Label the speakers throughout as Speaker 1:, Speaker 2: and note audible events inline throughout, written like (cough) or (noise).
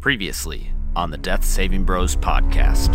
Speaker 1: Previously on the Death Saving Bros podcast.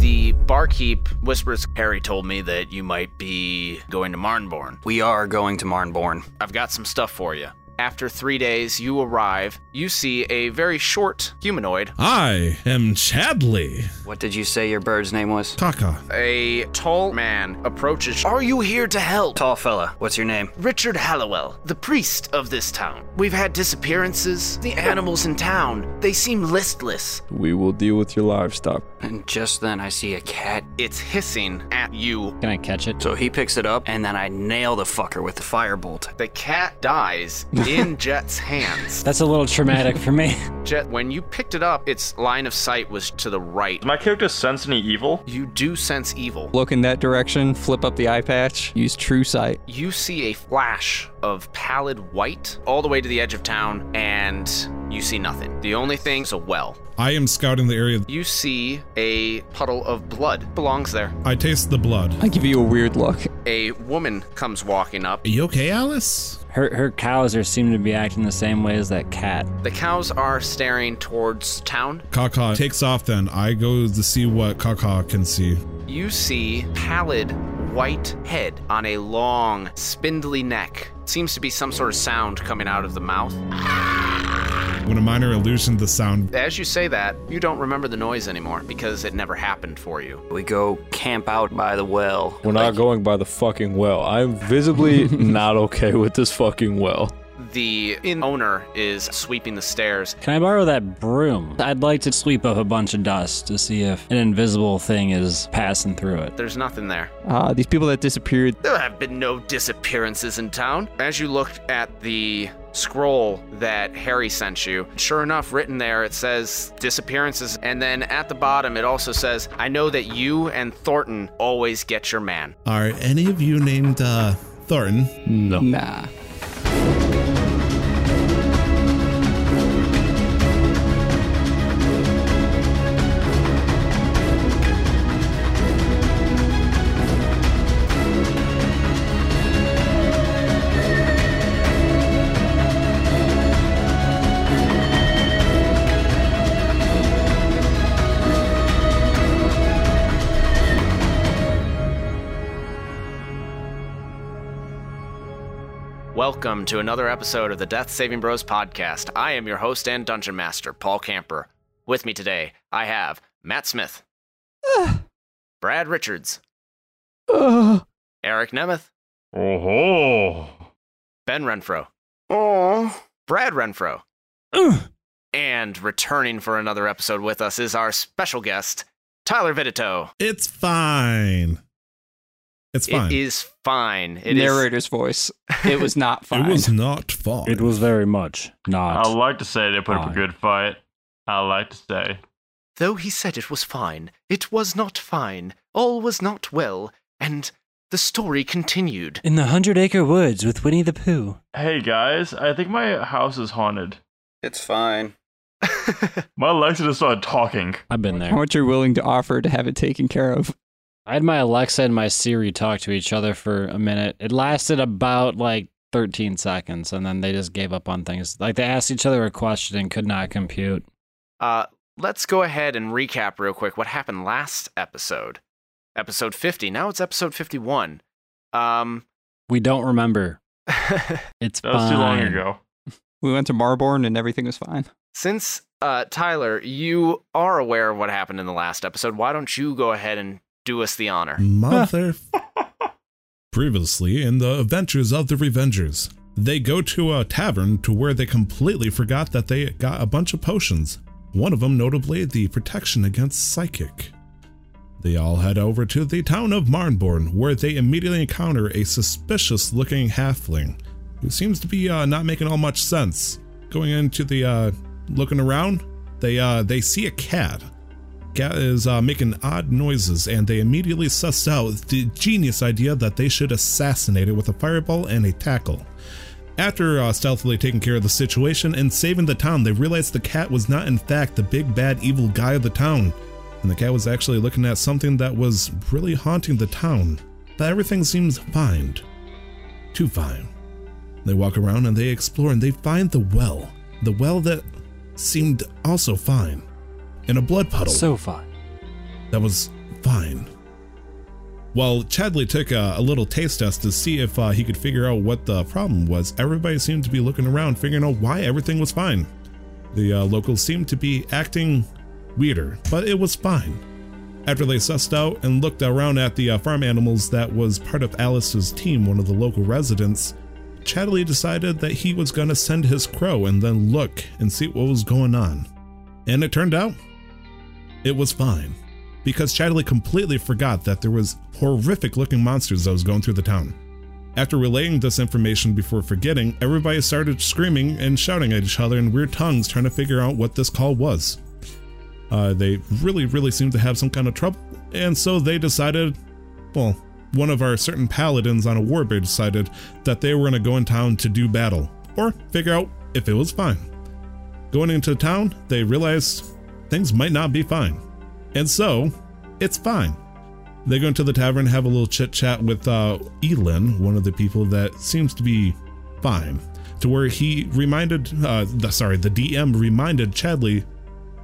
Speaker 1: The barkeep whispers, Harry told me that you might be going to Marnborn.
Speaker 2: We are going to Marnborn.
Speaker 1: I've got some stuff for you. After three days, you arrive. You see a very short humanoid,
Speaker 3: I am Chadley.
Speaker 2: What did you say your bird's name was?
Speaker 3: Taka.
Speaker 1: a tall man approaches. Are you here to help?
Speaker 2: Tall fella. What's your name?
Speaker 1: Richard Halliwell, the priest of this town. We've had disappearances. The animals in town, they seem listless.
Speaker 4: We will deal with your livestock.
Speaker 2: And just then I see a cat.
Speaker 1: It's hissing at you.
Speaker 5: Can I catch it?
Speaker 2: So he picks it up, and then I nail the fucker with the firebolt.
Speaker 1: The cat
Speaker 5: (laughs)
Speaker 1: dies in Jet's hands.
Speaker 5: That's a little traumatic for me. (laughs)
Speaker 1: Jet, when you picked it up, its line of sight was to the right.
Speaker 6: Does my character sense any evil?
Speaker 1: You do sense evil.
Speaker 4: Look in that direction, flip up the eye patch, use true sight.
Speaker 1: You see a flash of pallid white all the way to the edge of town, and you see nothing. The only thing is a well.
Speaker 3: I am scouting the area.
Speaker 1: You see a puddle of blood. Belongs there.
Speaker 3: I taste the blood.
Speaker 4: I give you a weird look.
Speaker 1: A woman comes walking up.
Speaker 3: Are you okay, Alice?
Speaker 5: Her her cows are seem to be acting the same way as that cat.
Speaker 1: The cows are staring towards town.
Speaker 3: Kaka takes off then. I go to see what Kaka can see.
Speaker 1: You see pallid white head on a long, spindly neck. Seems to be some sort of sound coming out of the mouth.
Speaker 3: When a minor illusion, the sound.
Speaker 1: As you say that, you don't remember the noise anymore because it never happened for you.
Speaker 2: We go camp out by the well.
Speaker 4: We're not going by the fucking well. I'm visibly not okay with this fucking well.
Speaker 1: The inn owner is sweeping the stairs.
Speaker 5: Can I borrow that broom? I'd like to sweep up a bunch of dust to see if an invisible thing is passing through it.
Speaker 1: There's nothing there.
Speaker 4: Ah, these people that disappeared.
Speaker 1: There have been no disappearances in town. As you looked at the scroll that Harry sent you, sure enough, written there, it says disappearances. And then at the bottom, it also says, I know that you and Thornton always get your man.
Speaker 3: Are any of you named uh, Thornton?
Speaker 4: Nah.
Speaker 1: Welcome to another episode of the Death Saving Bros podcast. I am your host and dungeon master, Paul Camper. With me today, I have Matt
Speaker 3: (sighs)
Speaker 1: Smith, Brad Richards,
Speaker 4: Ugh.
Speaker 1: Eric Nemeth,
Speaker 6: Oh.
Speaker 1: Ben Renfro,
Speaker 2: Oh.
Speaker 1: Brad Renfro,
Speaker 5: Ugh.
Speaker 1: and returning for another episode with us is our special guest, Tyler Vidito.
Speaker 3: It's fine. It's fine.
Speaker 1: It is fine. It is-
Speaker 4: Narrator's voice. It was not
Speaker 3: (laughs)
Speaker 4: fine.
Speaker 3: It was not fine.
Speaker 5: It was very much not.
Speaker 6: I like to say they put up a
Speaker 5: Aye.
Speaker 6: good fight. I like to say.
Speaker 1: Though he said it was fine, it was not fine. All was not well, and the story continued.
Speaker 5: In the Hundred Acre Woods with Winnie the Pooh.
Speaker 6: Hey guys, I think my house is haunted.
Speaker 2: It's fine.
Speaker 6: My Alexa just started talking.
Speaker 5: I've been
Speaker 4: How
Speaker 5: there.
Speaker 4: much you're willing to offer to have it taken care of?
Speaker 5: I had my Alexa and my Siri talk to each other for a minute. It lasted about like 13 seconds and then they just gave up on things. Like they asked each other a question and could not compute.
Speaker 1: Uh, let's go ahead and recap real quick what happened last episode. Episode 50. Now it's episode 51. Um, (laughs)
Speaker 5: We don't remember. It's
Speaker 6: That was too long
Speaker 5: fine.
Speaker 6: ago.
Speaker 4: We went to Marborn and everything was fine.
Speaker 1: since uh, Tyler, you are aware of what happened in the last episode, why don't you go ahead and do us the honor?
Speaker 3: Mother. Previously in the Adventures of the Revengers, they go to a tavern to where they completely forgot that they got a bunch of potions. One of them, notably, the protection against psychic. They all head over to the town of Marnborn, where they immediately encounter a suspicious looking halfling who seems to be uh, not making all much sense. Going into the uh, looking around, they uh, they see a cat. Cat is uh, making odd noises, and they immediately sussed out the genius idea that they should assassinate it with a fireball and a tackle. After uh, stealthily taking care of the situation and saving the town, they realized the cat was not, in fact, the big bad evil guy of the town, and the cat was actually looking at something that was really haunting the town. But everything seems fine. Too fine. They walk around and they explore and they find the well. The well that seemed also fine. In a blood puddle
Speaker 5: So far.
Speaker 3: that was fine. While Chadley took a, a little taste test to see if uh, he could figure out what the problem was, everybody seemed to be looking around, figuring out why everything was fine. The uh, locals seemed to be acting weirder, but it was fine. After they sussed out and looked around at the uh, farm animals that was part of Alice's team, one of the local residents, Chadley decided that he was going to send his crow and then look and see what was going on. And it turned out it was fine because Chadley completely forgot that there was horrific looking monsters that was going through the town. After relaying this information before forgetting, everybody started screaming and shouting at each other in weird tongues trying to figure out what this call was. Uh, they really, really seemed to have some kind of trouble, and so they decided, well, one of our certain paladins on a warbird decided that they were going to go in town to do battle, or figure out if it was fine. Going into town, they realized things might not be fine. And so, it's fine. They go into the tavern, have a little chit chat with uh, Elin, one of the people that seems to be fine, to where he reminded, uh, the, sorry, the DM reminded Chadley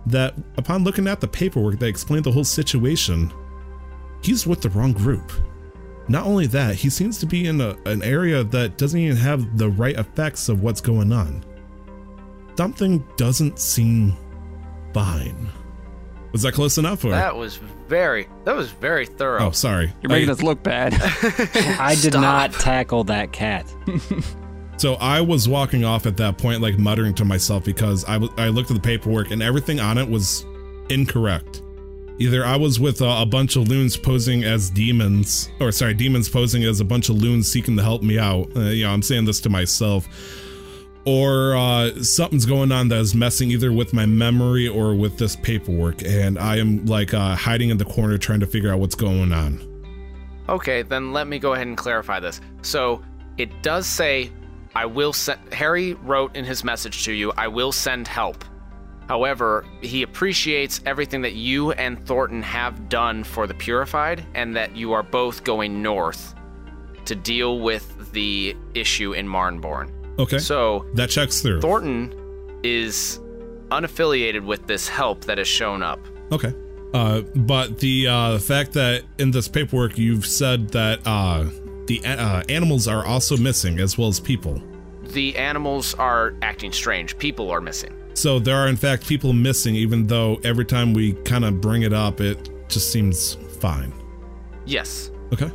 Speaker 3: that upon looking at the paperwork that explained the whole situation, he's with the wrong group. Not only that, he seems to be in a, an area that doesn't even have the right effects of what's going on. Something doesn't seem fine. Was that close enough? Or?
Speaker 1: That was very that was very thorough.
Speaker 3: Oh, sorry.
Speaker 7: You're making
Speaker 3: I-
Speaker 7: us
Speaker 3: (laughs)
Speaker 7: look bad.
Speaker 5: I did not tackle that cat.
Speaker 3: so I was walking off at that point, like muttering to myself because I was- I looked at the paperwork and everything on it was incorrect. Either I was with a, a bunch of loons posing as demons, or sorry, demons posing as a bunch of loons seeking to help me out. Uh, you know, I'm saying this to myself. Or uh, something's going on that is messing either with my memory or with this paperwork, and I am like uh, hiding in the corner trying to figure out what's going on.
Speaker 1: Okay, then let me go ahead and clarify this. So it does say, I will send, Harry wrote in his message to you, I will send help. However, he appreciates everything that you and Thornton have done for the Purified and that you are both going north to deal with the issue in Marnborn.
Speaker 3: Okay,
Speaker 1: So
Speaker 3: that checks through.
Speaker 1: Thornton is unaffiliated with this help that has shown up.
Speaker 3: Okay. Uh, but the uh, fact that in this paperwork you've said that uh, the a- uh, animals are also missing as well as people.
Speaker 1: The animals are acting strange, people are missing.
Speaker 3: So there are in fact people missing, even though every time we kind of bring it up, it just seems fine.
Speaker 1: Yes.
Speaker 3: Okay.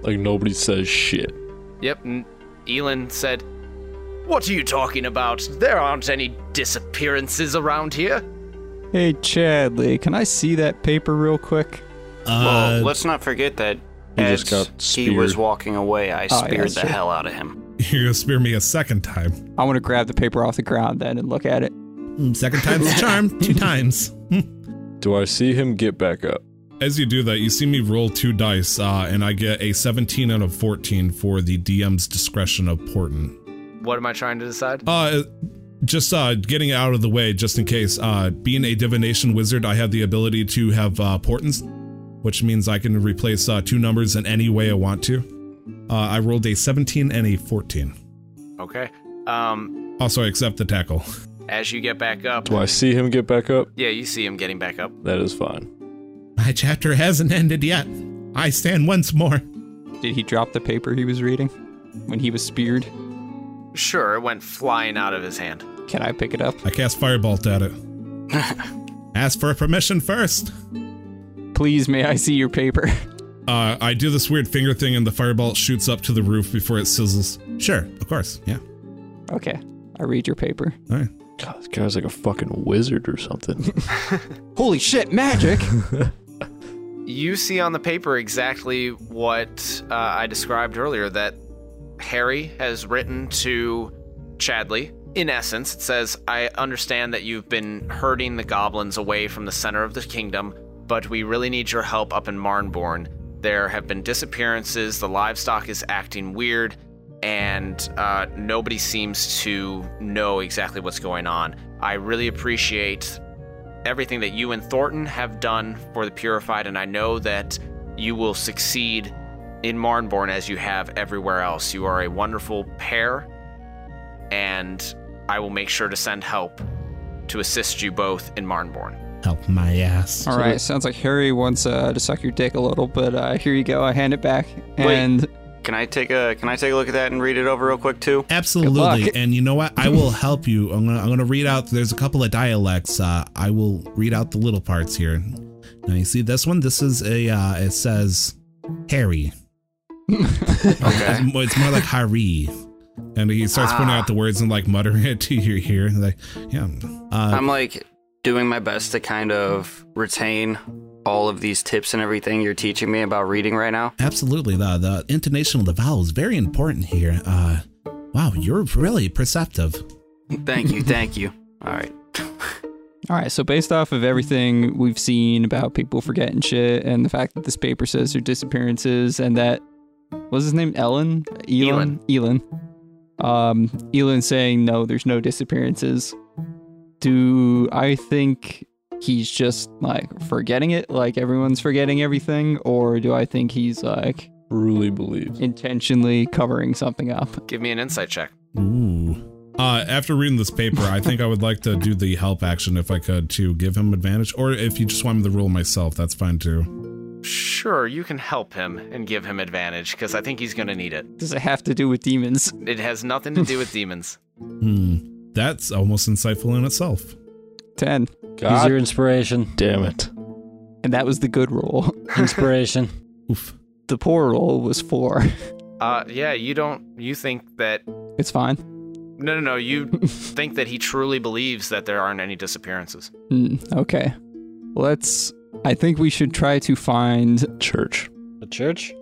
Speaker 4: Like nobody says shit.
Speaker 1: Yep, and Elin said, What are you talking about? There aren't any disappearances around here.
Speaker 7: hey, Chadley, can I see that paper real quick?
Speaker 2: well,
Speaker 3: Uh,
Speaker 2: let's not forget that
Speaker 4: He
Speaker 2: as
Speaker 4: just got
Speaker 2: he was
Speaker 4: speared.
Speaker 2: walking away, I
Speaker 7: yeah,
Speaker 2: speared the
Speaker 7: sure.
Speaker 2: hell out of him.
Speaker 3: (laughs) you're gonna spear me a second time.
Speaker 7: I want to grab the paper off the ground then and look at it.
Speaker 3: Hmm, Second time's (laughs) the charm. Two times.
Speaker 4: Do I see him get back up?
Speaker 3: As you do that, you see me roll two dice, uh, and I get a 17 out of 14 for the DM's discretion of Porton.
Speaker 1: What am I trying to decide?
Speaker 3: Uh, just uh, getting it out of the way, just in case. Uh, being a divination wizard, I have the ability to have uh, portents, which means I can replace uh, two numbers in any way I want to. Uh, I rolled a 17 and a 14.
Speaker 1: Okay. Um,
Speaker 3: Also, I accept the tackle. (laughs)
Speaker 1: as you get back up,
Speaker 4: Do I see him get back up?
Speaker 1: yeah, you see him getting back up.
Speaker 4: That is fine.
Speaker 3: My chapter hasn't ended yet. I stand once more.
Speaker 7: Did he drop the paper he was reading when he was speared?
Speaker 1: Sure, it went flying out of his hand.
Speaker 7: Can I pick it up?
Speaker 3: I cast firebolt at (laughs) it. Ask for permission first.
Speaker 7: Please, may I see your paper? (laughs)
Speaker 3: Uh, I do this weird finger thing, and the fireball shoots up to the roof before it sizzles. Sure, of course, yeah.
Speaker 7: okay, I read your paper.
Speaker 3: All right.
Speaker 4: God, this guy's like a fucking wizard or something. (laughs)
Speaker 7: Holy shit, magic!
Speaker 1: You see on the paper exactly what uh, I described earlier that Harry has written to Chadley. In essence, it says, I understand that you've been herding the goblins away from the center of the kingdom, but we really need your help up in Marnborn. There have been disappearances, the livestock is acting weird, and uh, nobody seems to know exactly what's going on. I really appreciate everything that you and Thornton have done for the Purified, and I know that you will succeed in Marnborn as you have everywhere else. You are a wonderful pair, and I will make sure to send help to assist you both in Marnborn.
Speaker 3: Help my ass.
Speaker 7: (laughs) All right, sounds like Harry wants uh, to suck your dick a little, but uh, here you go. I hand it back, and
Speaker 2: Can I take a Can I take a look at that and read it over real quick too?
Speaker 3: Absolutely.
Speaker 7: luck.
Speaker 3: And you know what? I will help you. I'm gonna I'm gonna read out there's a couple of dialects. Uh, I will read out the little parts here. Now you see this one? This is a uh, it says Harry. okay. It's, more like Harry. And he starts pointing out the words and like muttering it to your ear. Like, yeah. Uh,
Speaker 2: I'm like doing my best to kind of retain all of these tips and everything you're teaching me about reading right now.
Speaker 3: absolutely. The the intonation of the vowel is very important here. Uh, wow, you're really perceptive.
Speaker 2: Thank you, thank you. (laughs) All right.
Speaker 7: all right. So based off of everything we've seen about people forgetting shit, and the fact that this paper says their disappearances, and that what's his name, Ellen, Elon, Elon, um, Elon saying no, there's no disappearances. Do I think he's just like forgetting it, like everyone's forgetting everything, or do I think he's like
Speaker 4: Truly believes.
Speaker 7: intentionally covering something up?
Speaker 1: Give me an insight check.
Speaker 3: Ooh. Uh, after reading this paper, I think I would like to do the help action if I could to give him advantage, or if you just want me to roll myself, that's fine too.
Speaker 1: Sure, you can help him and give him advantage because I think he's going to need it.
Speaker 7: Does it have to do with demons?
Speaker 1: It has nothing to do with demons.
Speaker 3: Hmm. That's almost insightful in itself.
Speaker 7: 10.
Speaker 5: Use your
Speaker 4: God
Speaker 5: inspiration.
Speaker 4: (laughs) damn it.
Speaker 7: And that was the good roll.
Speaker 5: Inspiration.
Speaker 3: Oof.
Speaker 7: The poor roll was 4.
Speaker 1: Uh, yeah, you don't. You think that.
Speaker 7: It's fine.
Speaker 1: No, no, no. You think that he truly believes that there aren't any disappearances.
Speaker 7: Hmm, okay. Let's. I think we should try to find
Speaker 4: Church.
Speaker 5: The church?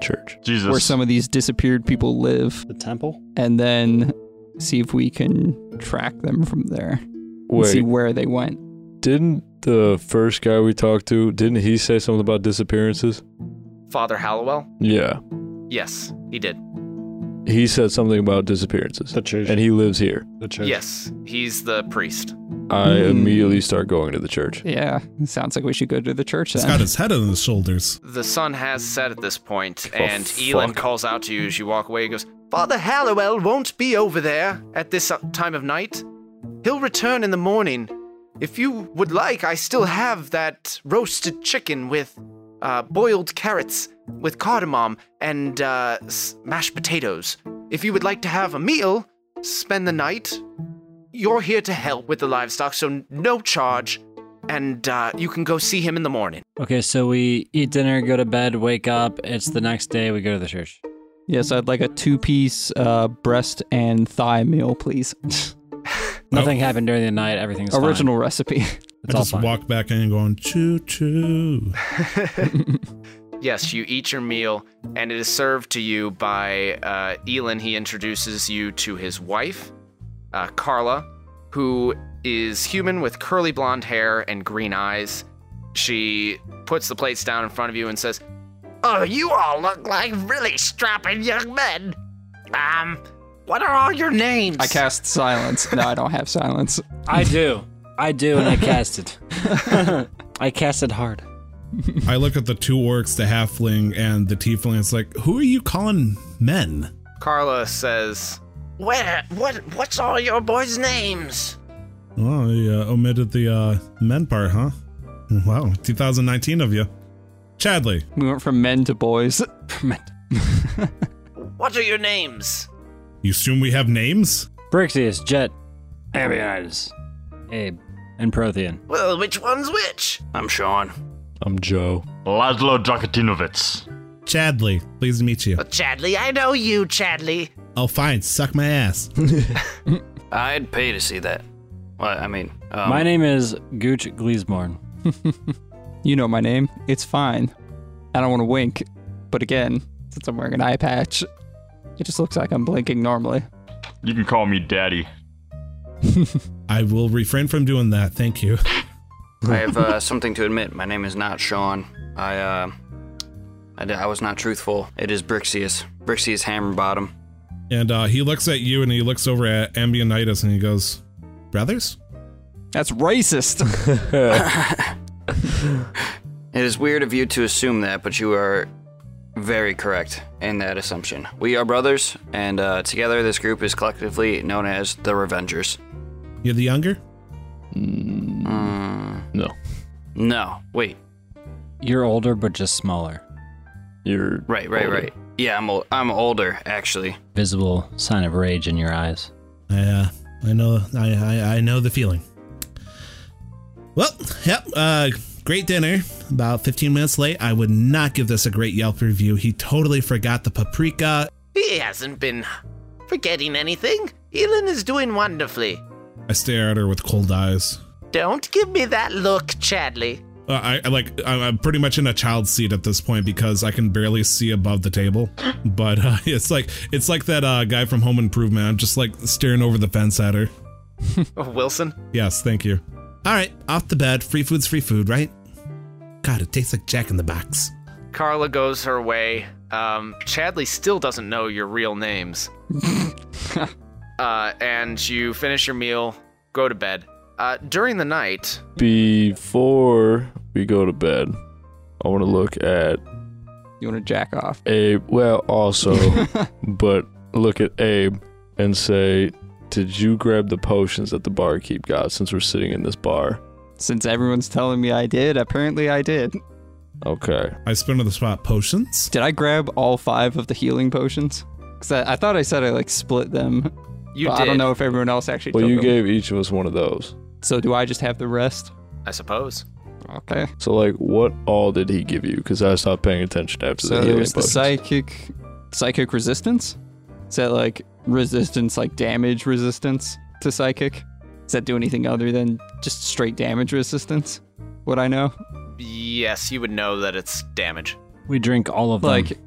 Speaker 4: Church.
Speaker 6: Jesus.
Speaker 7: where some of these disappeared people live
Speaker 5: The temple?
Speaker 7: and then see if we can track them from there. and
Speaker 4: Wait,
Speaker 7: See where they went.
Speaker 4: didn't the first guy we talked to, didn't he say something about disappearances?
Speaker 1: Father Hallowell?
Speaker 4: Yeah.
Speaker 1: Yes, he did.
Speaker 4: He said something about disappearances.
Speaker 5: The church.
Speaker 4: And he lives here.
Speaker 5: the church.
Speaker 1: Yes, he's the priest.
Speaker 4: I
Speaker 7: Hmm.
Speaker 4: immediately start going to the church.
Speaker 7: Yeah, sounds like we should go to the church
Speaker 3: He's
Speaker 7: then.
Speaker 3: got his head on his shoulders.
Speaker 1: The sun has set at this point,
Speaker 4: Oh,
Speaker 1: and Elon
Speaker 4: fuck.
Speaker 1: calls out to you as you walk away. He goes, Father Hallowell won't be over there at this uh, time of night. He'll return in the morning. If you would like, I still have that roasted chicken with uh, boiled carrots, with cardamom, and uh, s- mashed potatoes. If you would like to have a meal, spend the night. You're here to help with the livestock, so no charge, and uh, you can go see him in the morning.
Speaker 5: Okay, so we eat dinner, go to bed, wake up. It's the next day. We go to the church.
Speaker 7: Yes, I'd like a two piece uh, breast and thigh meal, please.
Speaker 5: Nothing happened during the night. Everything's fine.
Speaker 7: Original recipe. (laughs)
Speaker 5: It's
Speaker 3: I
Speaker 5: all
Speaker 3: just
Speaker 5: fine.
Speaker 3: walk back in going choo choo.
Speaker 1: Yes, you eat your meal, and it is served to you by uh, Elin. He introduces you to his wife, uh, Carla, who is human with curly blonde hair and green eyes. She puts the plates down in front of you and says, Oh, you all look like really strapping young men. Um, what are all your names?
Speaker 7: I cast silence. No, I don't have silence.
Speaker 5: I do. I do, and I cast (laughs) it. I cast it hard.
Speaker 3: I look at the two orcs, the halfling, and the tiefling. It's like, who are you calling men?
Speaker 1: Carla says, Where? What? What's all your boys' names?
Speaker 3: Oh, you uh, omitted the uh, men part, huh? Wow, 2019 of you, Chadley.
Speaker 7: We went from men to boys. (laughs)
Speaker 1: What are your names?
Speaker 3: You assume we have names?
Speaker 5: Brixius, Jet, Ambionitis, Abe, and Prothean.
Speaker 1: Well, which one's which?
Speaker 2: I'm Sean.
Speaker 4: I'm Joe.
Speaker 6: Laszlo Drakatinovitz.
Speaker 3: Chadley, pleased to meet you.
Speaker 1: Chadley, I know you, Chadley.
Speaker 3: Oh, fine, suck my ass.
Speaker 2: I'd pay to see that. Well, I mean, um,
Speaker 5: My name is Gooch Gleesmorn.
Speaker 7: You know my name. It's fine. I don't want to wink, but again, since I'm wearing an eye patch, it just looks like I'm blinking normally.
Speaker 6: You can call me Daddy.
Speaker 3: I will refrain from doing that. Thank you.
Speaker 2: I have uh, (laughs) something to admit. My name is not Sean. I, uh, I, di- I was not truthful. It is Brixius. Brixius Hammerbottom.
Speaker 3: And uh, he looks at you and he looks over at Ambionitis and he goes, Brothers?
Speaker 7: That's racist.
Speaker 2: It is weird of you to assume that, but you are very correct in that assumption. We are brothers, and uh, together this group is collectively known as the Revengers.
Speaker 3: You're the younger?
Speaker 2: Mm,
Speaker 4: No.
Speaker 2: no. Wait.
Speaker 5: You're older, but just smaller.
Speaker 4: You're
Speaker 2: Right. Right. Right. Yeah, I'm old. I'm older actually.
Speaker 5: Visible sign of rage in your eyes.
Speaker 3: I, uh, I know, I, I, I know the feeling. Well, yep, uh, great dinner. About 15 minutes late. I would not give this a great Yelp review. He totally forgot the paprika.
Speaker 1: He hasn't been forgetting anything. Elin is doing wonderfully.
Speaker 3: I stare at her with cold eyes.
Speaker 1: Don't give me that look, Chadley.
Speaker 3: Uh, I, I like. I'm I'm pretty much in a child's seat at this point because I can barely see above the (gasps) table. But uh, (laughs) it's like it's like that uh, guy from Home Improvement. I'm just like staring over the fence at her.
Speaker 1: Oh, Wilson?
Speaker 3: Yes, thank you. All right, off the bed. Free food's free food, right? God, it tastes like Jack in the Box.
Speaker 1: Carla goes her way. Um, Chadley still doesn't know your real
Speaker 7: (laughs)
Speaker 1: names. uh, and you finish your meal, go to bed. Uh, during the night,
Speaker 4: before we go to bed. I want to look at
Speaker 7: You want to jack off?
Speaker 4: Abe. Well,
Speaker 7: (laughs)
Speaker 4: also, but look at Abe and say, "Did you grab the potions that the barkeep got?" Since we're sitting in this bar.
Speaker 7: Since everyone's telling me I did, apparently I did.
Speaker 4: Okay.
Speaker 3: I spin on the spot. Potions.
Speaker 7: Did I grab all five of the healing potions? Because I, I thought I said I like split them.
Speaker 1: you
Speaker 7: but
Speaker 1: did.
Speaker 7: I don't know if everyone else actually.
Speaker 4: Well,
Speaker 7: took
Speaker 4: you
Speaker 7: them.
Speaker 4: gave each of us one of those.
Speaker 7: So do I just have the rest?
Speaker 1: I suppose.
Speaker 7: Okay.
Speaker 4: So, like, what all did he give you? Because I stopped paying attention after
Speaker 7: So
Speaker 4: the
Speaker 7: there
Speaker 4: healing
Speaker 7: was the
Speaker 4: potions.
Speaker 7: psychic, psychic resistance. Is that like resistance, like damage resistance to psychic? Does that do anything other than just straight damage resistance? What I know,
Speaker 1: Yes, you would know that it's damage.
Speaker 5: We drink all
Speaker 1: Hmm.
Speaker 5: of them.
Speaker 7: like,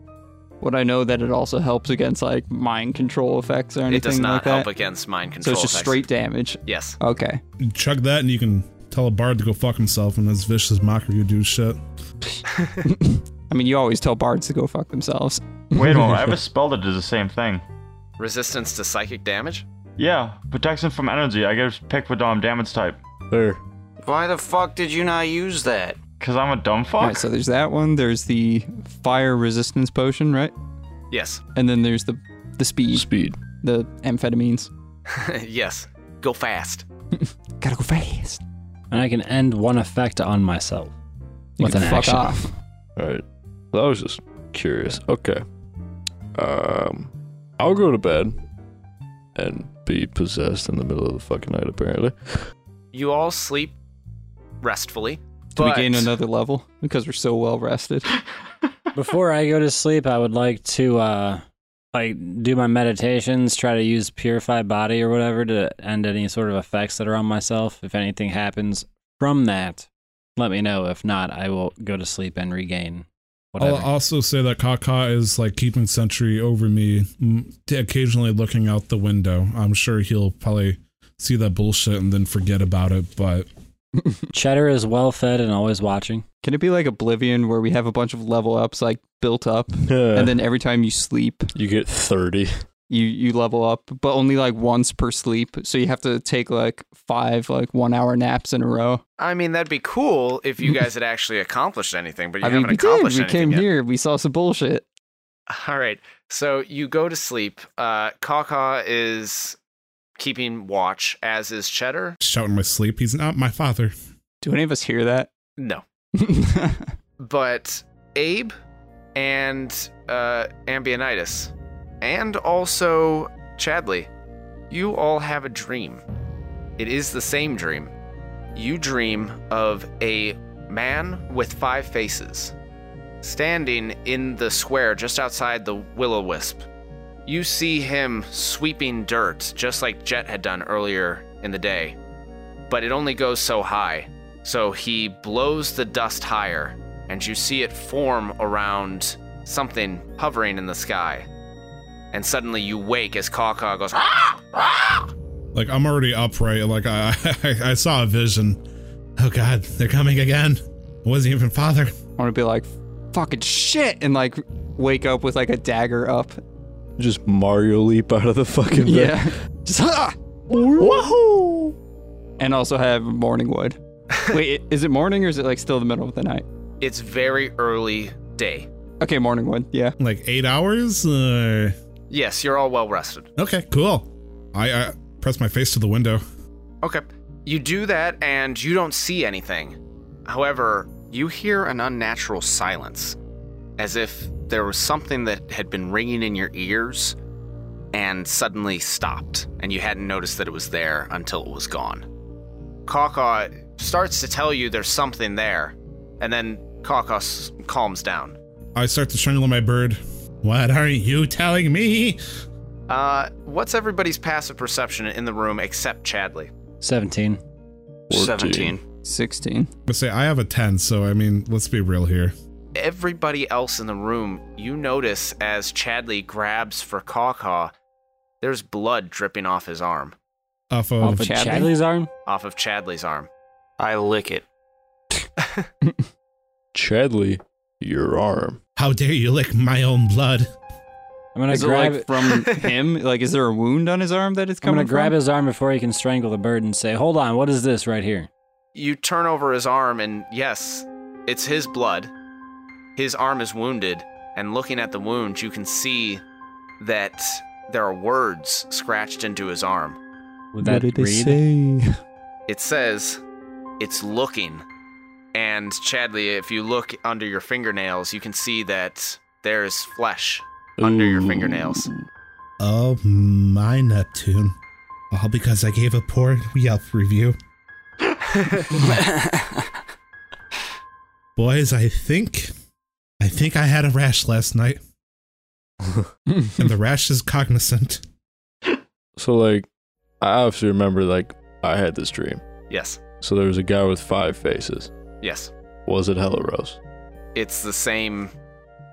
Speaker 7: what I know that it also helps against like mind control effects or anything
Speaker 1: It does not
Speaker 7: like
Speaker 1: help
Speaker 7: that.
Speaker 1: against mind
Speaker 7: so
Speaker 1: control.
Speaker 7: it's just
Speaker 1: effects.
Speaker 7: straight damage.
Speaker 1: Yes.
Speaker 7: Okay.
Speaker 3: Chug that, and you can tell a bard to go fuck himself. And his vicious mockery do shit.
Speaker 7: I mean, you always tell bards to go fuck themselves.
Speaker 6: Wait a
Speaker 7: (laughs)
Speaker 6: moment, I have a spell that does the same thing.
Speaker 1: Resistance to psychic damage?
Speaker 6: Yeah, protection from energy. I get to pick what dumb damage type.
Speaker 4: there.
Speaker 2: Why the fuck did you not use that?
Speaker 6: Cause I'm a dumb
Speaker 7: All
Speaker 6: fuck.
Speaker 7: right. So there's that one. There's the fire resistance potion, right?
Speaker 1: Yes. (laughs)
Speaker 7: And then there's the the speed,
Speaker 4: Speed.
Speaker 7: the amphetamines.
Speaker 1: yes. Go fast.
Speaker 7: Gotta go fast.
Speaker 5: and I can end one effect on myself
Speaker 7: You
Speaker 5: with
Speaker 7: can
Speaker 5: an
Speaker 7: fuck
Speaker 5: action.
Speaker 7: off.
Speaker 4: All right. So I was just curious. Okay. Um, I'll go to bed and be possessed in the middle of the fucking night, apparently.
Speaker 1: You all sleep restfully.
Speaker 7: Do we
Speaker 1: but-
Speaker 7: gain another level because we're so well rested?
Speaker 5: (laughs) Before I go to sleep, I would like to uh like do my meditations, try to use purify body or whatever to end any sort of effects that are on myself. If anything happens from that, let me know. If not, I will go to sleep and regain whatever.
Speaker 7: Oh, um,
Speaker 3: I'll also say that Kaka is like keeping sentry over me, m- occasionally looking out the window. I'm sure he'll probably see that bullshit and then forget about it. But
Speaker 5: Cheddar is well fed and always watching.
Speaker 7: Can it be like Oblivion where we have a bunch of level ups like built up, and then every time you sleep,
Speaker 4: you get 30.
Speaker 7: you you level up, but only like once per sleep. So you have to take like five like one hour naps in a row.
Speaker 1: I mean, that'd be cool if you
Speaker 7: (laughs)
Speaker 1: guys had actually accomplished anything, but you
Speaker 7: I mean,
Speaker 1: haven't
Speaker 7: we did.
Speaker 1: accomplished
Speaker 7: We
Speaker 1: anything
Speaker 7: came
Speaker 1: yet.
Speaker 7: here. We saw some bullshit.
Speaker 1: (laughs) All right. So you go to sleep. Uh, Kaka is keeping watch, as is Cheddar.
Speaker 3: shout in my sleep, he's not my father.
Speaker 7: Do any of us hear that? (laughs)
Speaker 1: No. But Abe and uh, Ambionitis, and also Chadley, you all have a dream. It is the same dream. You dream of a man with five faces standing in the square just outside the Will O Wisp. You see him sweeping dirt, just like Jet had done earlier in the day, but it only goes so high. So he blows the dust higher, and you see it form around something hovering in the sky. And suddenly you wake as Kaka goes, "Ah! Ah!"
Speaker 3: Like I'm already upright. Like (laughs) I, I, I saw a vision. Oh God, they're coming again. It wasn't even father. (laughs)
Speaker 7: I want to be like, fucking shit, and like wake up with like a dagger up.
Speaker 4: Just Mario leap out of the fucking bed.
Speaker 7: Yeah. (laughs) Just ha!
Speaker 4: Wahoo!
Speaker 7: And also have morning
Speaker 5: (laughs)
Speaker 7: wood. Wait, i- is it morning or is it like still the middle of the night?
Speaker 1: It's very early day.
Speaker 7: Okay, morning wood. Yeah.
Speaker 3: Like eight hours. Uh,
Speaker 1: Yes, you're all well rested.
Speaker 3: okay, cool. I, I press my face to the window.
Speaker 1: Okay. You do that and you don't see anything. However, you hear an unnatural silence, as if there was something that had been ringing in your ears and suddenly stopped, and you hadn't noticed that it was there until it was gone. Kaka starts to tell you there's something there, and then Kaka s- calms down.
Speaker 3: I start to strangle my bird. What are you telling me?
Speaker 1: Uh, what's everybody's passive perception in the room except Chadley?
Speaker 5: 17.
Speaker 2: 17.
Speaker 7: 16.
Speaker 3: But say I have a ten, so I mean, let's be real here.
Speaker 1: Everybody else in the room, you notice as Chadley grabs for Kaka, there's blood dripping off his arm,
Speaker 3: Off
Speaker 5: Off
Speaker 3: of
Speaker 5: of
Speaker 7: Chadley?
Speaker 5: Chadley's arm?
Speaker 1: off of Chadley's arm.
Speaker 2: I lick it.
Speaker 4: Chadley, your arm.
Speaker 3: how dare you lick my own blood?
Speaker 5: I'm gonna
Speaker 7: Is it
Speaker 5: grab.
Speaker 7: like from
Speaker 5: (laughs)
Speaker 7: him? Like, is there a wound on his arm that it's
Speaker 5: I'm
Speaker 7: coming
Speaker 5: gonna grab
Speaker 7: from?
Speaker 5: his arm before he can strangle the bird and say, "Hold on, what is this right here?"
Speaker 1: You turn over his arm, and yes, it's his blood. His arm is wounded, and looking at the wound, you can see that there are words scratched into his arm.
Speaker 5: Would that
Speaker 7: what did
Speaker 5: read?
Speaker 7: they say?
Speaker 1: it says it's looking. And Chadley, if you look under your fingernails, you can see that there's flesh under your fingernails.
Speaker 3: Oh my Neptune! All because I gave a poor Yelp review. Boys, I think, I think I had a rash last night, and the rash is cognizant.
Speaker 4: So like, I obviously remember like I had this dream.
Speaker 1: Yes,
Speaker 4: So there was a guy with five faces.
Speaker 1: yes.
Speaker 4: Was it Hello Rose?
Speaker 1: It's the same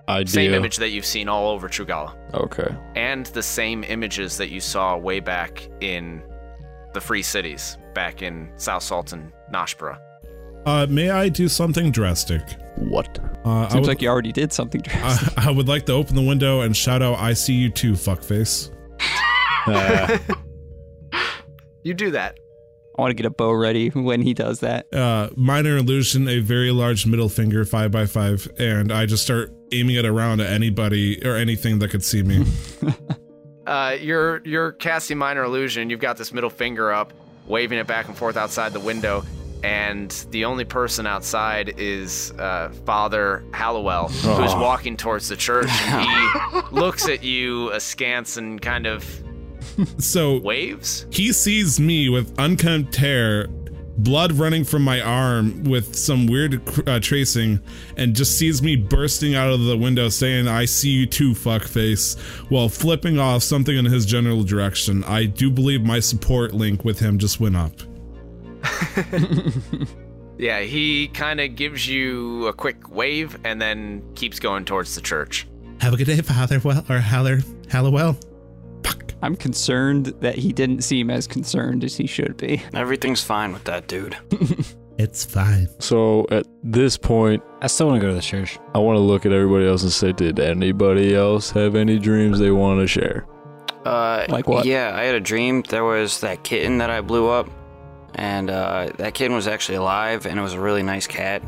Speaker 4: Idea.
Speaker 1: same image that you've seen all over Trugala.
Speaker 4: Okay.
Speaker 1: And the same images that you saw way back in the Free Cities, back in South Salt and Nashpura.
Speaker 3: Uh, may I do something drastic?
Speaker 4: What?
Speaker 3: Uh, I
Speaker 7: Seems
Speaker 3: would,
Speaker 7: like you already did something.
Speaker 5: Uh.
Speaker 3: (laughs)
Speaker 7: drastic.
Speaker 3: I, I would like to open the window and shout out, "I see you too, fuckface."
Speaker 4: Ah,
Speaker 1: You do that.
Speaker 7: I want to get a bow ready when he does that.
Speaker 3: uh, minor illusion, a very large middle finger, five by five, and I just start aiming it around at anybody or anything that could see me.
Speaker 1: Uh, you're you're casting minor illusion. You've got this middle finger up, waving it back and forth outside the window, and the only person outside is uh, Father Hallowell, who's
Speaker 4: Oh.
Speaker 1: walking towards the church. (laughs) And he looks at you askance and kind of
Speaker 3: so
Speaker 1: waves.
Speaker 3: he sees me with unkempt hair, blood running from my arm with some weird uh, tracing, and just sees me bursting out of the window saying, I see you too, fuckface, while flipping off something in his general direction. I do believe my support link with him just went up.
Speaker 1: Yeah, he kind of gives you a quick wave and then keeps going towards the church.
Speaker 3: Have a good day, Father. Well, or Haller, Hallowell.
Speaker 7: I'm concerned that he didn't seem as concerned as he should be.
Speaker 2: Everything's fine with that dude.
Speaker 3: It's fine.
Speaker 4: (laughs) so at this point,
Speaker 5: I still want to go to the church.
Speaker 4: I want to look at everybody else and say, did anybody else have any dreams they want to share?
Speaker 2: Uh,
Speaker 7: Like what?
Speaker 2: Yeah, I had a dream. There was that kitten that I blew up, and uh, that kitten was actually alive, and it was a really nice cat,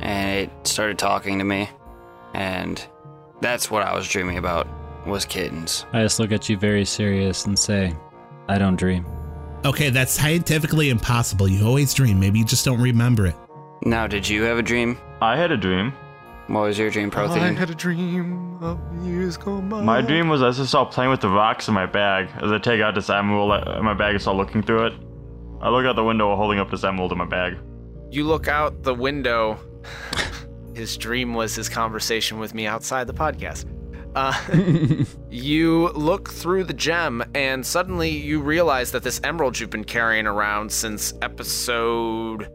Speaker 2: and it started talking to me, and that's what I was dreaming about was kittens.
Speaker 5: I just look at you very serious and say, "I don't dream."
Speaker 3: Okay, that's scientifically impossible. You always dream. Maybe you just don't remember it.
Speaker 2: Now, did you have a dream?
Speaker 6: I had a dream.
Speaker 2: What was your dream, Prothean?
Speaker 1: a dream of years gone by.
Speaker 6: My dream was I just saw playing with the rocks in my bag. As I take out this emerald in my bag and start looking through it, I look out the window while holding up this emerald in my bag.
Speaker 1: You look out the window. (laughs) his dream was his conversation with me outside the podcast. Uh, you look through the gem, and suddenly you realize that this emerald you've been carrying around since episode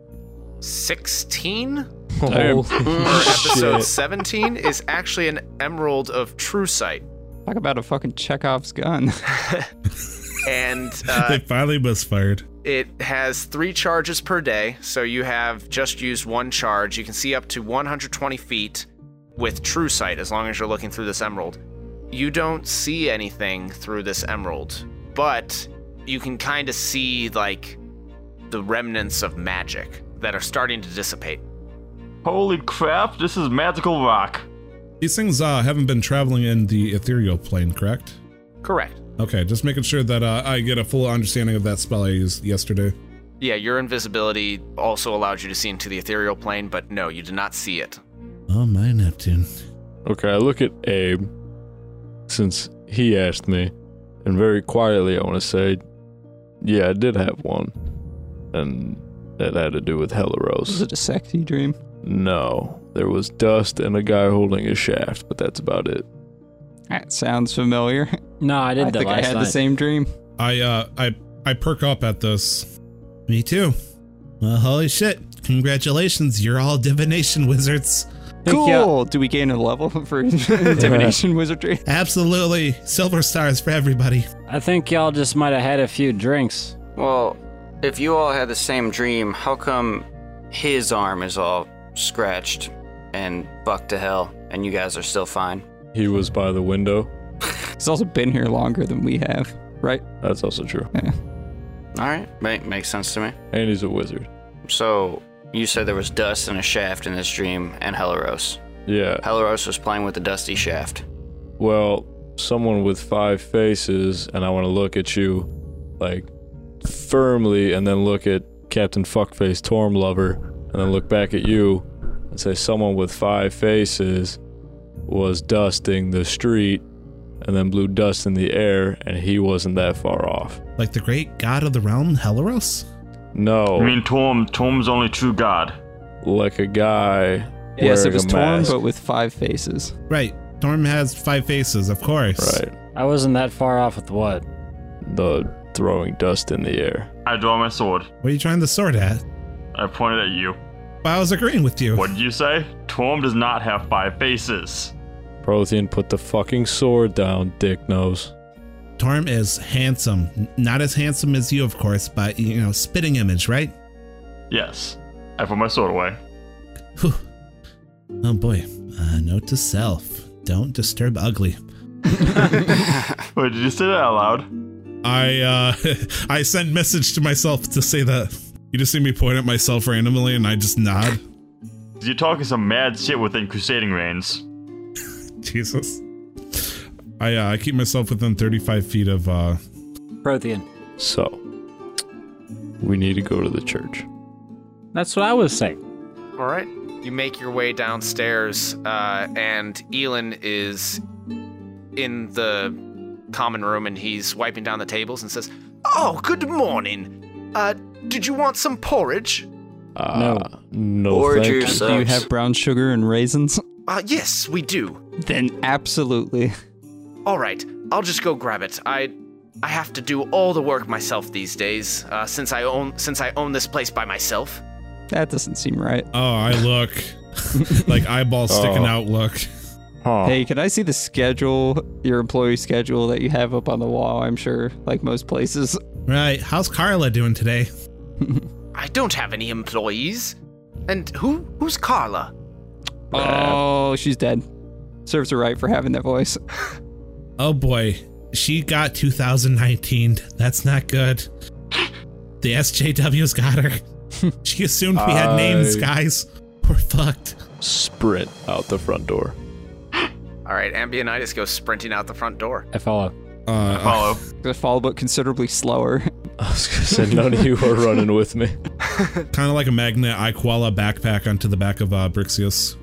Speaker 1: 16
Speaker 4: Damn.
Speaker 1: or episode
Speaker 4: Shit.
Speaker 1: 17 is actually an emerald of true sight.
Speaker 7: Talk about a fucking Chekhov's gun. (laughs)
Speaker 1: And uh,
Speaker 3: (laughs) (laughs) they finally misfired.
Speaker 1: It has three charges per day, so you have just used one charge. You can see up to 120 feet with true sight as long as you're looking through this emerald. You don't see anything through this emerald, but you can kind of see like the remnants of magic that are starting to dissipate.
Speaker 6: Holy crap, this is magical rock.
Speaker 3: These things uh, haven't been traveling in the ethereal plane, correct?
Speaker 1: Correct.
Speaker 3: Okay, just making sure that uh, I get a full understanding of that spell I used yesterday.
Speaker 1: Yeah, your invisibility also allowed you to see into the ethereal plane, but no, you did not see it.
Speaker 3: Oh, my Neptune.
Speaker 4: Okay, I look at Abe since he asked me, and very quietly I want to say, yeah, I did have one, and that had to do with
Speaker 7: Was
Speaker 4: Helleros.
Speaker 7: it a sexy dream?
Speaker 4: No, there was dust and a guy holding a shaft, but that's about it.
Speaker 7: That sounds familiar.
Speaker 5: No, I did
Speaker 7: I
Speaker 5: that
Speaker 7: think I
Speaker 5: last
Speaker 7: had
Speaker 5: night.
Speaker 7: the same dream.
Speaker 3: I uh I I perk up at this. Me too. Well, holy shit. Congratulations, you're all divination wizards.
Speaker 5: Think you-
Speaker 7: Cool. Do we gain a level (laughs) for divination wizardry?
Speaker 3: Absolutely. Silver stars for everybody.
Speaker 5: I think y'all just might have had a few drinks.
Speaker 2: Well, if you all had the same dream, how come his arm is all scratched and bucked to hell, and you guys are still fine?
Speaker 4: He was by the window.
Speaker 7: He's also been here longer than we have, right?
Speaker 4: That's also true.
Speaker 2: All right, ma- makes sense to me.
Speaker 4: And he's a wizard.
Speaker 2: So you said there was dust and a shaft in this dream, and Helleros.
Speaker 4: Yeah.
Speaker 2: Helleros was playing with the dusty shaft.
Speaker 4: Well, someone with five faces, and I want to look at you, like, firmly, and then look at Captain Fuckface Torm Lover, and then look back at you and say, Someone with five faces was dusting the street, and then blew dust in the air, and he wasn't that far off.
Speaker 3: Like the great god of the realm, Helleros?
Speaker 4: No,
Speaker 6: I mean, Tom. Tom's only true god.
Speaker 4: like a guy.
Speaker 7: yes,
Speaker 4: wearing
Speaker 7: it was
Speaker 4: a
Speaker 7: torn,
Speaker 4: mask.
Speaker 7: but with five faces.
Speaker 3: Right. Storm has five faces, of course.
Speaker 4: Right.
Speaker 5: I wasn't that far off with what?
Speaker 4: The throwing dust in the air.
Speaker 6: I draw my sword.
Speaker 3: What are you trying the sword at?
Speaker 6: I pointed at you.
Speaker 3: Well, I was agreeing with you.
Speaker 6: What did you say? Tom does not have five faces.
Speaker 4: Prothean, put the fucking sword down, dick nose.
Speaker 3: Torm is handsome. N- Not as handsome as you, of course, but you know, spitting image, right?
Speaker 6: Yes. I put my sword away.
Speaker 3: Whew. Oh boy. Uh, note to self. Don't disturb ugly.
Speaker 6: Wait, did you say that out loud?
Speaker 3: I uh (laughs) I send message to myself to say that. You just see me point at myself randomly and I just nod. (laughs)
Speaker 6: You're talking some mad shit within Crusading Reigns.
Speaker 3: Jesus. I uh, I keep myself within 35 feet of uh
Speaker 5: Prothean.
Speaker 4: So, we need to go to the church.
Speaker 5: That's what I was saying.
Speaker 1: All right. You make your way downstairs, uh, and Elon is in the common room and he's wiping down the tables and says, Oh, good morning. Uh, did you want some porridge?
Speaker 4: Uh, no.
Speaker 2: Or
Speaker 4: thank you.
Speaker 2: juice.
Speaker 7: Do you
Speaker 2: Sucks.
Speaker 7: have brown sugar and (laughs) raisins?
Speaker 1: Uh, yes, we do.
Speaker 7: Then absolutely.
Speaker 1: All right, I'll just go grab it. I I have to do all the work myself these days uh, since I own since I own this place by myself.
Speaker 7: That doesn't seem right.
Speaker 3: Oh, I look. (laughs) like eyeball sticking
Speaker 4: Oh.
Speaker 3: out look.
Speaker 4: Huh.
Speaker 7: Hey, can I see the schedule, your employee schedule that you have up on the wall? I'm sure, like most places.
Speaker 3: Right. How's Carla doing today?
Speaker 1: I don't have any employees. And who who's Carla?
Speaker 7: Oh, she's dead. Serves her right for having that voice.
Speaker 3: Oh boy. She got 2019. That's not good. The SJW's got her. She assumed we had names,
Speaker 4: I-
Speaker 3: guys. We're fucked.
Speaker 4: Sprint out the front door.
Speaker 1: All right, Ambionitis goes sprinting out the front door.
Speaker 5: I follow.
Speaker 3: Uh,
Speaker 1: Oh.
Speaker 6: Follow.
Speaker 7: The follow book considerably slower.
Speaker 4: (laughs) I was gonna say none of you are (laughs) running with me.
Speaker 3: kind of like a magnet Iquala backpack onto the back of uh, Brixius.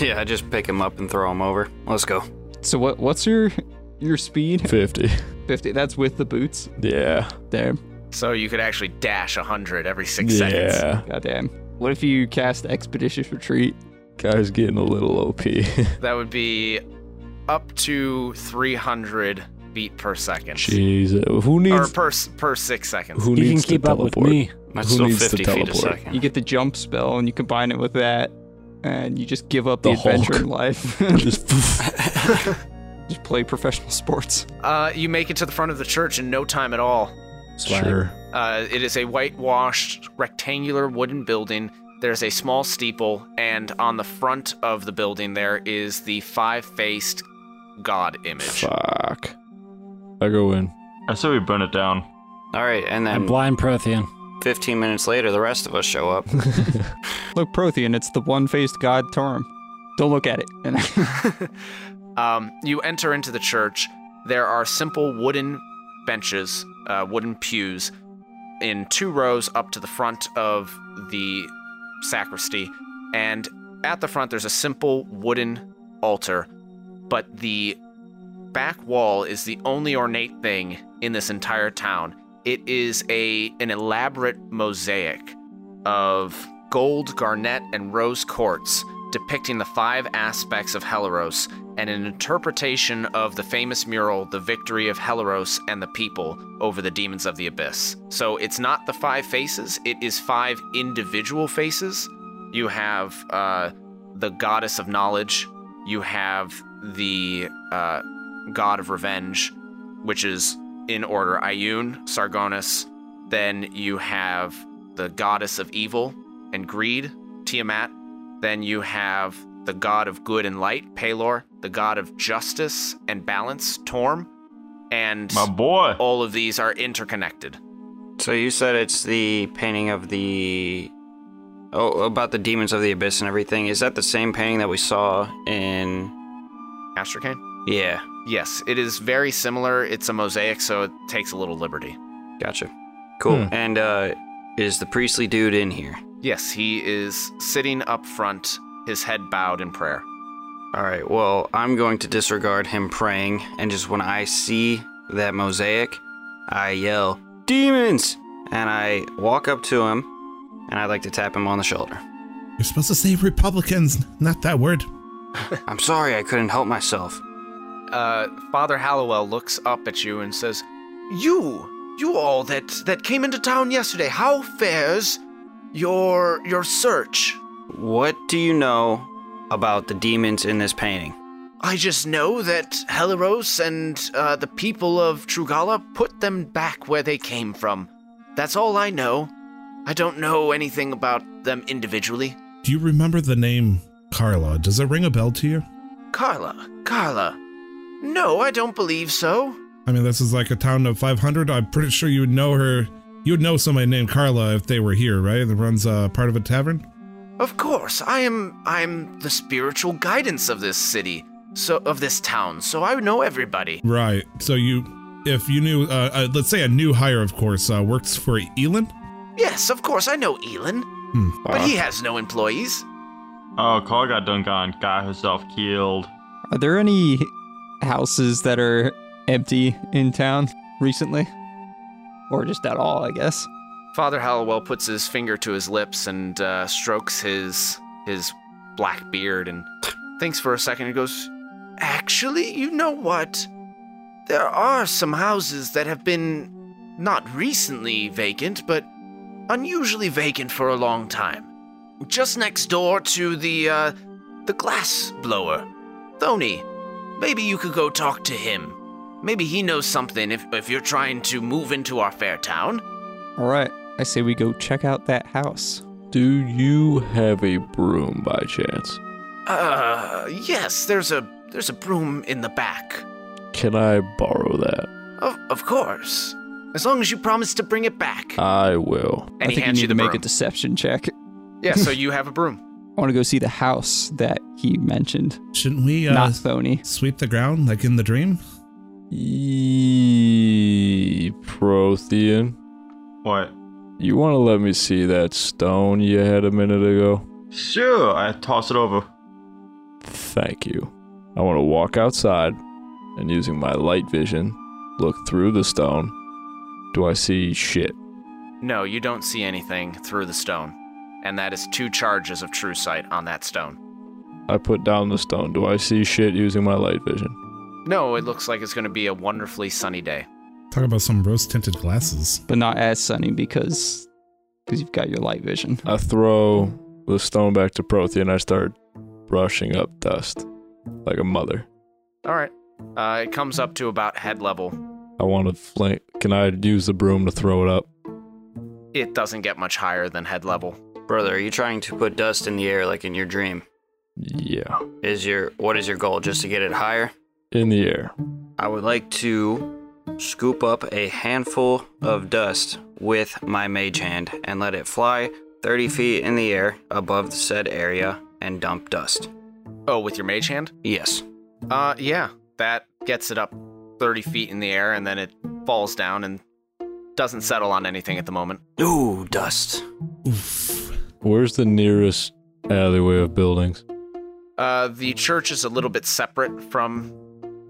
Speaker 2: Yeah, I just pick him up and throw him over. Let's go.
Speaker 7: So what? What's your your speed?
Speaker 4: Fifty.
Speaker 7: Fifty. That's with the boots.
Speaker 4: Yeah.
Speaker 7: Damn.
Speaker 1: So you could actually dash 100 every 6 seconds.
Speaker 4: Yeah.
Speaker 7: Goddamn. What if you cast expeditious retreat?
Speaker 4: Guy's getting a little OP. (laughs)
Speaker 1: That would be up to 300 beat per second.
Speaker 4: Jeez. Who
Speaker 1: Or
Speaker 4: needs?
Speaker 1: per s- per 6 seconds.
Speaker 4: Who
Speaker 5: You can
Speaker 4: needs
Speaker 5: keep
Speaker 4: to
Speaker 5: up with
Speaker 4: teleport?
Speaker 5: me.
Speaker 2: That's
Speaker 4: Who
Speaker 2: still
Speaker 4: needs to
Speaker 2: 50 feet a
Speaker 4: teleport?
Speaker 2: second.
Speaker 7: You get the jump spell and you combine it with that, and you just give up the,
Speaker 4: The
Speaker 7: adventure
Speaker 4: Hulk.
Speaker 7: in life.
Speaker 4: (laughs)
Speaker 7: (laughs)
Speaker 4: Just (laughs) poof.
Speaker 7: just play professional sports.
Speaker 1: Uh, you make it to the front of the church in no time at all.
Speaker 4: sure.
Speaker 1: Uh, it is a whitewashed, rectangular wooden building. There's a small steeple, and on the front of the building, there is the five faced god image.
Speaker 4: Fuck. I go in.
Speaker 6: I say we burn it down.
Speaker 2: All right, and
Speaker 5: I'm
Speaker 2: then
Speaker 5: blind Prothean.
Speaker 2: 15 minutes later, the rest of us show
Speaker 4: (laughs)
Speaker 2: up.
Speaker 7: Look, Prothean, it's the one-faced god Torm. Don't look at it. (laughs) And
Speaker 1: (laughs) Um, you enter into the church. There are simple wooden benches, uh, wooden pews. in two rows up to the front of the sacristy. And at the front, there's a simple wooden altar, but the back wall is the only ornate thing in this entire town. It is a an elaborate mosaic of gold, garnet, and rose quartz depicting the five aspects of Helaros and an interpretation of the famous mural The Victory of Helaros and the People over the Demons of the Abyss. So it's not the five faces, it is five individual faces. You have uh, the goddess of knowledge, you have the uh, god of revenge, which is in order Ioun, Sargonis. Then you have the goddess of evil and greed, Tiamat. Then you have the god of good and light, Pelor. The god of justice and balance, Torm. And
Speaker 6: My boy.
Speaker 1: all of these are interconnected.
Speaker 2: So you said it's the painting of the oh about the demons of the abyss and everything. Is that the same painting that we saw in?
Speaker 1: Astrocane?
Speaker 2: Yeah,
Speaker 1: Yes, it is very similar. It's a mosaic, so it takes a little liberty.
Speaker 2: gotcha. Cool.
Speaker 4: Hmm.
Speaker 2: And uh, is the priestly dude in here?
Speaker 1: Yes, he is sitting up front, his head bowed in prayer.
Speaker 2: All right. Well, I'm going to disregard him praying, and just when I see that mosaic, I yell demons, and I walk up to him, and I'd like to tap him on the shoulder.
Speaker 3: You're supposed to say Republicans, not that word.
Speaker 2: I'm sorry, I couldn't help myself.
Speaker 1: Uh, Father Hallowell looks up at you and says, "You, you all that that came into town yesterday. How fares your your search?"
Speaker 2: What do you know about the demons in this painting?
Speaker 1: I just know that Helaros and uh, the people of Trugala put them back where they came from. That's all I know. I don't know anything about them individually.
Speaker 3: Do you remember the name Carla? Does it ring a bell to you?
Speaker 1: Carla, Carla. No, I don't believe so.
Speaker 3: I mean, this is like a town of 500. I'm pretty sure you would know her. You would know somebody named Carla if they were here, right? That runs uh, part of a tavern.
Speaker 1: Of course, I am I'm the spiritual guidance of this city, so of this town, so I know everybody.
Speaker 3: Right. So you, if you knew, uh, uh, let's say a new hire, of course, uh, works for Elon.
Speaker 1: Yes, of course, I know Elon, but he has no employees.
Speaker 6: Oh, Carl got dunked on. Got herself killed.
Speaker 7: Are there any houses that are empty in town recently? Or just at all, I guess.
Speaker 1: Father Hallowell puts his finger to his lips and uh, strokes his his black beard and thinks for a second and goes, "Actually, you know what? There are some houses that have been not recently vacant, but unusually vacant for a long time. Just next door to the uh, the glass blower, Thony. Maybe you could go talk to him. Maybe he knows something if if you're trying to move into our fair town."
Speaker 7: All right, I say we go check out that house.
Speaker 4: Uh, Do you have a broom by chance?
Speaker 1: Uh, yes, there's a there's a broom in the back.
Speaker 4: Can I borrow that?
Speaker 1: Of of course. As long as you promise to bring it back.
Speaker 4: I will.
Speaker 1: and
Speaker 7: Uh, I think you need to make a deception check.
Speaker 1: yeah,
Speaker 7: (laughs)
Speaker 1: so you have a broom.
Speaker 7: I want to go see the house that he mentioned,
Speaker 3: Shouldn't we uh,
Speaker 7: not Thony.
Speaker 3: sweep the ground like in the dream?
Speaker 4: E- Prothean,
Speaker 6: What?
Speaker 4: you want to let me see that stone you had a minute ago?
Speaker 6: Sure, I toss it over.
Speaker 4: Thank you. I want to walk outside and using my light vision, look through the stone. Do I see shit?
Speaker 1: No, you don't see anything through the stone. And that is two charges of true sight on that stone.
Speaker 4: I put down the stone. Do I see shit using my light vision?
Speaker 1: No, it looks like it's going to be a wonderfully sunny day.
Speaker 3: Talk about some rose tinted glasses.
Speaker 7: but not as sunny because because you've got your light vision.
Speaker 4: I throw the stone back to Prothean. I start brushing up dust like a mother.
Speaker 1: All right. Uh, it comes up to about head level.
Speaker 4: I want to flank. Can I use the broom to throw it up?
Speaker 1: It doesn't get much higher than head level.
Speaker 2: Brother, are you trying to put dust in the air like in your dream?
Speaker 4: Yeah.
Speaker 2: Is your what is your goal? Just to get it higher?
Speaker 4: In the air.
Speaker 2: I would like to scoop up a handful of dust with my mage hand and let it fly 30 feet in the air above the said area and dump dust.
Speaker 1: Oh, with your mage hand?
Speaker 2: Yes.
Speaker 1: Uh, yeah. That gets it up 30 feet in the air and then it falls down and doesn't settle on anything at the moment.
Speaker 2: Ooh, dust.
Speaker 3: Oof.
Speaker 4: Where's the nearest alleyway of buildings?
Speaker 1: Uh, the church is a little bit separate from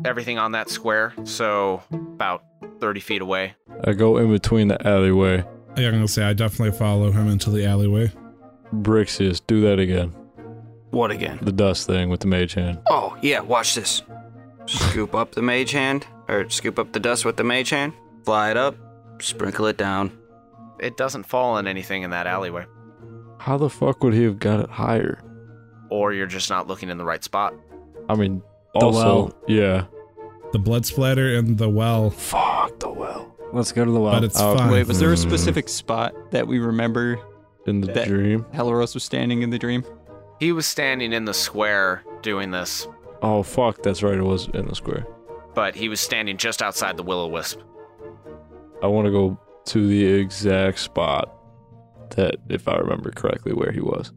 Speaker 1: everything on that square, so about 30 feet away.
Speaker 4: I go in between the alleyway.
Speaker 3: Yeah, I'm gonna say I definitely follow him into the alleyway.
Speaker 4: Brixius, do that again.
Speaker 2: What again?
Speaker 4: The dust thing with the mage hand.
Speaker 2: Oh, yeah, watch this. Scoop up the mage hand, or scoop up the dust with the mage hand, fly it up, sprinkle it down.
Speaker 1: It doesn't fall on anything in that alleyway,
Speaker 4: How the fuck would he have got it higher?
Speaker 1: or you're just not looking in the right spot.
Speaker 4: I mean,
Speaker 5: The
Speaker 4: also,
Speaker 5: well.
Speaker 4: yeah.
Speaker 3: The blood splatter and the well,
Speaker 4: Fuck the well.
Speaker 5: Let's go to the well.
Speaker 3: but it's
Speaker 4: oh,
Speaker 3: fine.
Speaker 7: Wait, was there a
Speaker 4: Mhm.
Speaker 7: specific spot that we remember
Speaker 4: In the
Speaker 7: That-
Speaker 4: dream.
Speaker 7: Helaros was standing in the dream?
Speaker 1: He was standing in the square doing this,
Speaker 4: Oh fuck, that's right. It was in the square.
Speaker 1: but he was standing just outside the will o wisp.
Speaker 4: I want to go to the exact spot that, if I remember correctly, where he was.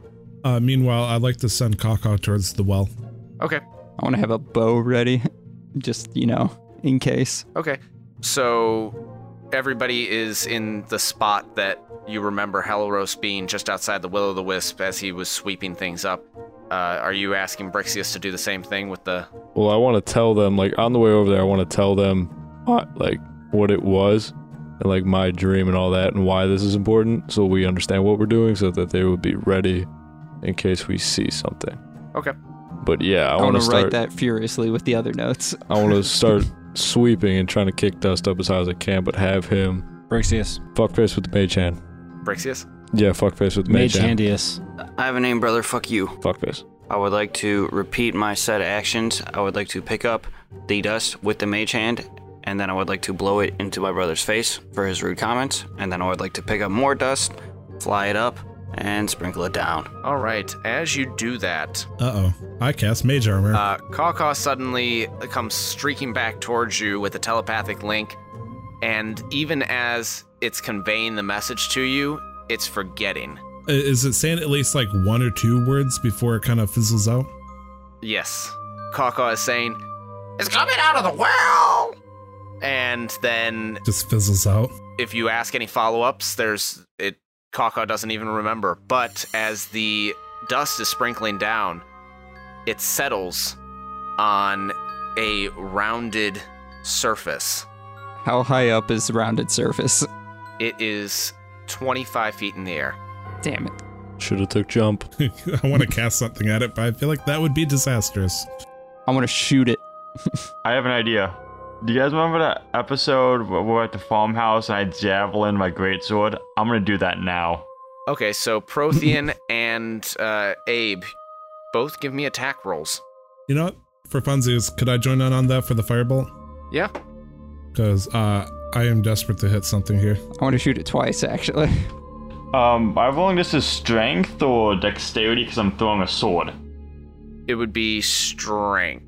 Speaker 3: Uh, meanwhile, I'd like to send Kaka towards the well.
Speaker 1: Okay,
Speaker 7: I want to have a bow ready, (laughs) just you know, in case.
Speaker 1: okay. So everybody is in the spot that you remember Helaros being just outside the will o the wisp as he was sweeping things up. Uh, are you asking Brixius to do the same thing with the
Speaker 4: Well, I want to tell them, like, on the way over there, I want to tell them, uh, like, what it was and, like, my dream and all that and why this is important so we understand what we're doing so that they would be ready in case we see something.
Speaker 1: Okay.
Speaker 4: But yeah,
Speaker 7: I,
Speaker 4: I, want to
Speaker 7: want to
Speaker 4: start.
Speaker 7: write that furiously with the other notes.
Speaker 4: I
Speaker 7: (laughs)
Speaker 4: want to start sweeping and trying to kick dust up as high as I can, but have him
Speaker 5: Brixius.
Speaker 4: fuckface with the mage hand.
Speaker 1: Brixius?
Speaker 4: Yeah, fuckface with the
Speaker 5: Mage
Speaker 4: mage, hand.
Speaker 5: Handius.
Speaker 2: I have a name, brother. Fuck you.
Speaker 4: Fuckface.
Speaker 2: I would like to repeat my set of actions. I would like to pick up the dust with the mage hand, and then I would like to blow it into my brother's face for his rude comments, and then I would like to pick up more dust, fly it up, and sprinkle it down.
Speaker 1: All right, as you do that,
Speaker 3: Uh oh. I cast mage armor.
Speaker 1: Uh, Kaka suddenly comes streaking back towards you with a telepathic link, and even as it's conveying the message to you, it's forgetting.
Speaker 3: I- Is it saying at least like one or two words before it kind of fizzles out?
Speaker 1: Yes, Kaka is saying, It's coming out of the well! And then
Speaker 3: Just fizzles out. (laughs)
Speaker 1: if you ask any follow-ups, there's it Kaka doesn't even remember. But as the dust is sprinkling down, it settles on a rounded surface.
Speaker 7: How high up is the rounded surface?
Speaker 1: It is 25 feet in the air.
Speaker 7: Damn it.
Speaker 4: Should have took jump.
Speaker 3: I want to cast something at it, but I feel like that would be disastrous.
Speaker 7: I want to shoot it.
Speaker 6: I have an idea. Do you guys remember that episode where we were at the farmhouse and I javelin my greatsword? I'm gonna do that now.
Speaker 1: Okay, so Prothean and uh, Abe both give me attack rolls.
Speaker 3: You know what? For funsies, could I join in on that for the firebolt?
Speaker 1: Yeah.
Speaker 3: Because uh, I am desperate to hit something here.
Speaker 7: I want to shoot it twice, actually. (laughs)
Speaker 6: Um, I'm rolling this as strength or dexterity because I'm throwing a sword.
Speaker 1: It would be strength.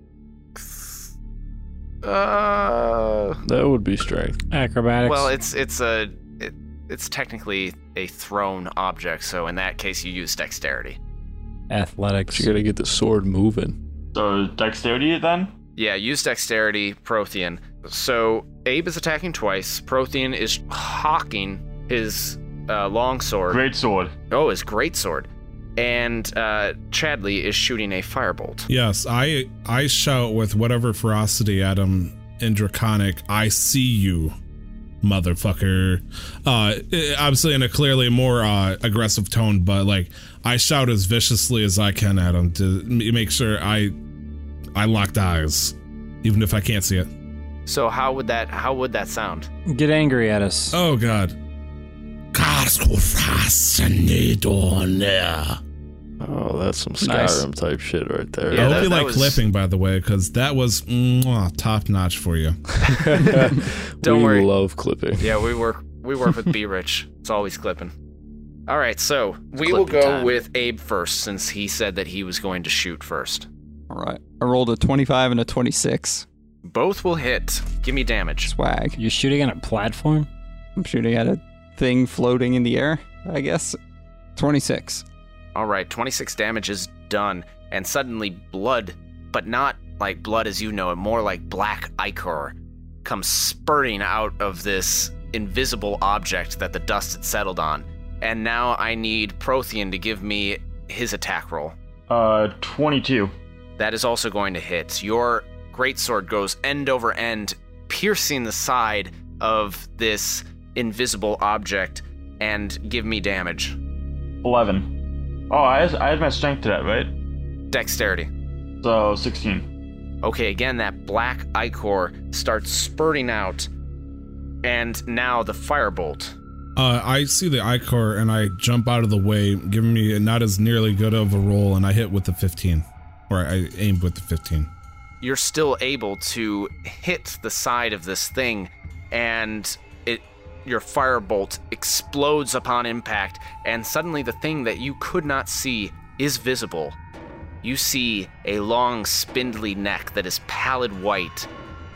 Speaker 1: Uh,
Speaker 4: That would be strength.
Speaker 5: Acrobatics.
Speaker 1: well, it's it's a it, it's technically a thrown object, so in that case you use dexterity.
Speaker 5: athletics.
Speaker 4: You gotta get the sword moving.
Speaker 6: So dexterity then?
Speaker 1: Yeah, use dexterity, Prothean. So Abe is attacking twice. Prothean is hawking his uh, longsword.
Speaker 6: Greatsword.
Speaker 1: Oh, his greatsword. And uh, Chadley is shooting a firebolt.
Speaker 3: Yes, I I shout with whatever ferocity at him in Draconic, I see you, motherfucker. Uh eh, obviously in a clearly more uh aggressive tone, but like I shout as viciously as I can at him to m- make sure I I locked eyes. Even if I can't see it.
Speaker 1: So how would that how would that sound?
Speaker 5: Get angry at us.
Speaker 3: Oh god. Castle Fascinator.
Speaker 4: Oh, that's some Skyrim
Speaker 7: Nice.
Speaker 4: type shit right there.
Speaker 1: Yeah,
Speaker 3: I hope
Speaker 1: that-
Speaker 3: you
Speaker 1: that
Speaker 3: like
Speaker 1: was-
Speaker 3: clipping, by the way, because that was top notch for you.
Speaker 4: (laughs)
Speaker 1: Don't
Speaker 4: we
Speaker 1: worry.
Speaker 4: love clipping.
Speaker 1: Yeah, we work we work
Speaker 2: (laughs)
Speaker 1: with B Rich. It's always clipping. All right, so we will
Speaker 2: Clipping
Speaker 1: go
Speaker 2: time.
Speaker 1: with Abe first since he said that he was going to shoot first.
Speaker 7: All right. I rolled a 25 and a 26.
Speaker 1: Both will hit. Give me damage.
Speaker 7: Swag.
Speaker 5: You're shooting on a platform?
Speaker 7: I'm shooting at a thing floating in the air, I guess. 26.
Speaker 1: All right, 26 damage is done and suddenly blood, but not like blood as you know it, more like black ichor comes spurting out of this invisible object that the dust had settled on. And now I need Prothean to give me his attack roll.
Speaker 6: Uh, 22.
Speaker 1: That is also going to hit. Your greatsword goes end over end, piercing the side of this invisible object, and give me damage.
Speaker 6: 11. Oh, I, I had my strength to that, right?
Speaker 1: Dexterity.
Speaker 6: So 16.
Speaker 1: Okay, again, that black ichor starts spurting out, and now the firebolt.
Speaker 3: Uh, I see the ichor and I jump out of the way, giving me not as nearly good of a roll, and I hit with the 15. Or I aimed with the 15.
Speaker 1: You're still able to hit the side of this thing, and it your firebolt explodes upon impact, and suddenly the thing that you could not see is visible. You see a long, spindly neck that is pallid white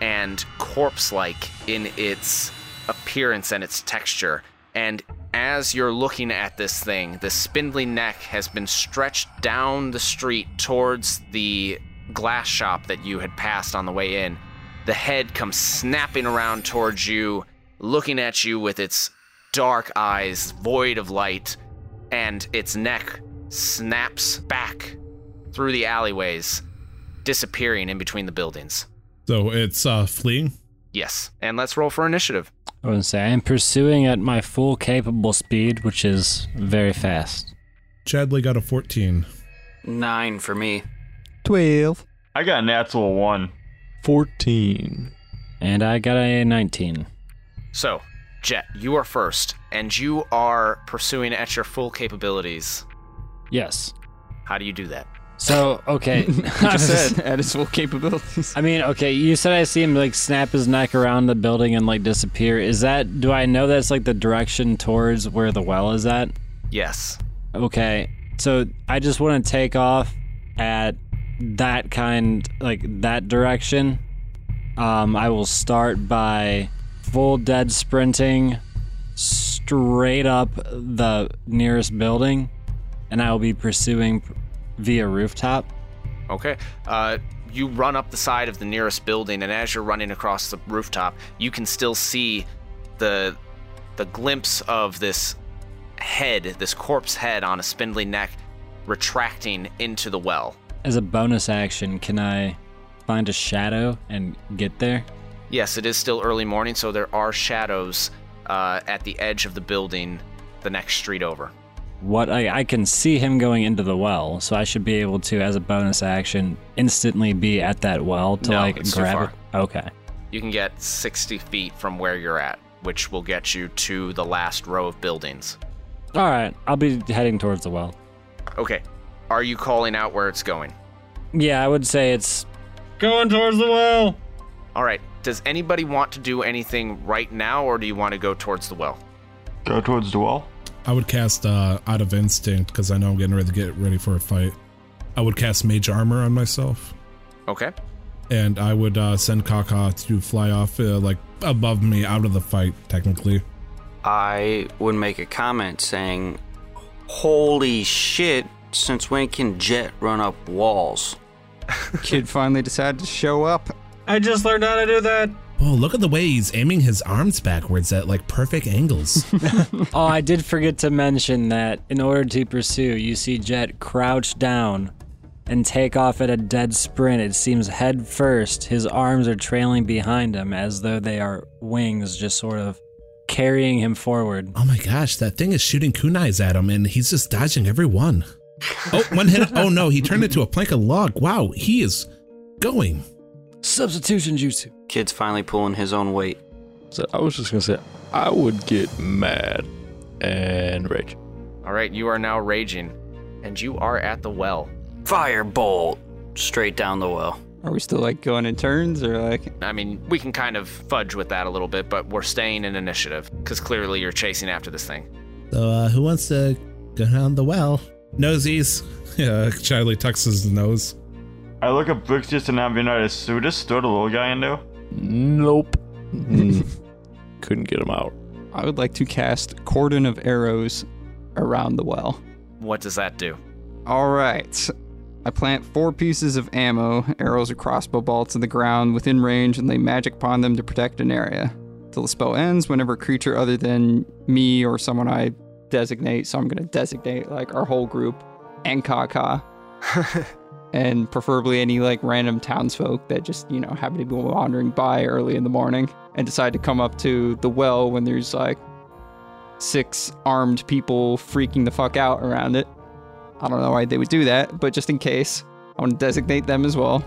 Speaker 1: and corpse like in its appearance and its texture. And as you're looking at this thing, the spindly neck has been stretched down the street towards the glass shop that you had passed on the way in. The head comes snapping around towards you, looking at you with its dark eyes void of light, and its neck snaps back through the alleyways, disappearing in between the buildings.
Speaker 3: So it's uh, fleeing.
Speaker 1: Yes. And let's roll for initiative.
Speaker 5: I wouldn't say I am pursuing at my full capable speed, which is very fast.
Speaker 3: Chadley got a 14.
Speaker 2: Nine for me.
Speaker 7: 12.
Speaker 6: I got a natural 1.
Speaker 4: 14.
Speaker 5: And I got a 19.
Speaker 1: So, Jet, you are first, and you are pursuing at your full capabilities.
Speaker 5: Yes.
Speaker 1: How do you do that?
Speaker 5: So, okay.
Speaker 7: I just said, (laughs) at its full capabilities.
Speaker 5: I mean, okay, you said I see him like snap his neck around the building and like disappear. Is that do I know that's like the direction towards where the well is at?
Speaker 1: Yes.
Speaker 5: Okay. So I just want to take off at that kind like that direction. Um I will start by full dead sprinting straight up the nearest building and I will be pursuing via rooftop.
Speaker 1: Okay. Uh, you run up the side of the nearest building, and as you're running across the rooftop, you can still see the the glimpse of this head, this corpse head on a spindly neck, retracting into the well.
Speaker 5: As a bonus action, can I find a shadow and get there?
Speaker 1: Yes, it is still early morning, so there are shadows uh, at the edge of the building, the next street over.
Speaker 5: What I, I can see him going into the well, so I should be able to, as a bonus action, instantly be at that well to
Speaker 1: No,
Speaker 5: like
Speaker 1: it's too
Speaker 5: grab
Speaker 1: far.
Speaker 5: it. Okay.
Speaker 1: You can get 60 feet from where you're at, which will get you to the last row of buildings.
Speaker 5: All right, I'll be heading towards the well.
Speaker 1: Okay. Are you calling out where it's going?
Speaker 5: Yeah, I would say it's
Speaker 4: Going towards the well.
Speaker 1: All right. Does anybody want to do anything right now, or do you want to go towards the well?
Speaker 6: Go towards the wall.
Speaker 3: I would cast uh, out of instinct because I know I'm getting ready to get ready for a fight. I would cast mage armor on myself,
Speaker 1: Okay.
Speaker 3: and I would uh, send Kaka to fly off uh, like above me out of the fight. Technically,
Speaker 2: I would make a comment saying, Holy shit, since when can Jet run up walls?
Speaker 7: Kid finally decided to show up.
Speaker 4: I just learned how to do that.
Speaker 3: Whoa, Oh, look at the way he's aiming his arms backwards at like perfect (laughs) angles.
Speaker 5: Oh, I did forget to mention that in order to pursue, you see Jet crouch down and take off at a dead sprint. It seems head first. His arms are trailing behind him as though they are wings, just sort of carrying him forward.
Speaker 3: oh my gosh, that thing is shooting kunais at him and he's just dodging every (laughs) one. Oh, one hit. Oh no, he turned into a plank of log. Wow, he is going.
Speaker 5: Substitution jutsu.
Speaker 2: Kid's finally pulling his own weight.
Speaker 4: So I was just gonna say I would get mad and rage.
Speaker 1: All right. You are now raging, and you are at the well.
Speaker 2: Firebolt straight down the well. (laughs)
Speaker 7: Are we still like going in turns or like.
Speaker 1: I mean, we can kind of fudge with that a little bit, but we're staying in initiative because clearly you're chasing after this thing.
Speaker 3: So, uh, who wants to go down the well? Nosies. (laughs) Yeah, Charlie tucks his nose.
Speaker 6: I look up Brixius and Abinarius. So we just throw the little guy in there.
Speaker 4: Nope. (laughs) Mm. Couldn't get him out.
Speaker 7: I would like to cast Cordon of Arrows around the well.
Speaker 1: What does that do?
Speaker 7: All right. I plant four pieces of ammo, arrows or crossbow bolts in the ground within range and lay magic upon them to protect an area. till the spell ends. Whenever a creature other than me or someone I designate, so I'm going to designate like our whole group and Kaka, and preferably any like random townsfolk that just you know happen to be wandering by early in the morning and decide to come up to the well when there's like six armed people freaking the fuck out around it. I don't know why they would do that, but just in case, I want to designate them as well.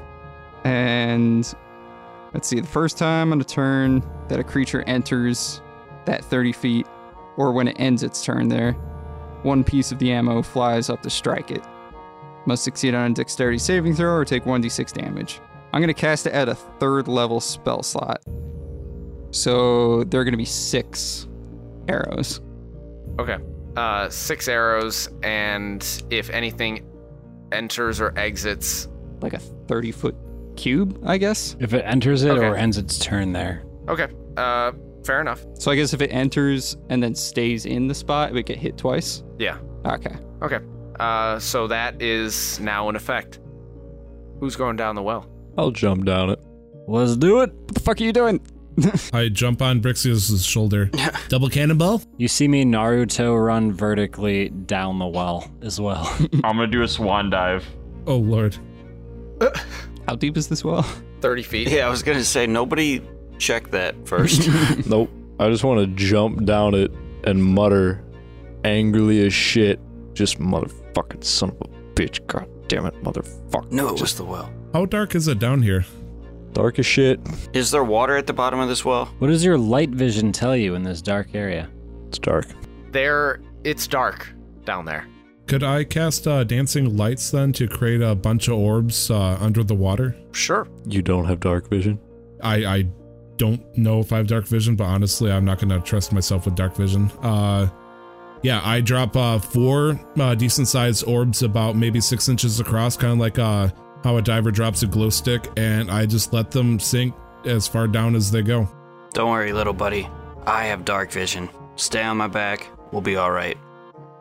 Speaker 7: And let's see, the first time on a turn that a creature enters that 30 feet, or when it ends its turn there, one piece of the ammo flies up to strike it. Must succeed on a dexterity saving throw or take 1d6 damage. I'm going to cast it at a third level spell slot. So there are going to be six arrows.
Speaker 1: Okay. Uh, six arrows, and if anything enters or exits,
Speaker 7: like a 30 foot cube, I guess.
Speaker 5: If it enters it or
Speaker 1: Okay.
Speaker 5: ends its turn there.
Speaker 1: okay. Uh, fair enough.
Speaker 7: So I guess if it enters and then stays in the spot, it would get hit twice.
Speaker 1: Yeah.
Speaker 7: Okay.
Speaker 1: Okay. Uh, so that is now in effect. Who's going down the well?
Speaker 4: I'll jump down (clears throat) it.
Speaker 5: Let's do it.
Speaker 7: What the fuck are you doing?
Speaker 3: I jump on Brixius' shoulder. Double cannonball?
Speaker 5: You see me Naruto run vertically down the well as well. (laughs)
Speaker 6: I'm gonna do a swan dive.
Speaker 3: Oh, Lord.
Speaker 7: How deep is this well? (laughs)
Speaker 1: 30 feet.
Speaker 2: Yeah, I was gonna say nobody checked that first.
Speaker 4: Nope. I just want to jump down it and mutter angrily as shit. Just motherfucking son of a bitch. God damn it, motherfucker.
Speaker 2: no, it was the well.
Speaker 3: How dark is it down here?
Speaker 4: Dark as shit.
Speaker 2: Is there water at the bottom of this well?
Speaker 5: what does your light vision tell you in this dark area?
Speaker 4: It's dark.
Speaker 1: There, it's dark down there.
Speaker 3: Could I cast uh, dancing lights then to create a bunch of orbs uh, under the water?
Speaker 1: Sure.
Speaker 4: You don't have dark vision.
Speaker 3: I I don't know if I have dark vision, but honestly, I'm not gonna trust myself with dark vision. Uh, yeah, I drop uh four uh, decent sized orbs, about maybe six inches across, kind of like uh how a diver drops a glow stick, and I just let them sink as far down as they go.
Speaker 2: Don't worry, little buddy. I have dark vision. Stay on my back. We'll be all right.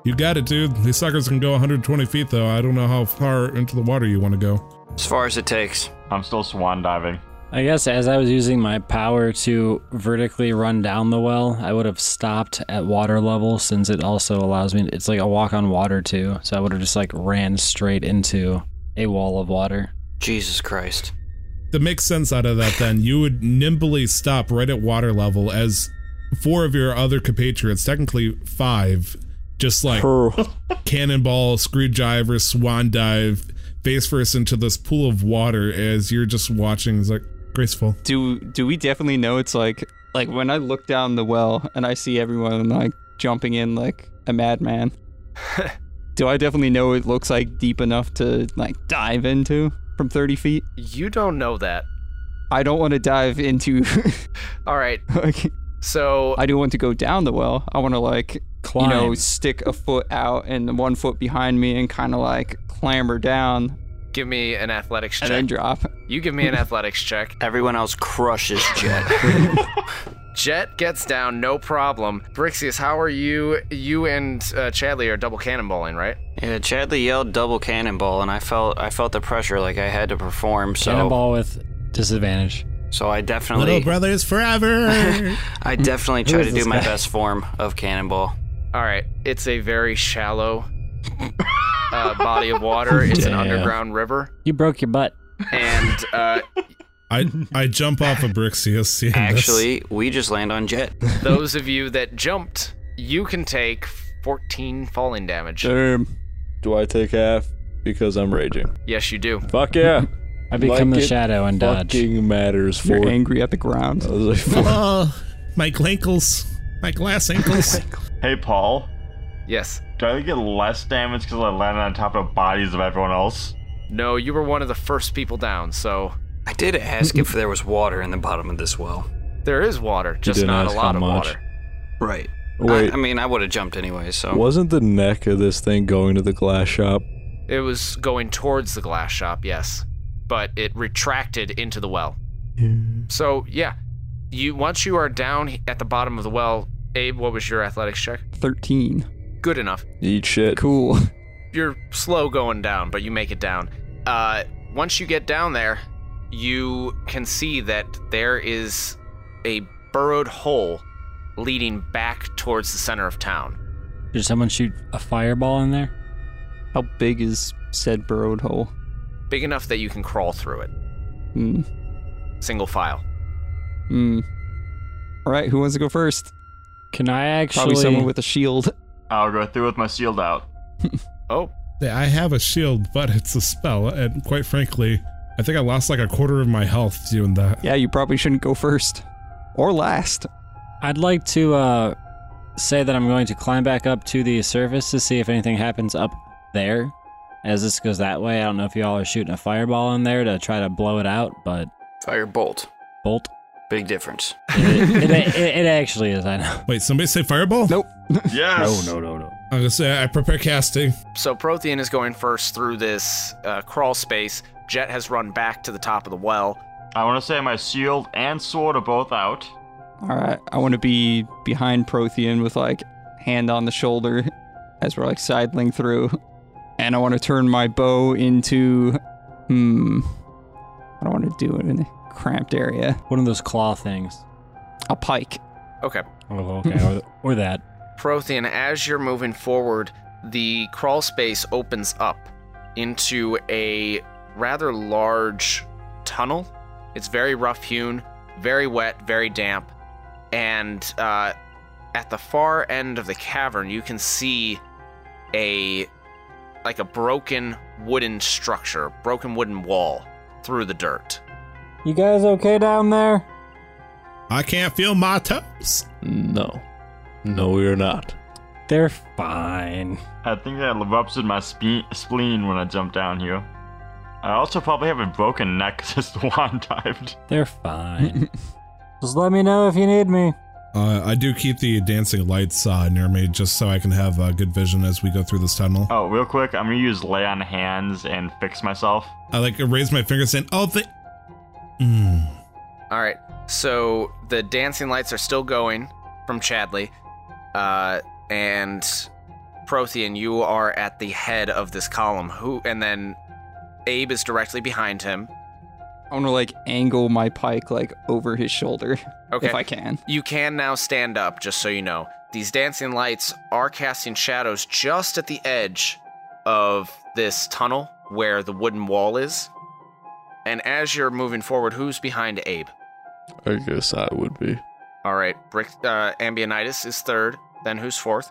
Speaker 3: You got it, dude. These suckers can go 120 feet though. I don't know how far into the water you want to go.
Speaker 2: As far as it takes.
Speaker 6: I'm still swan diving.
Speaker 5: I guess as I was using my power to vertically run down the well, I would have stopped at water level since it also allows me. It's like a walk on water too, so I would have just like ran straight into a wall of water.
Speaker 2: Jesus Christ.
Speaker 3: to make sense out of that then you would nimbly stop right at water level as four of your other compatriots technically five just like
Speaker 4: Purr. (laughs)
Speaker 3: cannonball screwdriver swan dive face first into this pool of water as you're just watching it's like graceful
Speaker 7: Do do we definitely know it's like like when I look down the well and I see everyone like jumping in like a (laughs) madman? do I definitely know it looks like deep enough to like dive into from 30 feet?
Speaker 1: You don't know that.
Speaker 7: I don't want to dive into. (laughs)
Speaker 1: All right.
Speaker 7: like,
Speaker 1: So
Speaker 7: I do want to go down the well. I want to like
Speaker 5: Climb.
Speaker 7: you know stick a foot out and one foot behind me and kind of like clamber down
Speaker 1: give me an athletics
Speaker 7: and
Speaker 1: check.
Speaker 7: then drop.
Speaker 1: you give me an athletics check.
Speaker 2: Everyone else crushes (laughs) Jet.
Speaker 1: Jet gets down, no problem. Brixius, how are you? You and uh, Chadley are double cannonballing, right?
Speaker 2: yeah, Chadley yelled double cannonball, and I felt I felt the pressure like I had to perform. So
Speaker 5: Cannonball with disadvantage.
Speaker 2: so I
Speaker 3: little
Speaker 2: definitely
Speaker 3: brothers forever
Speaker 2: I (laughs) definitely try
Speaker 5: is
Speaker 2: to do
Speaker 5: this
Speaker 2: my
Speaker 5: guy?
Speaker 2: best form of (laughs) cannonball.
Speaker 1: All right. It's a very shallow uh, body of water. It's an
Speaker 4: Damn.
Speaker 1: underground river,
Speaker 5: You broke your butt.
Speaker 1: and uh,
Speaker 3: (laughs) i i jump off of brixius seeing this.
Speaker 2: Actually, we just land on Jet.
Speaker 1: those of you that jumped, you can take 14 falling damage.
Speaker 4: Damn. Do I take half? Because I'm raging.
Speaker 1: Yes, you do.
Speaker 4: Fuck yeah.
Speaker 5: I become
Speaker 4: Like
Speaker 5: the
Speaker 4: it
Speaker 5: shadow and dodge.
Speaker 4: Fucking matters for
Speaker 7: You're angry at the ground.
Speaker 4: I was like, fuck.
Speaker 3: oh my ankles my glass ankles
Speaker 6: Hey, Paul,
Speaker 1: Yes.
Speaker 6: do I get less damage because I landed on top of the bodies of everyone else?
Speaker 1: No, you were one of the first people down, so
Speaker 2: I did ask if there was water in the bottom of this well.
Speaker 1: there is water, just
Speaker 4: didn't
Speaker 1: not a
Speaker 4: ask
Speaker 1: lot
Speaker 4: how
Speaker 1: of
Speaker 4: much.
Speaker 1: water.
Speaker 2: Right.
Speaker 4: (laughs)
Speaker 2: (laughs)
Speaker 4: Wait.
Speaker 2: I, I mean, I would have jumped anyway, so.
Speaker 4: Wasn't the neck of this thing going to the glass shop?
Speaker 1: It was going towards the glass shop, yes, but it retracted into the well. So yeah, you once you are down at the bottom of the well, Abe, what was your athletics check?
Speaker 7: 13.
Speaker 1: Good enough.
Speaker 4: Eat shit.
Speaker 7: Cool.
Speaker 1: You're slow going down, but you make it down. Uh, once you get down there, you can see that there is a burrowed hole leading back towards the center of town.
Speaker 5: Did someone shoot a fireball in there?
Speaker 7: How big is said burrowed hole?
Speaker 1: Big enough that you can crawl through it.
Speaker 7: Hmm.
Speaker 1: Single file.
Speaker 7: Hmm. All right, who wants to go first?
Speaker 5: Can I
Speaker 7: Probably
Speaker 5: actually?
Speaker 7: someone with a shield.
Speaker 6: I'll go through with my shield (laughs) out.
Speaker 1: Oh,
Speaker 3: Yeah, I have a shield, but it's a spell, and quite frankly, I think I lost like a quarter of my health doing that.
Speaker 7: Yeah, you probably shouldn't go first or last.
Speaker 5: I'd like to uh, say that I'm going to climb back up to the surface to see if anything happens up there. As this goes that way, I don't know if y'all are shooting a fireball in there to try to blow it out, but
Speaker 2: Fire bolt.
Speaker 5: (laughs) bolt.
Speaker 2: Big difference.
Speaker 5: It, it, it actually is. I know.
Speaker 3: Wait, somebody say fireball?
Speaker 7: Nope.
Speaker 6: Yes.
Speaker 4: No, no, no, no.
Speaker 3: I'm gonna say I prepare casting.
Speaker 1: So Prothean is going first through this uh, crawl space. Jet has run back to the top of the well.
Speaker 6: I want to say my shield and sword are both out.
Speaker 7: All right, I want to be behind Prothean with like hand on the shoulder as we're like sidling through, and I want to turn my bow into hmm. I don't want to do it in a cramped area.
Speaker 5: One of those claw things.
Speaker 7: A pike.
Speaker 1: Okay.
Speaker 5: Oh, okay. Or, or that.
Speaker 1: Prothean, as you're moving forward, the crawl space opens up into a rather large tunnel. It's very rough hewn, very wet, very damp. And uh, at the far end of the cavern, you can see a like a broken wooden structure, broken wooden wall through the dirt.
Speaker 5: You guys okay down there?
Speaker 3: I can't feel my toes.
Speaker 4: No. No, we are not.
Speaker 5: They're fine.
Speaker 6: I think I ruptured my spe- spleen when I jumped down here. I also probably have a broken neck (laughs) since the wand dived.
Speaker 5: They're (laughs) fine. Just let me know if you need me.
Speaker 3: Uh, I do keep the dancing lights uh, near me just so I can have uh, good vision as we go through this tunnel.
Speaker 6: Oh, real quick, I'm gonna use lay on hands and fix myself.
Speaker 3: I like raise my finger saying, "Oh, the." Mm.
Speaker 1: All right. So the dancing lights are still going from Chadley, uh, and Prothean, you are at the head of this column. Who and then Abe is directly behind him.
Speaker 7: I want to like angle my pike like over his shoulder
Speaker 1: Okay.
Speaker 7: if I can.
Speaker 1: You can now stand up, just so you know. These dancing lights are casting shadows just at the edge of this tunnel where the wooden wall is. And as you're moving forward, who's behind Abe?
Speaker 4: I guess I would be.
Speaker 1: All right, Brick uh, Ambionitis is third. Then who's fourth?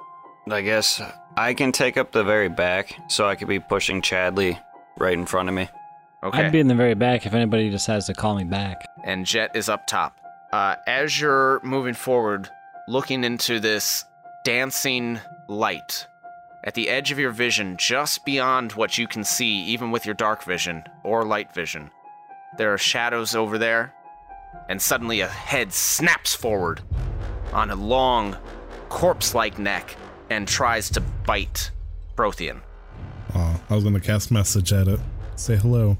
Speaker 2: I guess I can take up the very back, so I could be pushing Chadley right in front of me.
Speaker 1: Okay.
Speaker 5: I'd be in the very back if anybody decides to call me back.
Speaker 1: and Jet is up top. Uh, as you're moving forward, looking into this dancing light, at the edge of your vision, just beyond what you can see, even with your dark vision or light vision, there are shadows over there, and suddenly a head snaps forward on a long, corpse like neck and tries to bite Prothean.
Speaker 3: Oh, I was gonna cast message at it. Say hello.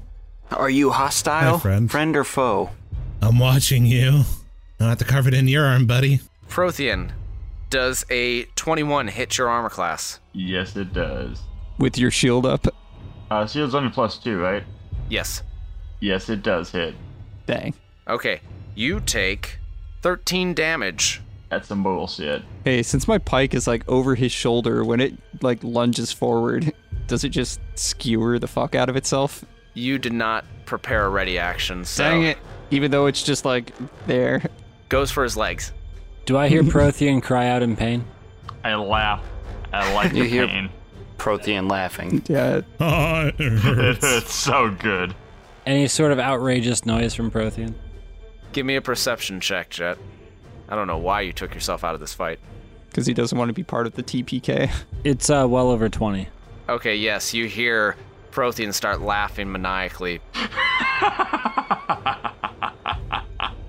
Speaker 2: Are you hostile?
Speaker 3: Hi, friend.
Speaker 2: friend or foe?
Speaker 3: I'm watching you. I'll have to carve it in your arm, buddy. (laughs)
Speaker 1: Prothean, does a 21 hit your armor class?
Speaker 6: Yes, it does.
Speaker 7: With your shield up.
Speaker 6: Uh, shield's only plus two, right?
Speaker 1: Yes.
Speaker 6: Yes, it does hit.
Speaker 7: Dang.
Speaker 1: Okay, you take 13 damage.
Speaker 6: That's some bullshit.
Speaker 7: Hey, since my pike is like over his shoulder when it like lunges forward, does it just skewer the fuck out of itself?
Speaker 1: You did not prepare a ready action, so
Speaker 7: Dang it. Even though it's just like there.
Speaker 1: goes for his legs.
Speaker 5: Do I (laughs) hear Prothean cry out in pain?
Speaker 6: I laugh.
Speaker 2: (laughs)
Speaker 6: I like
Speaker 2: You
Speaker 6: the
Speaker 2: hear-
Speaker 6: pain.
Speaker 2: Prothean laughing.
Speaker 7: Yeah.
Speaker 3: Oh, it hurts.
Speaker 6: (laughs) It hurts so good.
Speaker 5: Any sort of outrageous noise from Prothean?
Speaker 1: Give me a perception check, Jet. I don't know why you took yourself out of this fight.
Speaker 7: Because he doesn't want to be part of the TPK.
Speaker 5: It's uh, well over 20.
Speaker 1: Okay, yes, you hear Prothean start laughing maniacally.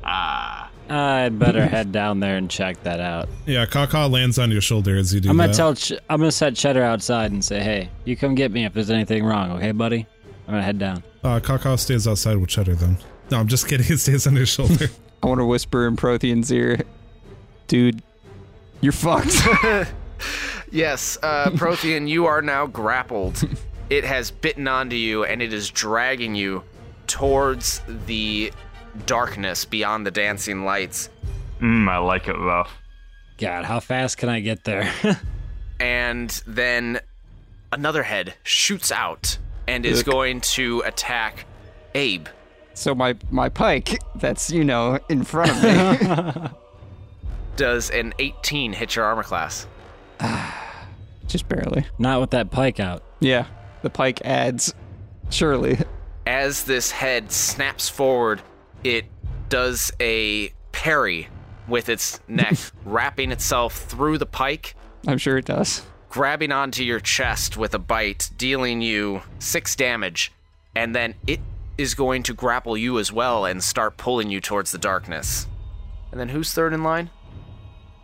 Speaker 5: I'd (laughs) better head down there and check that out.
Speaker 3: Yeah, Kaka lands on your shoulder as you do
Speaker 5: I'm gonna
Speaker 3: that.
Speaker 5: tell. Ch- I'm gonna set Cheddar outside and say, "Hey, you come get me if there's anything wrong, okay, buddy?" I'm gonna head down.
Speaker 3: uh, Kaka stays outside with Cheddar then. No, I'm just (laughs) kidding. He stays on your shoulder.
Speaker 7: I want to whisper in Prothean's ear, dude, you're fucked. (laughs)
Speaker 1: Yes, (laughs) uh, Prothean, you are now (laughs) grappled. It has bitten onto you and it is dragging you towards the darkness beyond the dancing lights.
Speaker 6: Mm, I like it rough.
Speaker 5: God, how fast can I get there? (laughs)
Speaker 1: and then another head shoots out and is going to attack Abe.
Speaker 7: So my my pike, that's you know in front of (laughs) me.
Speaker 1: Does an 18 hit your armor class?
Speaker 7: Just barely.
Speaker 5: Not with that pike out.
Speaker 7: Yeah, the pike adds. Surely.
Speaker 1: As this head snaps forward, it does a parry with its neck, wrapping itself through the pike,
Speaker 7: I'm sure it does.
Speaker 1: grabbing onto your chest with a bite, dealing you six damage, and then it is going to grapple you as well and start pulling you towards the darkness. And then who's third in line?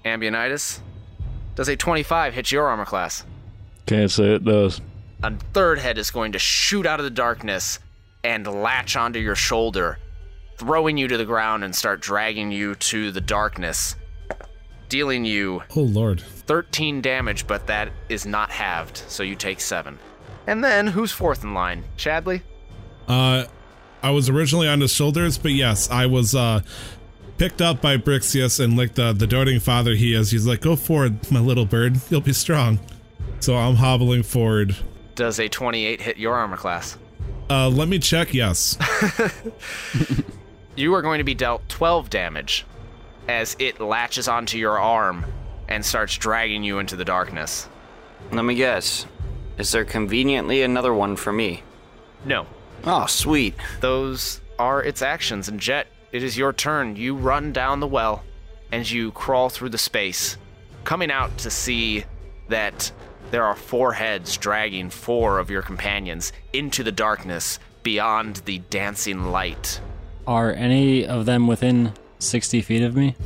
Speaker 1: Ambionitis. Does a 25 hit your armor class?
Speaker 4: Can't say it does.
Speaker 1: a third head is going to shoot out of the darkness and latch onto your shoulder, throwing you to the ground and start dragging you to the darkness, dealing you
Speaker 3: (laughs) Oh lord.
Speaker 1: 13 damage, but that is not halved, so you take 7. And then who's fourth in line? Chadley?
Speaker 3: Uh, I was originally on his shoulders, but yes, I was uh, picked up by Brixius and like the the doting father he is, he's like, "Go forward, my little bird. You'll be strong." So I'm hobbling forward.
Speaker 1: Does a 28 hit your armor class?
Speaker 3: Uh, let me check. Yes.
Speaker 2: (laughs)
Speaker 1: You are going to be dealt 12 damage as it latches onto your arm and starts dragging you into the darkness.
Speaker 2: Let me guess. Is there conveniently another one for me?
Speaker 1: No,
Speaker 2: Oh, sweet.
Speaker 1: Those are its actions. And Jet, it is your turn. You run down the well and you crawl through the space, coming out to see that there are four heads dragging four of your companions into the darkness beyond the dancing light.
Speaker 5: Are any of them within 60 feet of me?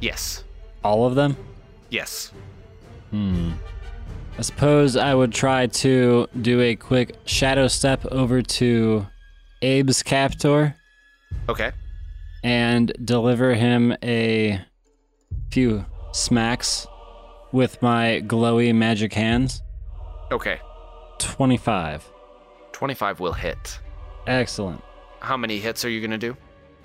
Speaker 1: Yes.
Speaker 5: All of them?
Speaker 1: Yes.
Speaker 5: I suppose I would try to do a quick shadow step over to Abe's captor
Speaker 1: Okay.
Speaker 5: and deliver him a few smacks with my glowy magic hands.
Speaker 1: Okay.
Speaker 5: 25.
Speaker 1: 25 will hit.
Speaker 5: Excellent.
Speaker 1: How many hits are you going to do?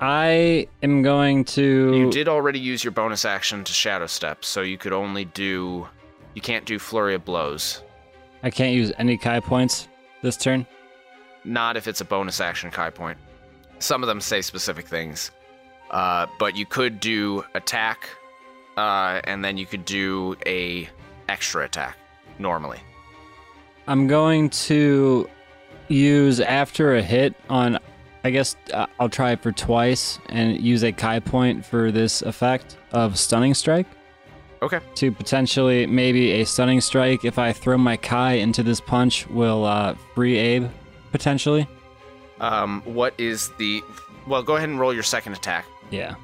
Speaker 5: I am going to.
Speaker 1: You did already use your bonus action to Shadow Step, so you could only do. You can't do Flurry of Blows.
Speaker 5: I can't use any Kai points this turn.
Speaker 1: not if it's a bonus action Kai point. Some of them say specific things, uh, but you could do attack, uh, and then you could do a extra attack normally.
Speaker 5: I'm going to use after a hit on. I guess uh, I'll try it for twice and use a Kai point for this effect of Stunning Strike
Speaker 1: Okay.
Speaker 5: to potentially maybe a Stunning Strike if I throw my Kai into this punch will uh, free Abe potentially.
Speaker 1: Um, what is the? Well, go ahead and roll your second attack.
Speaker 5: Yeah.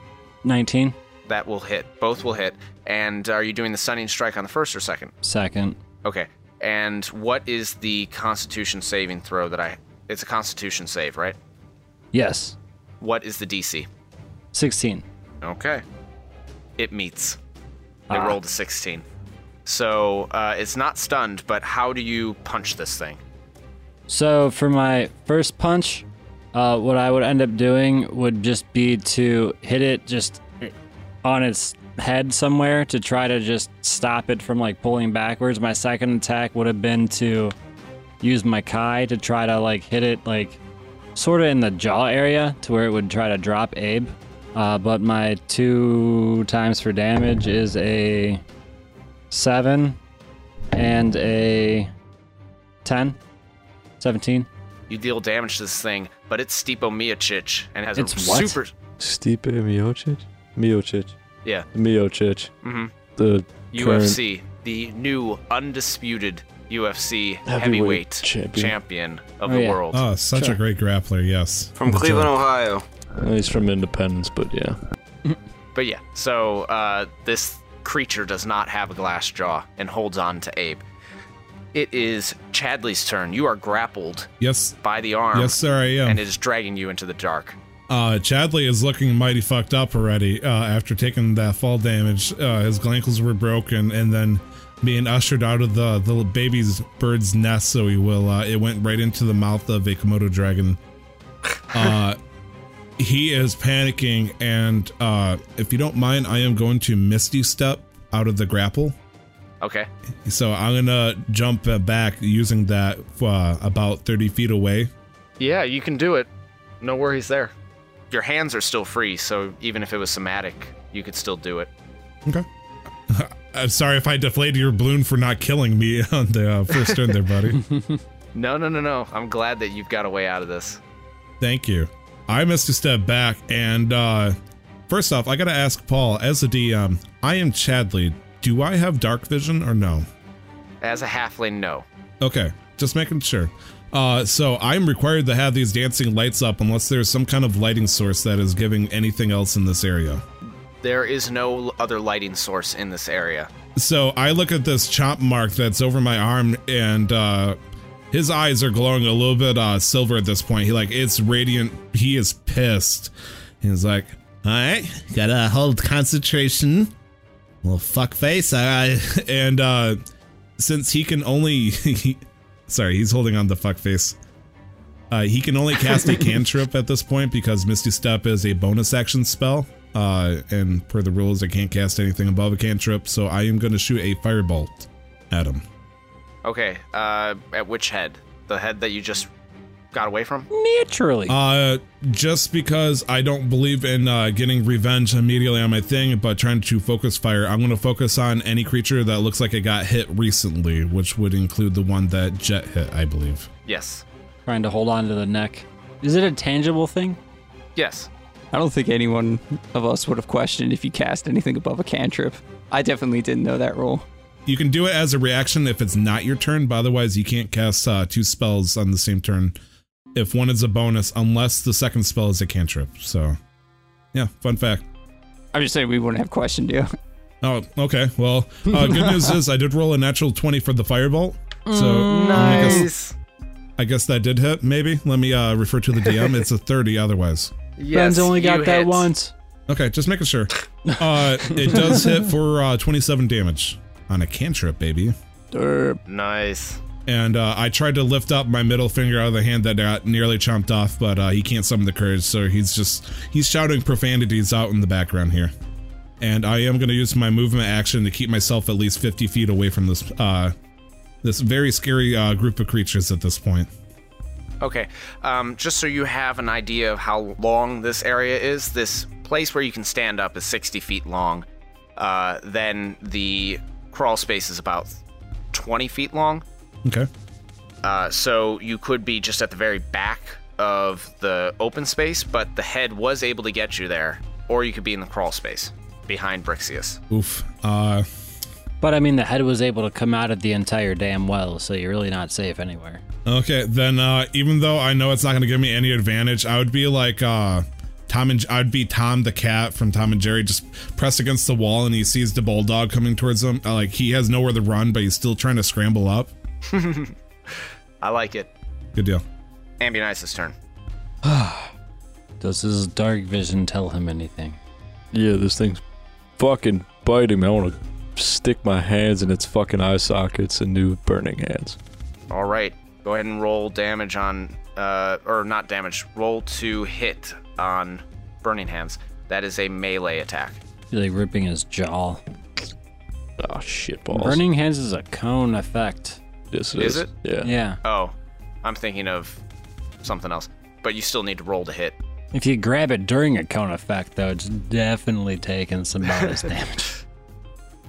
Speaker 5: 19.
Speaker 1: That will hit. Both will hit. And are you doing the stunning strike on the first or second?
Speaker 5: Second.
Speaker 1: Okay. And what is the Constitution saving throw that I? It's a Constitution save, right?
Speaker 5: Yes.
Speaker 1: What is the DC?
Speaker 5: 16.
Speaker 1: Okay. It meets. It
Speaker 5: Ah.
Speaker 1: rolled a 16. So uh, it's not stunned, but how do you punch this thing?
Speaker 5: So for my first punch, uh, what I would end up doing would just be to hit it just on its head somewhere to try to just stop it from like pulling backwards. My second attack would have been to use my Kai to try to like hit it like sort of in the jaw area to where it would try to drop Abe. Uh, but my two times for damage is a seven and a ten. 17.
Speaker 1: You deal damage to this thing, but it's Stipo Miocic and has
Speaker 5: It's
Speaker 1: a
Speaker 5: what?
Speaker 1: super.
Speaker 4: Stipe Miocic? Miocic.
Speaker 1: Yeah.
Speaker 4: Miocic.
Speaker 1: Mhm.
Speaker 4: The current
Speaker 1: UFC, the new undisputed UFC heavyweight, champion.
Speaker 4: champion.
Speaker 1: of
Speaker 5: Oh,
Speaker 1: the
Speaker 5: yeah.
Speaker 1: world.
Speaker 3: Oh, such a great grappler. Yes.
Speaker 2: From
Speaker 3: The
Speaker 2: Cleveland,
Speaker 3: jerk.
Speaker 2: Ohio.
Speaker 4: He's from Independence, but yeah.
Speaker 1: But yeah, so uh, this creature does not have a glass jaw and holds on to Abe. It is Chadley's turn. You are grappled
Speaker 3: Yes.
Speaker 1: by the arm
Speaker 3: Yes, sir. I am.
Speaker 1: and it is dragging you into the dark.
Speaker 3: Uh, Chadley is looking mighty fucked up already uh, after taking that fall damage. Uh, his glankles were broken and then being ushered out of the, the baby's bird's nest, so he will. Uh, it went right into the mouth of a Komodo dragon. Uh, He is panicking, and uh, if you don't mind, I am going to Misty Step out of the grapple.
Speaker 1: Okay.
Speaker 3: So I'm gonna jump uh, back using that uh, about 30 feet away.
Speaker 1: Yeah, you can do it. No worries there. Your hands are still free, so even if it was somatic, you could still do it.
Speaker 3: Okay. I'm sorry if I deflated your balloon for not killing me (laughs) on the uh, first turn there, buddy.
Speaker 1: No, no, no, no. I'm glad that you've got a way out of this.
Speaker 3: Thank you. I missed a step back, and uh, first off, I gotta ask Paul as a DM. I am Chadley. Do I have dark vision or no?
Speaker 1: As a halfling, no.
Speaker 3: Okay, just making sure. Uh, so I'm required to have these dancing lights up unless there's some kind of lighting source that is giving anything else in this area.
Speaker 1: There is no other lighting source in this area.
Speaker 3: So I look at this chomp mark that's over my arm, and uh, his eyes are glowing a little bit uh, silver at this point. He like it's radiant. He is pissed. He's like, "All right, gotta hold concentration." Well, fuck face. I, (laughs) and uh, since he can only, (laughs) sorry, he's holding on the fuck face. Uh, he can only cast a cantrip at this point because Misty Step is a bonus action spell. Uh, and per the rules, I can't cast anything above a cantrip, so I am going to shoot a firebolt at him.
Speaker 1: Okay, uh, at which head? The head that you just got away from?
Speaker 5: Naturally.
Speaker 3: Uh, just because I don't believe in uh, getting revenge immediately on my thing, but trying to focus fire, I'm going to focus on any creature that looks like it got hit recently, which would include the one that Jet hit, I believe.
Speaker 1: Yes.
Speaker 5: Trying to hold on to the neck. Is it a tangible thing?
Speaker 1: Yes.
Speaker 7: I don't think anyone of us would have questioned if you cast anything above a cantrip. I definitely didn't know that rule.
Speaker 3: You can do it as a reaction if it's not your turn, but otherwise you can't cast uh, two spells on the same turn. If one is a bonus, unless the second spell is a cantrip. So, yeah, fun fact.
Speaker 7: I'm just saying we wouldn't have questioned you.
Speaker 3: Oh, okay. Well, uh, good news is I did roll a natural 20 for the firebolt. So I, guess,
Speaker 1: Nice.
Speaker 3: I guess that did hit, maybe. Let me uh, refer to the DM. It's a 30 otherwise.
Speaker 1: Yes.
Speaker 5: Ben's only
Speaker 1: you
Speaker 5: got that
Speaker 1: hit.
Speaker 5: once.
Speaker 3: Okay, just making sure. Uh, it does hit for uh, 27 damage on a cantrip, baby.
Speaker 1: Nice.
Speaker 3: And uh, I tried to lift up my middle finger out of the hand that got nearly chomped off, but uh, he can't summon the courage, so he's just he's shouting profanities out in the background here. And I am going to use my movement action to keep myself at least 50 feet away from this uh, this very scary uh, group of creatures at this point.
Speaker 1: Okay. Um, just so you have an idea of how long this area is, this place where you can stand up is 60 feet long. Uh, then the crawl space is about 20 feet long.
Speaker 3: Okay.
Speaker 1: Uh, so you could be just at the very back of the open space, but the head was able to get you there. Or you could be in the crawl space behind Brixius.
Speaker 3: Oof. Uh,
Speaker 5: But I mean, the head was able to come out of the entire damn well, so you're really not safe anywhere.
Speaker 3: Okay, then uh, even though I know it's not going to give me any advantage, I would be like uh, Tom and I'd be Tom the cat from Tom and Jerry, just pressed against the wall, and he sees the bulldog coming towards him. Uh, like he has nowhere to run, but he's still trying to scramble up.
Speaker 1: I like it.
Speaker 3: Good deal.
Speaker 1: Ambionice's turn.
Speaker 5: Does his dark vision tell him anything?
Speaker 4: Yeah, this thing's fucking biting me. I want to stick my hands in its fucking eye sockets and do burning hands.
Speaker 1: All right. Go ahead and roll damage on, uh, or not damage, roll to hit on Burning Hands. That is a melee attack.
Speaker 5: Really ripping his jaw.
Speaker 4: Oh shit balls.
Speaker 5: Burning hands is a cone effect.
Speaker 4: Yes,
Speaker 1: Is it?
Speaker 4: Yeah.
Speaker 5: Yeah.
Speaker 1: Oh, I'm thinking of something else. But you still need to roll to hit.
Speaker 5: If you grab it during a cone effect, though, it's definitely taking some bonus damage.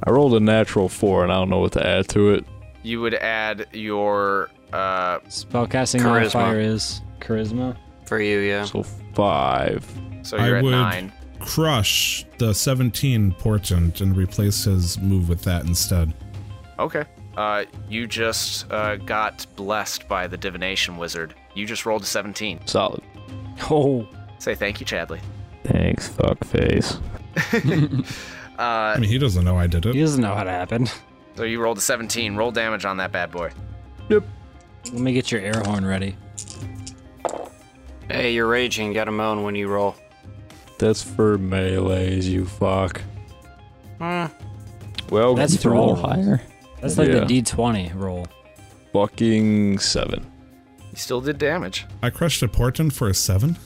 Speaker 4: I rolled a natural four, and I don't know what to add to it.
Speaker 1: You would add your, uh,
Speaker 5: Spellcasting
Speaker 2: Charisma.
Speaker 5: modifier is charisma.
Speaker 2: For you, yeah.
Speaker 4: So five.
Speaker 1: so
Speaker 3: I
Speaker 1: you're at
Speaker 3: would
Speaker 1: nine.
Speaker 3: crush the 17 portent and replace his move with that instead.
Speaker 1: Okay. Uh, you just uh, got blessed by the divination wizard. You just rolled a 17.
Speaker 4: Solid.
Speaker 5: Oh,
Speaker 1: Say thank you, Chadley.
Speaker 4: Thanks, fuckface.
Speaker 3: I mean, he doesn't know I did
Speaker 5: he
Speaker 3: it.
Speaker 5: doesn't know how to happen. (laughs)
Speaker 1: So you rolled a 17. Roll damage on that bad boy.
Speaker 5: Let me get your air horn ready.
Speaker 2: Hey, you're raging. You gotta moan when you roll.
Speaker 4: That's for melees, you fuck.
Speaker 2: Hmm.
Speaker 4: Well,
Speaker 5: That's
Speaker 7: To
Speaker 5: for
Speaker 7: roll
Speaker 5: all higher.
Speaker 7: higher.
Speaker 5: That's like
Speaker 4: Yeah.
Speaker 5: the D20 roll.
Speaker 4: fucking seven.
Speaker 1: You still did damage.
Speaker 3: I crushed a portent for a seven.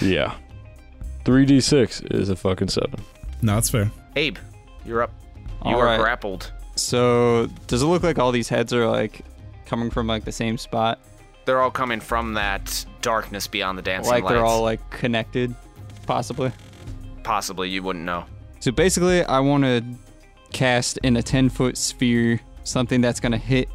Speaker 4: Yeah. 3d6 is a fucking 7.
Speaker 3: No, that's fair.
Speaker 1: Abe, you're up. You
Speaker 7: All
Speaker 1: are
Speaker 7: right.
Speaker 1: grappled.
Speaker 7: So does it look like all these heads are like coming from like the same spot?
Speaker 1: They're all coming from that darkness beyond the dancing
Speaker 7: like
Speaker 1: lights.
Speaker 7: they're all like connected, possibly.
Speaker 1: Possibly, you wouldn't know.
Speaker 7: So basically, I want to cast in a 10 foot sphere something that's going to hit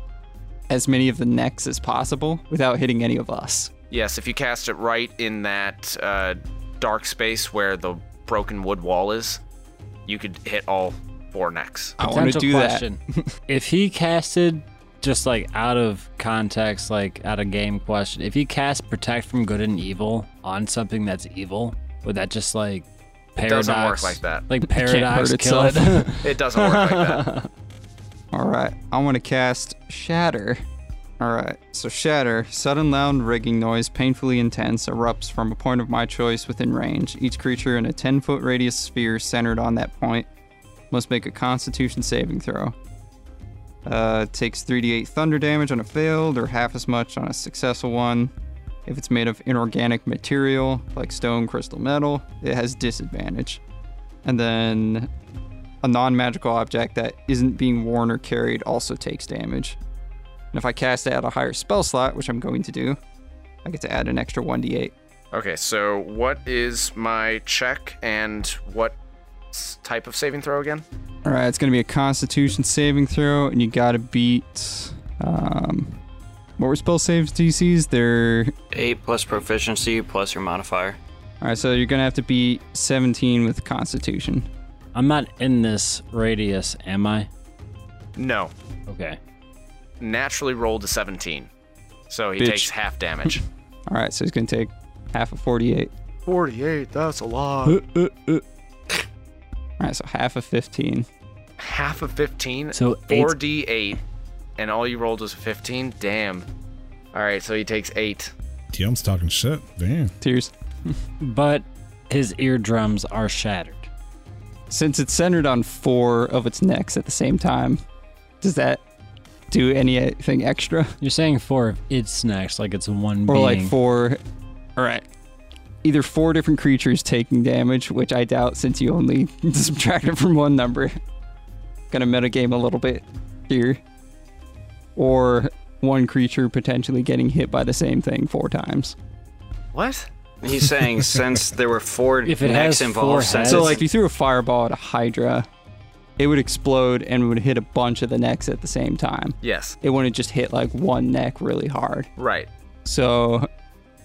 Speaker 7: as many of the necks as possible without hitting any of us.
Speaker 1: Yes, if you cast it right in that uh, dark space where the broken wood wall is, you could hit all four necks.
Speaker 7: I want to do (laughs)
Speaker 5: that. if he casted just like out of context, like out of game question, if he cast protect from good and evil on something that's evil, would that just like paradox?
Speaker 1: doesn't work like that.
Speaker 5: Like
Speaker 7: hurt
Speaker 5: paradox kill it?
Speaker 7: itself.
Speaker 1: It doesn't work like
Speaker 7: (laughs)
Speaker 1: that.
Speaker 7: that. All right. I want to cast Shatter. All right. So Shatter, sudden loud rigging noise, painfully intense, erupts from a point of my choice within range. Each creature in a 10 foot radius sphere centered on that point must make a constitution saving throw. Uh, it takes 3d8 thunder damage on a failed, or half as much on a successful one. If it's made of inorganic material, like stone, crystal, metal, it has disadvantage. And then a non magical object that isn't being worn or carried also takes damage. And if I cast it at a higher spell slot, which I'm going to do, I get to add an extra 1d8.
Speaker 1: Okay, so what is my check and what s- type of saving throw again?
Speaker 7: All right, it's going to be a Constitution saving throw, and you got to beat. Um, what were spell saves DCs? They're
Speaker 2: 8 plus proficiency plus your modifier.
Speaker 7: all right, so you're going to have to beat 17 with Constitution.
Speaker 5: (laughs) I'm not in this radius, am I?
Speaker 1: No.
Speaker 5: Okay.
Speaker 1: Naturally rolled a 17. So he
Speaker 7: Bitch.
Speaker 1: takes half (laughs) damage.
Speaker 7: All right, so he's going to take half of 48.
Speaker 1: 48, that's a lot.
Speaker 7: All right, so half of 15.
Speaker 1: Half of 15?
Speaker 5: So eight-
Speaker 1: 4d8, and all you rolled was a 15? Damn. All right, so he takes 8.
Speaker 3: DM's talking shit. Damn.
Speaker 7: Tears.
Speaker 5: But his eardrums are shattered.
Speaker 7: Since it's centered on four of its necks at the same time, does that do anything extra? (laughs)
Speaker 5: You're saying four of its necks, like it's one
Speaker 7: Or
Speaker 5: being.
Speaker 7: like four. All right. Either four different creatures taking damage, which I doubt since you only (laughs) subtracted from one number. Gonna metagame a little bit here. Or one creature potentially getting hit by the same thing four times.
Speaker 1: What?
Speaker 2: He's
Speaker 5: (laughs)
Speaker 2: saying since there were four
Speaker 5: If it
Speaker 2: necks
Speaker 5: has four
Speaker 2: involved, since
Speaker 5: heads-
Speaker 7: So,
Speaker 2: it's-
Speaker 7: like, if you threw a fireball at a Hydra, it would explode and would hit a bunch of the necks at the same time.
Speaker 1: Yes,
Speaker 7: It wouldn't just hit like one neck really hard.
Speaker 1: right.
Speaker 7: So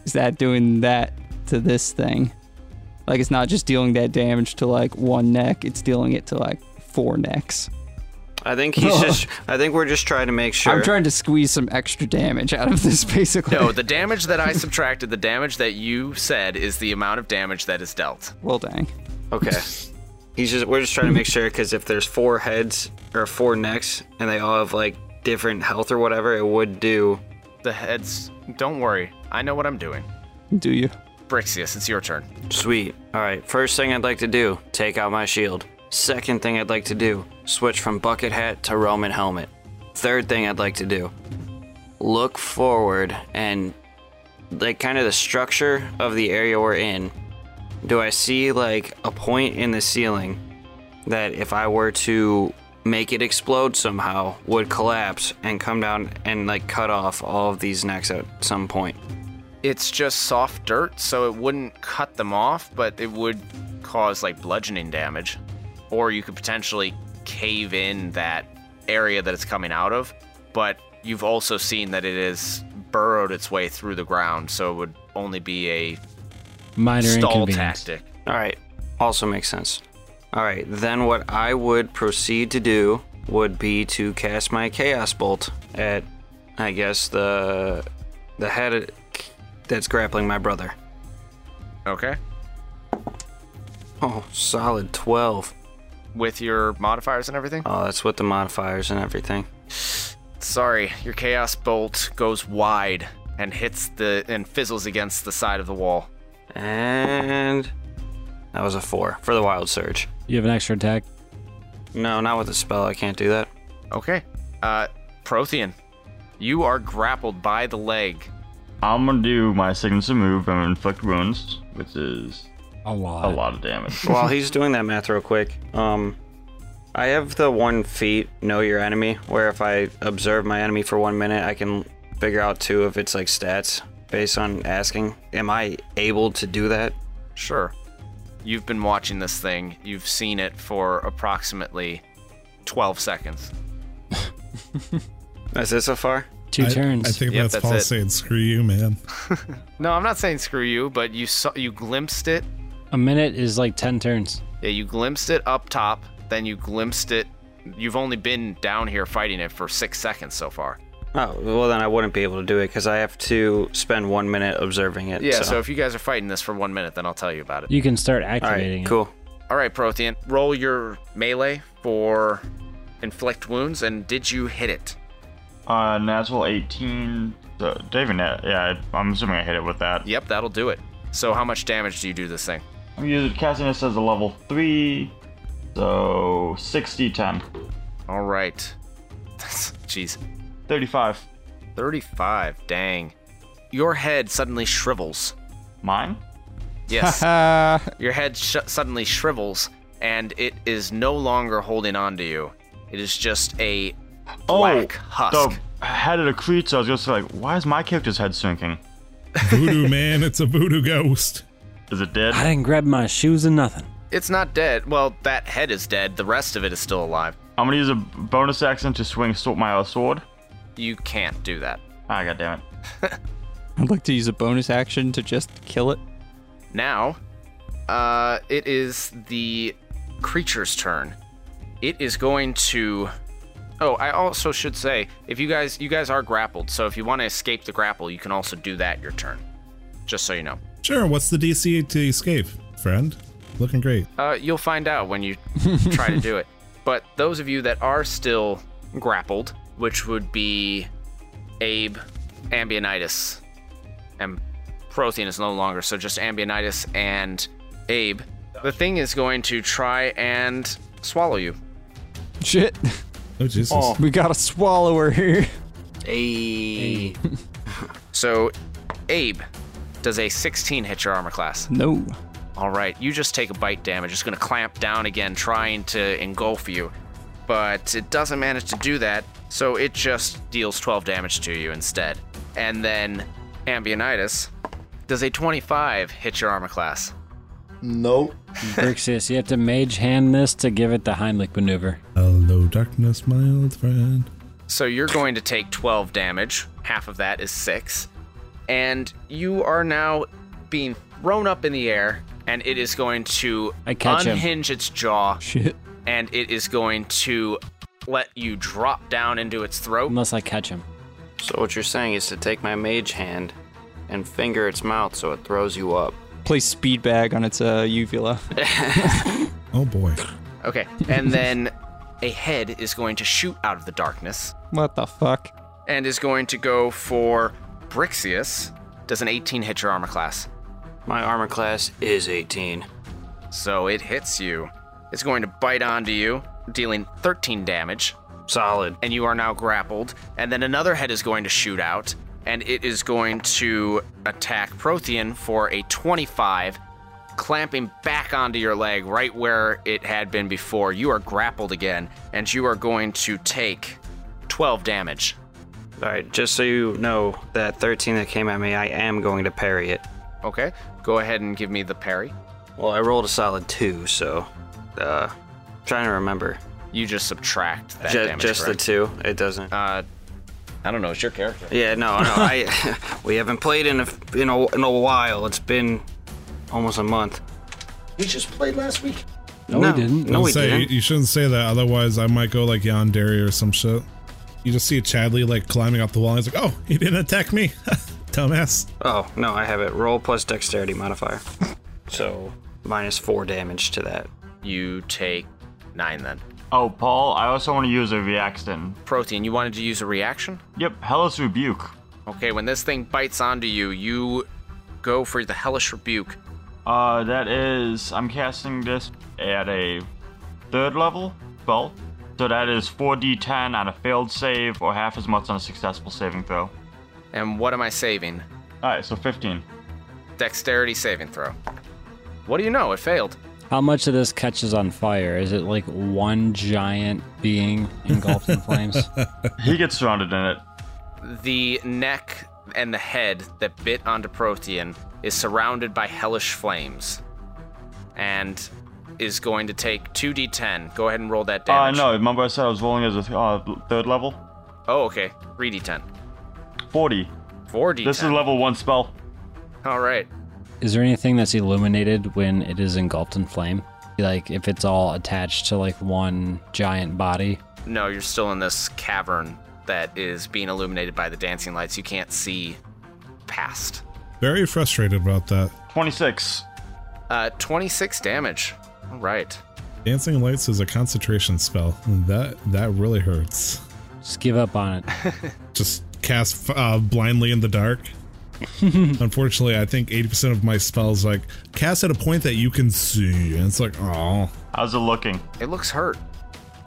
Speaker 7: is that doing that to this thing? Like it's not just dealing that damage to like one neck, it's dealing it to like four necks.
Speaker 2: I think
Speaker 5: (laughs)
Speaker 2: he's
Speaker 5: Oh.
Speaker 2: just. I think we're just trying to make sure.
Speaker 7: I'm trying to squeeze some extra damage out of this (laughs) basically.
Speaker 1: No, the damage that I subtracted, the damage that you said is the amount of damage that is dealt.
Speaker 7: well dang.
Speaker 2: Okay. He's just. We're just trying to make sure because if there's four heads or four necks and they all have like different health or whatever, it would do.
Speaker 1: The heads. Don't worry, I know what I'm doing.
Speaker 7: Do you?
Speaker 1: Brixius, it's your turn.
Speaker 2: Sweet. All right. First thing I'd like to do: take out my shield. Second thing I'd like to do: switch from bucket hat to Roman helmet. Third thing I'd like to do: look forward and like kind of the structure of the area we're in. Do I see like a point in the ceiling that if I were to make it explode somehow would collapse and come down and like cut off all of these necks at some point?
Speaker 1: It's just soft dirt, so it wouldn't cut them off, but it would cause like bludgeoning damage. Or you could potentially cave in that area that it's coming out of, but you've also seen that it has burrowed its way through the ground, so it would only be a
Speaker 5: minor
Speaker 1: stall
Speaker 5: inconvenience.
Speaker 1: tactic.
Speaker 2: All right. Also makes sense. All right. Then what I would proceed to do would be to cast my chaos bolt at, I guess the the head that's grappling my brother.
Speaker 1: Okay.
Speaker 2: Oh, solid twelve.
Speaker 1: With your modifiers and everything?
Speaker 2: Oh, that's with the modifiers and everything.
Speaker 1: Sorry, your chaos bolt goes wide and hits the and fizzles against the side of the wall.
Speaker 2: And that was a four for the wild surge.
Speaker 5: You have an extra attack.
Speaker 2: No, not with the spell. I can't do that.
Speaker 1: Okay. Uh Prothean, you are grappled by the leg
Speaker 6: I'm gonna do my signature move and inflict wounds, which is
Speaker 5: A lot.
Speaker 6: a lot of damage.
Speaker 2: While he's doing that math real quick, um, I have the one feat, know your enemy, where if I observe my enemy for one minute, I can figure out too if it's like stats based on asking. Am I able to do that?
Speaker 1: Sure. You've been watching this thing. You've seen it for approximately 12 seconds.
Speaker 2: Is it so far?
Speaker 5: Two
Speaker 3: I,
Speaker 5: turns.
Speaker 3: I think
Speaker 1: Yep,
Speaker 3: that's,
Speaker 1: that's
Speaker 3: Paul
Speaker 1: it.
Speaker 3: saying, "Screw you, man."
Speaker 1: No, I'm not saying screw you, but you saw you glimpsed it.
Speaker 5: a minute is like 10 turns.
Speaker 1: Yeah, you glimpsed it up top, then you glimpsed it. You've only been down here fighting it for 6 seconds so far.
Speaker 2: Oh, well then I wouldn't be able to do it because I have to spend one minute observing it.
Speaker 1: Yeah, so. if you guys are fighting this for 1 minute, then I'll tell you about it.
Speaker 5: You can start
Speaker 2: all
Speaker 5: activating
Speaker 2: right,
Speaker 5: it.
Speaker 2: cool.
Speaker 1: All right, Prothean, roll your melee for inflict wounds and did you hit it?
Speaker 6: Uh, natural 18. So, David, yeah, I'm assuming I hit it with that.
Speaker 1: Yep, that'll do it. So how much damage do you do this thing?
Speaker 6: I'm using casting this as a level 3, so 60, 10.
Speaker 1: All right. (laughs) Jeez.
Speaker 6: 35.
Speaker 1: 35. Dang. Your head suddenly shrivels.
Speaker 6: Mine?
Speaker 7: (laughs)
Speaker 1: Yes.
Speaker 7: Uh,
Speaker 1: Your head sh- suddenly shrivels and it is no longer holding on to you. It is just a black husk.
Speaker 6: Oh, The head of the creature, I was just like, why is my character's head sinking?
Speaker 3: voodoo (laughs) man, it's a voodoo ghost.
Speaker 6: Is it dead?
Speaker 5: I didn't grab my shoes and (laughs) nothing.
Speaker 1: It's not dead. Well, that head is dead. The rest of it is still alive.
Speaker 6: I'm gonna use a bonus action to swing sw- my other sword.
Speaker 1: You can't do that.
Speaker 6: Ah, goddammit.
Speaker 7: I'd like to use a bonus action to just kill it.
Speaker 1: Now, uh, it is the creature's turn. It is going to. Oh, I also should say, if you guys you guys are grappled, so if you want to escape the grapple, you can also do that your turn. Just so you know,
Speaker 3: Sure. What's the DC to escape, friend? Looking great.
Speaker 1: uh, you'll find out when you try to do it. But those of you that are still grappled, which would be Abe, Ambionitis, and Prothean is no longer, so just Ambionitis and Abe. The thing is going to try and swallow you.
Speaker 7: Shit,
Speaker 3: Oh Jesus.
Speaker 7: (laughs) we got a swallower here.
Speaker 2: Hey.
Speaker 1: So, Abe, does a 16 hit your armor class?
Speaker 7: No.
Speaker 1: All right, you just take a bite damage. It's going to clamp down again, trying to engulf you, but it doesn't manage to do that. So it just deals 12 damage to you instead. And then Ambionitis, does a 25 hit your armor class?
Speaker 8: Nope.
Speaker 5: Brixius, you have to mage hand this to give it the Heimlich maneuver.
Speaker 3: Hello, darkness, my old friend.
Speaker 1: So you're going to take 12 damage. Half of that is 6. And you are now being thrown up in the air, and it is going to
Speaker 5: I catch him.
Speaker 1: unhinge its jaw,
Speaker 7: Shit.
Speaker 1: and it is going to let you drop down into its throat.
Speaker 5: Unless I catch him.
Speaker 2: So what you're saying is to take my mage hand and finger its mouth so it throws you up.
Speaker 7: Place speed bag on its uh, uvula.
Speaker 3: Oh boy.
Speaker 1: Okay. And then a head is going to shoot out of the darkness
Speaker 7: What the fuck?
Speaker 1: and is going to go for Brixius. Does an 18 hit your armor class?
Speaker 2: My armor class is 18.
Speaker 1: So it hits you. It's going to bite onto you, dealing 13 damage.
Speaker 2: Solid.
Speaker 1: and you are now grappled. And then another head is going to shoot out, and it is going to attack Prothean for a 25, clamping back onto your leg right where it had been before. You are grappled again, and you are going to take 12 damage.
Speaker 2: All right, just so you know, that 13 that came at me, I am going to parry it.
Speaker 1: Okay, go ahead and give me the parry.
Speaker 2: Well, I rolled a solid 2, so uh trying to remember.
Speaker 1: You just subtract that
Speaker 2: Ju-
Speaker 1: damage.
Speaker 2: just
Speaker 1: correct?
Speaker 2: the 2. It doesn't.
Speaker 1: Uh, I don't know. It's your character.
Speaker 2: yeah, no, no.
Speaker 1: (laughs)
Speaker 2: I (laughs) we haven't played in a in a, in a while. It's been almost a month.
Speaker 8: We just played last week.
Speaker 5: No, we didn't.
Speaker 2: No,
Speaker 3: Don't
Speaker 2: we
Speaker 3: say,
Speaker 2: didn't.
Speaker 3: You shouldn't say that, otherwise I might go like Yandere or some shit. You just see Chadley like climbing up the wall. And he's like, "Oh, he didn't attack me, (laughs) dumbass."
Speaker 2: Oh, no, I have it. Roll plus dexterity modifier.
Speaker 1: (laughs)
Speaker 2: so, minus 4 damage to that.
Speaker 1: You take nine then.
Speaker 6: Oh, Paul, I also wanna use a reaction.
Speaker 1: Prothean, you wanted to use a reaction?
Speaker 6: Yep, Hellas Rebuke.
Speaker 1: Okay, when this thing bites onto you, you go for the hellish rebuke.
Speaker 6: Uh, that is. I'm casting this at a third level spell. So that is 4d10 on a failed save or half as much on a successful saving throw.
Speaker 1: And what am I saving?
Speaker 6: All right, so 15.
Speaker 1: Dexterity saving throw. What do you know? It failed.
Speaker 5: How much of this catches on fire? Is it like one giant being engulfed
Speaker 3: (laughs)
Speaker 5: in flames?
Speaker 6: He gets surrounded in it.
Speaker 1: The neck and the head that bit onto Protean is surrounded by hellish flames and is going to take 2d10. Go ahead and roll that
Speaker 6: Uh,
Speaker 1: damage.
Speaker 6: no, remember I said I was rolling as a th- uh, third level?
Speaker 1: Oh, okay. 3d10.
Speaker 6: 40.
Speaker 1: 4d10.
Speaker 6: This is level one spell.
Speaker 1: All right.
Speaker 5: is there anything that's illuminated when it is engulfed in flame? Like if it's all attached to like one giant body?
Speaker 1: No, you're still in this cavern that is being illuminated by the dancing lights. You can't see past.
Speaker 3: Very frustrated about that.
Speaker 6: 26.
Speaker 1: Uh, 26 damage. All right.
Speaker 3: Dancing lights is a concentration spell, and that that really hurts.
Speaker 5: Just give up on it.
Speaker 3: Just cast uh, blindly in the dark. Unfortunately, I think 80% of my spells like cast at a point that you can see, and it's like, oh,
Speaker 6: How's it looking?
Speaker 1: It looks hurt.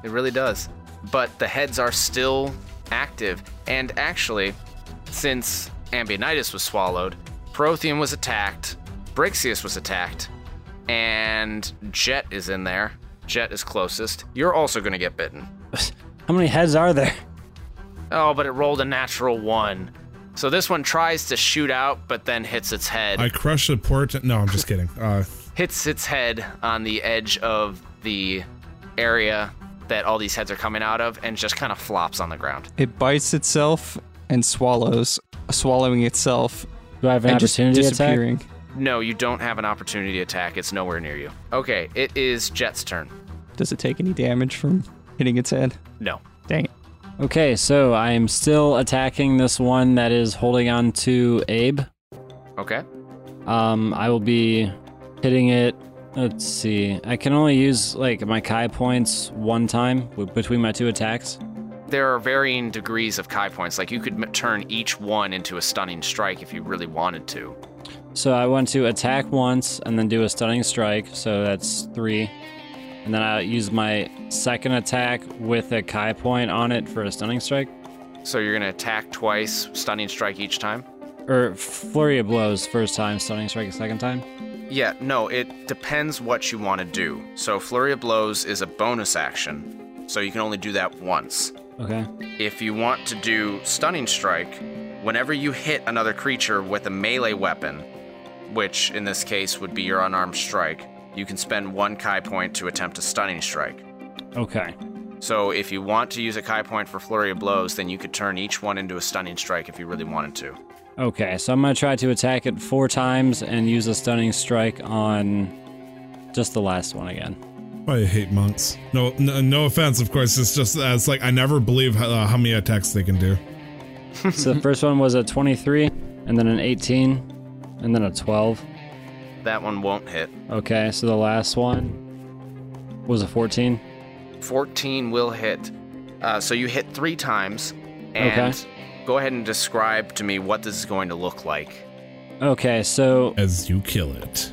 Speaker 1: It really does. But the heads are still active. And actually, since Ambionitis was swallowed, Prothean was attacked, Brixius was attacked, and Jet is in there. Jet is closest. You're also going to get bitten.
Speaker 5: How many heads are there?
Speaker 1: Oh, but it rolled a natural one. So this one tries to shoot out, but then hits its head.
Speaker 3: I crush a port. No, I'm just kidding. Uh,
Speaker 1: hits its head on the edge of the area that all these heads are coming out of and just kind of flops on the ground.
Speaker 7: It bites itself and swallows, swallowing itself
Speaker 5: Do I have an
Speaker 7: and just
Speaker 5: opportunity attack?
Speaker 7: disappearing.
Speaker 1: No, you don't have an opportunity attack. It's nowhere near you. Okay, it is Jet's turn.
Speaker 7: Does it take any damage from hitting its head?
Speaker 1: No.
Speaker 7: Dang it.
Speaker 5: Okay, so I am still attacking this one that is holding on to Abe.
Speaker 1: Okay.
Speaker 5: Um, I will be hitting it. Let's see. I can only use like my Kai points one time w- between my two attacks.
Speaker 1: There are varying degrees of Kai points. Like you could m- turn each one into a stunning strike if you really wanted to.
Speaker 5: So I want to attack once and then do a stunning strike. So that's three. And then I use my second attack with a Kai point on it for a stunning strike
Speaker 1: So you're going to attack twice, stunning strike each time?
Speaker 5: or flurry of blows first time, stunning strike a second time.
Speaker 1: Yeah, no, it depends what you want to do. So flurry of blows is a bonus action. So you can only do that once.
Speaker 5: Okay.
Speaker 1: If you want to do Stunning Strike, whenever you hit another creature with a melee weapon, which in this case would be your unarmed strike, you can spend one Kai point to attempt a Stunning Strike.
Speaker 5: Okay.
Speaker 1: So if you want to use a Kai point for Flurry of Blows, then you could turn each one into a Stunning Strike if you really wanted to.
Speaker 5: Okay, so I'm gonna try to attack it four times and use a stunning strike on just the last one again.
Speaker 3: I hate monks. No, no, no offense, of course. It's just uh, it's like I never believe how, uh, how many attacks they can do.
Speaker 5: so the first one was a 23, and then an 18, and then a 12.
Speaker 1: That one won't hit.
Speaker 5: Okay, so the last one was a 14.
Speaker 1: 14 will hit. Uh, so you hit three times, and go ahead and describe to me what this is going to look like.
Speaker 5: Okay, so
Speaker 3: As you kill it,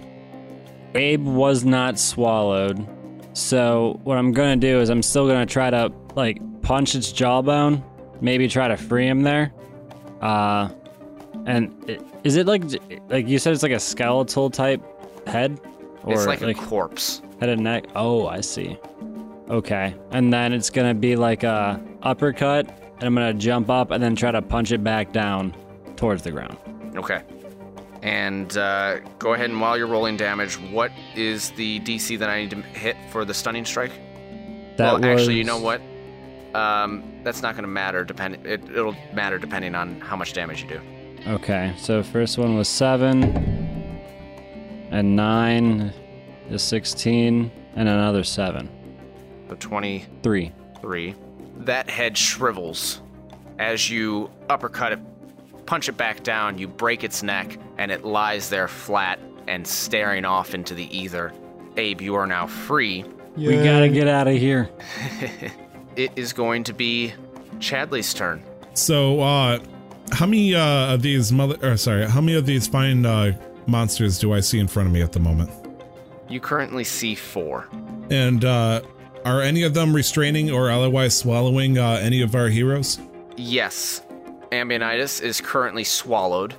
Speaker 5: Abe was not swallowed. So what I'm gonna do is I'm still gonna try to like punch its jawbone, maybe try to free him there. Uh, and i- is it like like you said it's like a skeletal type head, or
Speaker 1: it's like a corpse.
Speaker 5: head and neck? Oh, I see. Okay, and then it's gonna be like a uppercut, and I'm gonna jump up and then try to punch it back down towards the ground.
Speaker 1: Okay. And uh, go ahead and while you're rolling damage, what is the DC that I need to hit for the stunning strike?
Speaker 5: That
Speaker 1: well, actually, you know
Speaker 5: was-
Speaker 1: what? Um, that's not going to matter. Depend- it, it'll matter depending on how much damage you do.
Speaker 5: Okay, so first one was seven, and nine is 16, and another seven.
Speaker 1: So 23.
Speaker 5: Three.
Speaker 1: That head shrivels as you uppercut it, punch it back down. You break its neck, and it lies there flat and staring off into the ether. Abe, you are now free.
Speaker 5: We gotta get out of here.
Speaker 1: It is going to be Chadley's turn.
Speaker 3: So, uh, how many uh, of these mother? Or sorry, how many of these fine uh, monsters do I see in front of me at the moment?
Speaker 1: You currently see four.
Speaker 3: And uh, are any of them restraining or otherwise swallowing uh, any of our heroes?
Speaker 1: Yes, Ambionitis is currently swallowed.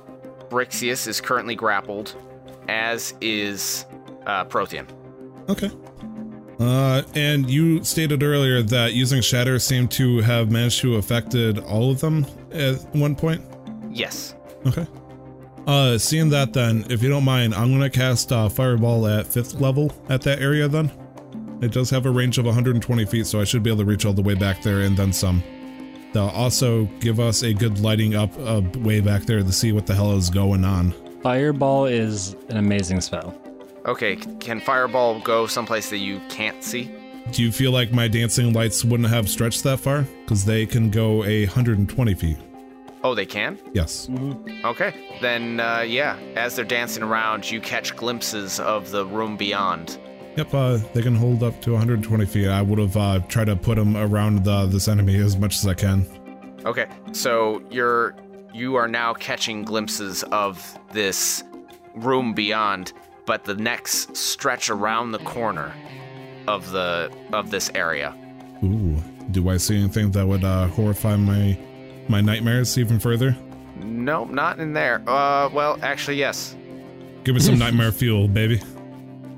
Speaker 1: Brixius is currently grappled, as is uh, Protean.
Speaker 3: Okay. Uh, and you stated earlier that using Shatter seemed to have managed to affected all of them at one point.
Speaker 1: Yes.
Speaker 3: Okay. Uh, seeing that, then, if you don't mind, I'm gonna cast uh, Fireball at fifth level at that area. Then, it does have a range of 120 feet, so I should be able to reach all the way back there and then some. They'll also give us a good lighting up uh, way back there to see what the hell is going on.
Speaker 5: Fireball is an amazing spell.
Speaker 1: Okay, c- can Fireball go someplace that you can't see?
Speaker 3: Do you feel like my dancing lights wouldn't have stretched that far? Because they can go a 120 feet.
Speaker 1: Oh, they can?
Speaker 3: Yes.
Speaker 1: Mm-hmm. Okay. Then, uh, yeah, as they're dancing around, you catch glimpses of the room beyond.
Speaker 3: Yep, uh, they can hold up to 120 feet. I would have uh, tried to put them around the, this enemy as much as I can.
Speaker 1: Okay, so you're you are now catching glimpses of this room beyond, but the next stretch around the corner of the of this area.
Speaker 3: Ooh, do I see anything that would uh, horrify my my nightmares even further?
Speaker 1: Nope, not in there. Uh, well, actually, yes.
Speaker 3: Give
Speaker 1: (laughs)
Speaker 3: me some nightmare fuel, baby.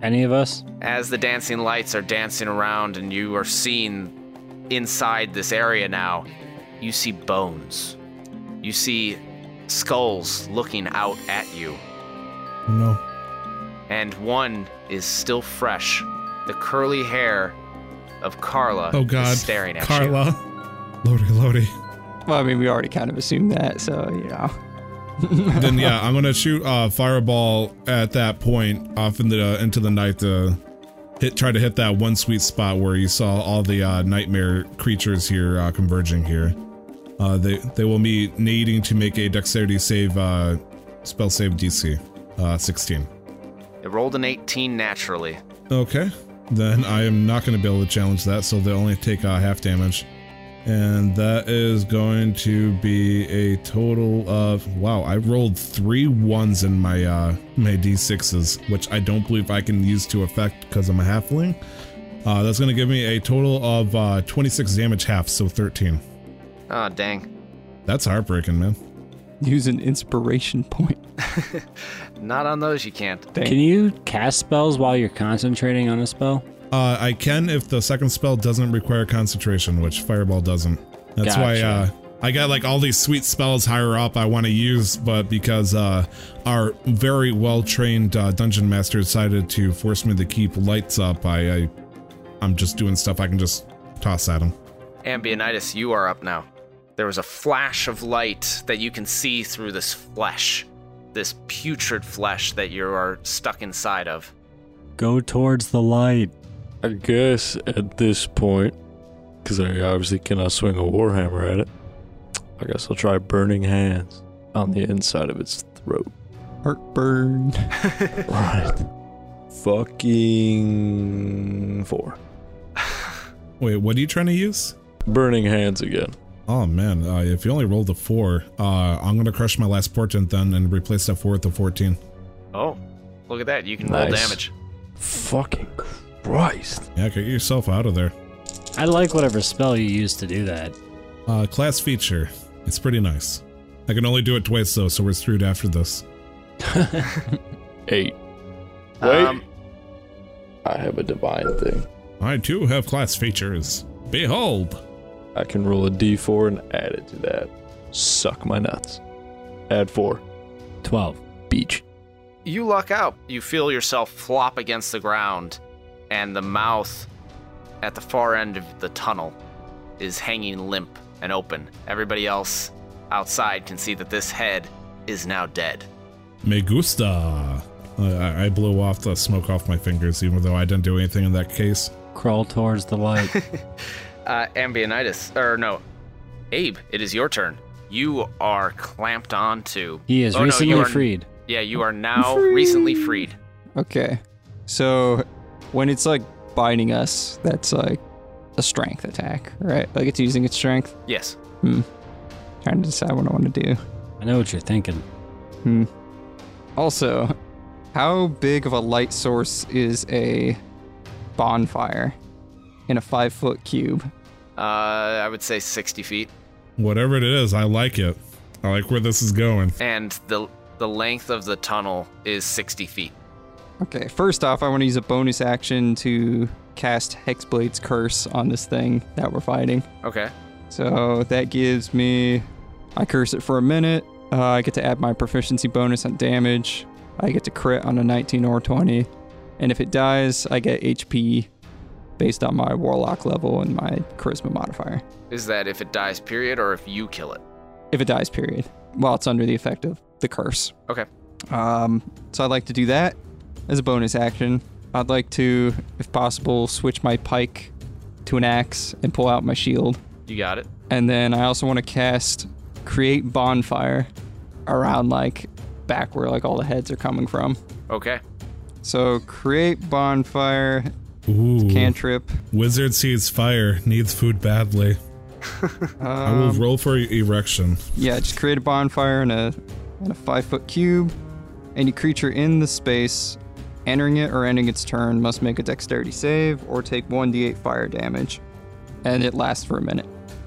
Speaker 5: Any of us?
Speaker 1: As the dancing lights are dancing around and you are seen inside this area now, you see bones. You see skulls looking out at you.
Speaker 3: No.
Speaker 1: and one is still fresh. The curly hair of Carla
Speaker 3: Oh God,
Speaker 1: is staring at you.
Speaker 3: Carla, Lodi, Lodi.
Speaker 7: Well, I mean, we already kind of assumed that, so you know.
Speaker 3: then yeah, I'm gonna shoot uh, fireball at that point off into the uh, into the night to hit try to hit that one sweet spot where you saw all the uh, nightmare creatures here uh, converging here. Uh, they they will be needing to make a dexterity save uh, spell save DC uh, 16.
Speaker 1: It rolled an 18 naturally.
Speaker 3: Okay, then I am not going to be able to challenge that, so they'll only take uh, half damage. And that is going to be a total of wow! I rolled three ones in my uh, my d sixes, which I don't believe I can use to affect because I'm a halfling. Uh, that's going to give me a total of uh, 26 damage half, so 13.
Speaker 1: Oh dang.
Speaker 3: That's heartbreaking, man.
Speaker 7: Use an inspiration point.
Speaker 1: Not on those you can't.
Speaker 5: Can you cast spells while you're concentrating on a spell?
Speaker 3: Uh, I can if the second spell doesn't require concentration, which Fireball doesn't. That's why uh,
Speaker 5: Gotcha.
Speaker 3: I got like all these sweet spells higher up I want to use, but because uh, our very well trained uh, dungeon master decided to force me to keep lights up, I, I I'm just doing stuff I can just toss at him.
Speaker 1: Ambionitis, you are up now. There was a flash of light that you can see through this flesh, this putrid flesh that you are stuck inside of.
Speaker 5: Go towards the light.
Speaker 4: I guess at this point, because I obviously cannot swing a warhammer at it, I guess I'll try burning hands on the inside of its throat.
Speaker 7: Heartburn. (laughs)
Speaker 4: Right. Fucking four.
Speaker 3: Wait, what are you trying to use?
Speaker 4: Burning hands again.
Speaker 3: Oh man, uh, if you only rolled a four, uh, I'm gonna crush my last portent then and replace that four with a fourteen.
Speaker 1: Oh, look at that. You can roll
Speaker 4: Nice.
Speaker 1: damage.
Speaker 4: Fucking Christ.
Speaker 3: Yeah, get yourself out of there.
Speaker 5: I like whatever spell you use to do that.
Speaker 3: Uh, class feature. It's pretty nice. I can only do it twice though, so we're screwed after this.
Speaker 4: Eight. Wait.
Speaker 1: Um,
Speaker 4: I have a divine thing.
Speaker 3: I too have class features. Behold!
Speaker 4: I can roll a d4 and add it to that. Suck my nuts. Add four.
Speaker 5: 12.
Speaker 4: Beach.
Speaker 1: you luck out. You feel yourself flop against the ground, and the mouth at the far end of the tunnel is hanging limp and open. Everybody else outside can see that this head is now dead.
Speaker 3: Me gusta. I- I, I blew off the smoke off my fingers, even though I didn't do anything in that case.
Speaker 5: Crawl towards the light.
Speaker 1: Uh, Ambionitis, or no, Abe, it is your turn. You are clamped onto.
Speaker 5: He is
Speaker 1: Oh, no, you
Speaker 5: recently
Speaker 1: are-
Speaker 5: freed.
Speaker 1: Yeah, you are now recently freed.
Speaker 7: Okay. So when it's like biting us, that's like a strength attack, right? Like it's using its strength.
Speaker 1: Yes.
Speaker 7: Trying to decide what I want to do.
Speaker 5: I know what you're thinking.
Speaker 7: Also, how big of a light source is a bonfire in a five foot cube?
Speaker 1: Uh, I would say 60 feet.
Speaker 3: Whatever it is, I like it. I like where this is going.
Speaker 1: and the The length of the tunnel is 60 feet.
Speaker 7: Okay, first off, I want to use a bonus action to cast Hexblade's Curse on this thing that we're fighting.
Speaker 1: Okay.
Speaker 7: So that gives me. I curse it for a minute. Uh, I get to add my proficiency bonus on damage. I get to crit on a 19 or 20. And if it dies, I get HP based on my Warlock level and my Charisma modifier.
Speaker 1: Is that if it dies, period, or if you kill it?
Speaker 7: If it dies, period. While it's under the effect of the curse.
Speaker 1: Okay.
Speaker 7: Um, so I'd like to do that as a bonus action. I'd like to, if possible, switch my pike to an axe and pull out my shield.
Speaker 1: You got it.
Speaker 7: And then I also want to cast create bonfire around like back where like all the heads are coming from.
Speaker 1: Okay.
Speaker 7: So create bonfire
Speaker 3: Ooh.
Speaker 7: cantrip.
Speaker 3: Wizard sees fire, needs food badly. I will roll for e- erection.
Speaker 7: Yeah, just create a bonfire in a in a five foot cube. Any creature in the space entering it or ending its turn must make a dexterity save or take 1d8 fire damage. And it lasts for a minute.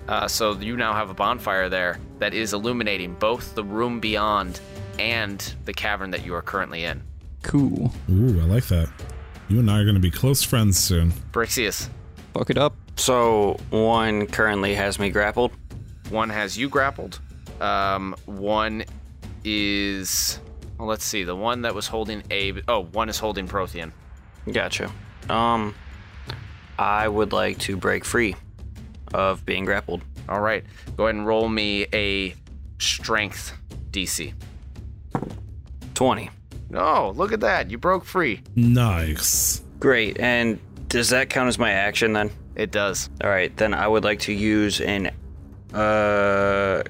Speaker 1: Uh, so you now have a bonfire there that is illuminating both the room beyond and the cavern that you are currently in.
Speaker 7: Cool.
Speaker 3: Ooh, I like that. You and I are going to be close friends soon.
Speaker 1: Brixius,
Speaker 7: Fuck it up.
Speaker 2: So one currently has me grappled.
Speaker 1: one has you grappled. Um, one is. Well, let's see. The one that was holding Abe. Oh, one is holding Prothean.
Speaker 2: Gotcha. Um, I would like to break free of being grappled.
Speaker 1: All right. Go ahead and roll me a strength DC.
Speaker 2: Twenty.
Speaker 1: Oh, look at that. You broke free.
Speaker 3: Nice.
Speaker 2: Great. And does that count as my action then?
Speaker 1: It does.
Speaker 2: All right, then I would like to use an. Uh,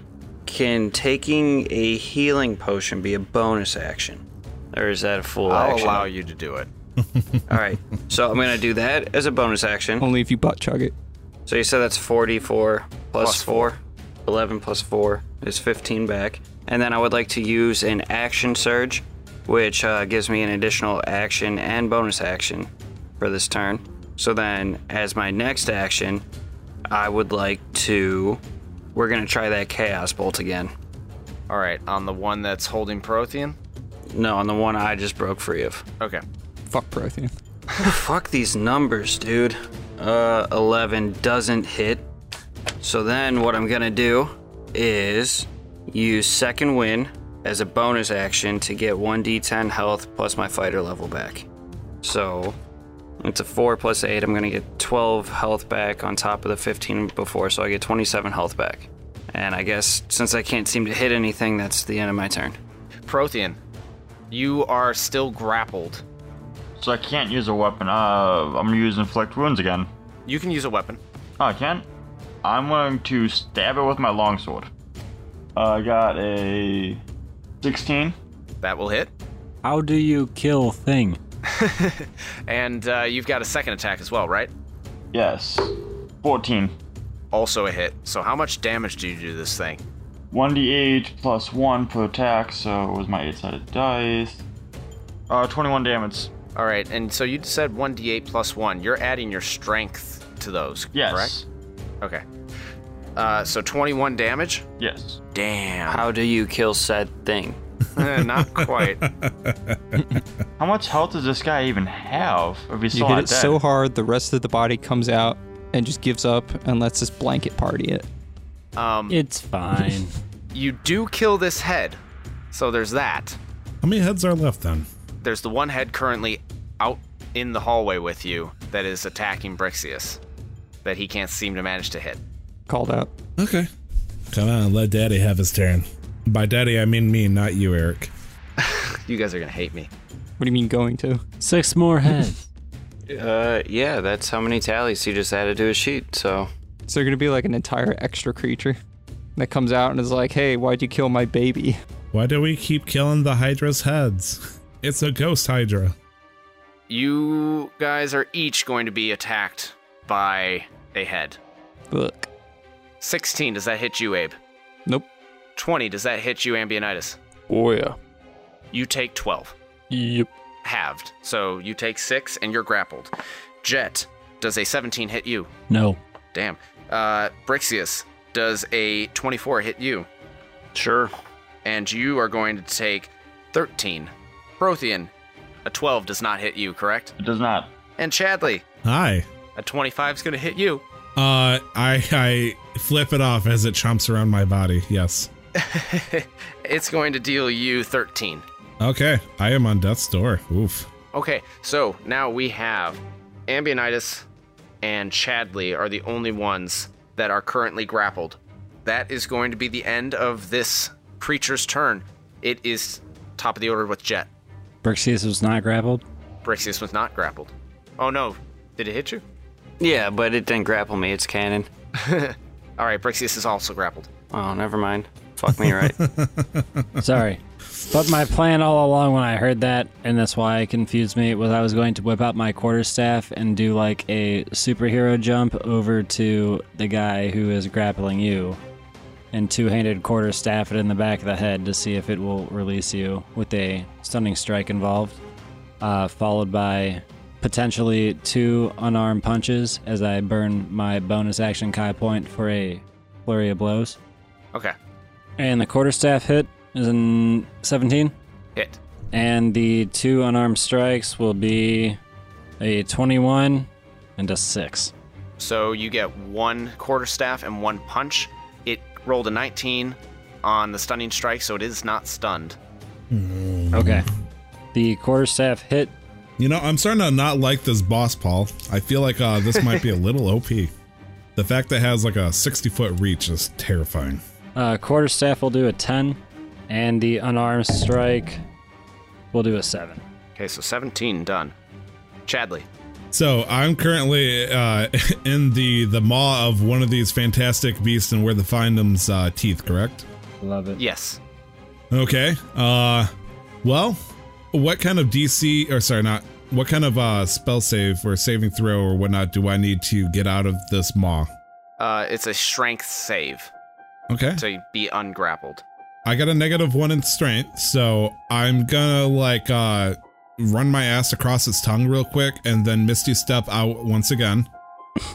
Speaker 2: can taking a healing potion be a bonus action, or is that a full
Speaker 1: I'll
Speaker 2: action?
Speaker 1: allow you to do it.
Speaker 2: All right, so I'm gonna do that as a bonus action.
Speaker 7: Only if you butt chug it.
Speaker 2: So you said that's 44 plus,
Speaker 1: Plus
Speaker 2: plus 4. 11 plus 4 is 15 back. And then I would like to use an action surge, which uh, gives me an additional action and bonus action for this turn. So then, as my next action, I would like to. We're going to try that Chaos Bolt again.
Speaker 1: All right. On the one that's holding Prothean.
Speaker 2: No, on the one I just broke free of.
Speaker 1: Okay.
Speaker 7: Fuck Prothean.
Speaker 2: Fuck these numbers, dude. Uh, 11 doesn't hit. So then what I'm gonna do is use second win as a bonus action to get 1d10 health plus my fighter level back. So it's a 4 plus 8. I'm gonna get 12 health back on top of the 15 before, so I get 27 health back. And I guess since I can't seem to hit anything, that's the end of my turn.
Speaker 1: Prothean, you are still grappled.
Speaker 6: So I can't use a weapon. Uh, I'm gonna use inflict wounds again.
Speaker 1: You can use a weapon.
Speaker 6: Oh, I can. I'm going to stab it with my longsword. Uh, I got a 16.
Speaker 1: That will hit.
Speaker 5: How do you kill thing?
Speaker 1: And uh, you've got a second attack as well, right?
Speaker 6: Yes. 14.
Speaker 1: Also a hit. So how much damage do you do to this thing?
Speaker 6: 1d8 plus 1 per attack, so it was my 8 sided dice. Uh, 21 damage.
Speaker 1: All right. And so you said 1d8 plus 1. You're adding your strength to those,
Speaker 6: Yes.
Speaker 1: correct? Okay. Uh, so 21 damage?
Speaker 6: Yes.
Speaker 1: Damn.
Speaker 2: How do you kill said thing?
Speaker 1: Eh, (laughs) Not quite.
Speaker 6: How much health does this guy even have? If he's
Speaker 7: You
Speaker 6: still
Speaker 7: hit
Speaker 6: not
Speaker 7: it
Speaker 6: dead?
Speaker 7: so hard, the rest of the body comes out and just gives up and lets this blanket party it.
Speaker 1: Um,
Speaker 5: It's fine.
Speaker 1: you do kill this head. So there's that.
Speaker 3: How many heads are left then?
Speaker 1: There's the one head currently out in the hallway with you that is attacking Brixius that he can't seem to manage to hit.
Speaker 7: Called out.
Speaker 3: Okay. Come on, let Daddy have his turn. By Daddy, I mean me, not you, Eric.
Speaker 1: You guys are going to hate me.
Speaker 7: What do you mean going to?
Speaker 5: Six more heads.
Speaker 2: Uh, yeah, that's how many tallies he just added to his sheet, so.
Speaker 7: So you're gonna be like an entire extra creature that comes out and is like, "Hey, why'd you kill my baby?"
Speaker 3: Why do we keep killing the Hydra's heads? It's a ghost Hydra.
Speaker 1: You guys are each going to be attacked by a head.
Speaker 7: Look.
Speaker 1: 16, does that hit you, Abe?
Speaker 7: Nope.
Speaker 1: 20, does that hit you, Ambionitis?
Speaker 4: Oh, yeah.
Speaker 1: You take 12,
Speaker 4: Yep.
Speaker 1: halved. So you take 6 and you're grappled. Jet, does a 17 hit you?
Speaker 5: No.
Speaker 1: Damn. Uh, Brixius, does a 24 hit you?
Speaker 2: Sure.
Speaker 1: And you are going to take 13. Prothean, a 12 does not hit you, correct?
Speaker 6: It does not.
Speaker 1: And Chadley,
Speaker 3: Hi.
Speaker 1: a 25 is going to hit you.
Speaker 3: Uh, I I flip it off as it chomps around my body. Yes.
Speaker 1: It's going to deal you 13.
Speaker 3: Okay. I am on death's door. Oof.
Speaker 1: Okay, so now we have Ambionitis and Chadley are the only ones that are currently grappled. That is going to be the end of this creature's turn. It is top of the order with Jet.
Speaker 5: Brixius was not grappled.
Speaker 1: Brixius was not grappled. Oh no, did it hit you?
Speaker 2: Yeah, but it didn't grapple me. It's cannon.
Speaker 1: All right, Brixius is also grappled.
Speaker 2: Oh, never mind. Fuck me right.
Speaker 5: Sorry. But my plan all along when I heard that, and that's why it confused me, was I was going to whip out my quarterstaff and do like a superhero jump over to the guy who is grappling you and two handed quarterstaff it in the back of the head to see if it will release you with a stunning strike involved, uh, followed by potentially two unarmed punches as I burn my bonus action Kai point for a flurry of blows.
Speaker 1: Okay,
Speaker 5: And the quarterstaff hit is in 17.
Speaker 1: hit.
Speaker 5: And the two unarmed strikes will be a 21 and a 6.
Speaker 1: So you get one quarterstaff and one punch. It rolled a 19 on the stunning strike, so it is not stunned.
Speaker 5: Okay. The quarterstaff hit.
Speaker 3: You know, I'm starting to not like this boss, Paul. I feel like uh, this might be a little OP. The fact that it has like a 60 foot reach is terrifying.
Speaker 5: Uh, quarterstaff will do a 10. And the unarmed strike will do a 7.
Speaker 1: Okay, so 17 done. Chadley,
Speaker 3: So I'm currently uh, (laughs) in the the maw of one of these fantastic beasts and where to find them's uh, teeth. Correct?
Speaker 5: Love it.
Speaker 1: yes.
Speaker 3: Okay. Uh, well, what kind of DC or sorry, not what kind of uh spell save or saving throw or whatnot do I need to get out of this maw?
Speaker 1: Uh, it's a strength save,
Speaker 3: Okay.
Speaker 1: so you be ungrappled.
Speaker 3: I got a negative one in strength, so I'm gonna like uh run my ass across its tongue real quick and then Misty step out once again.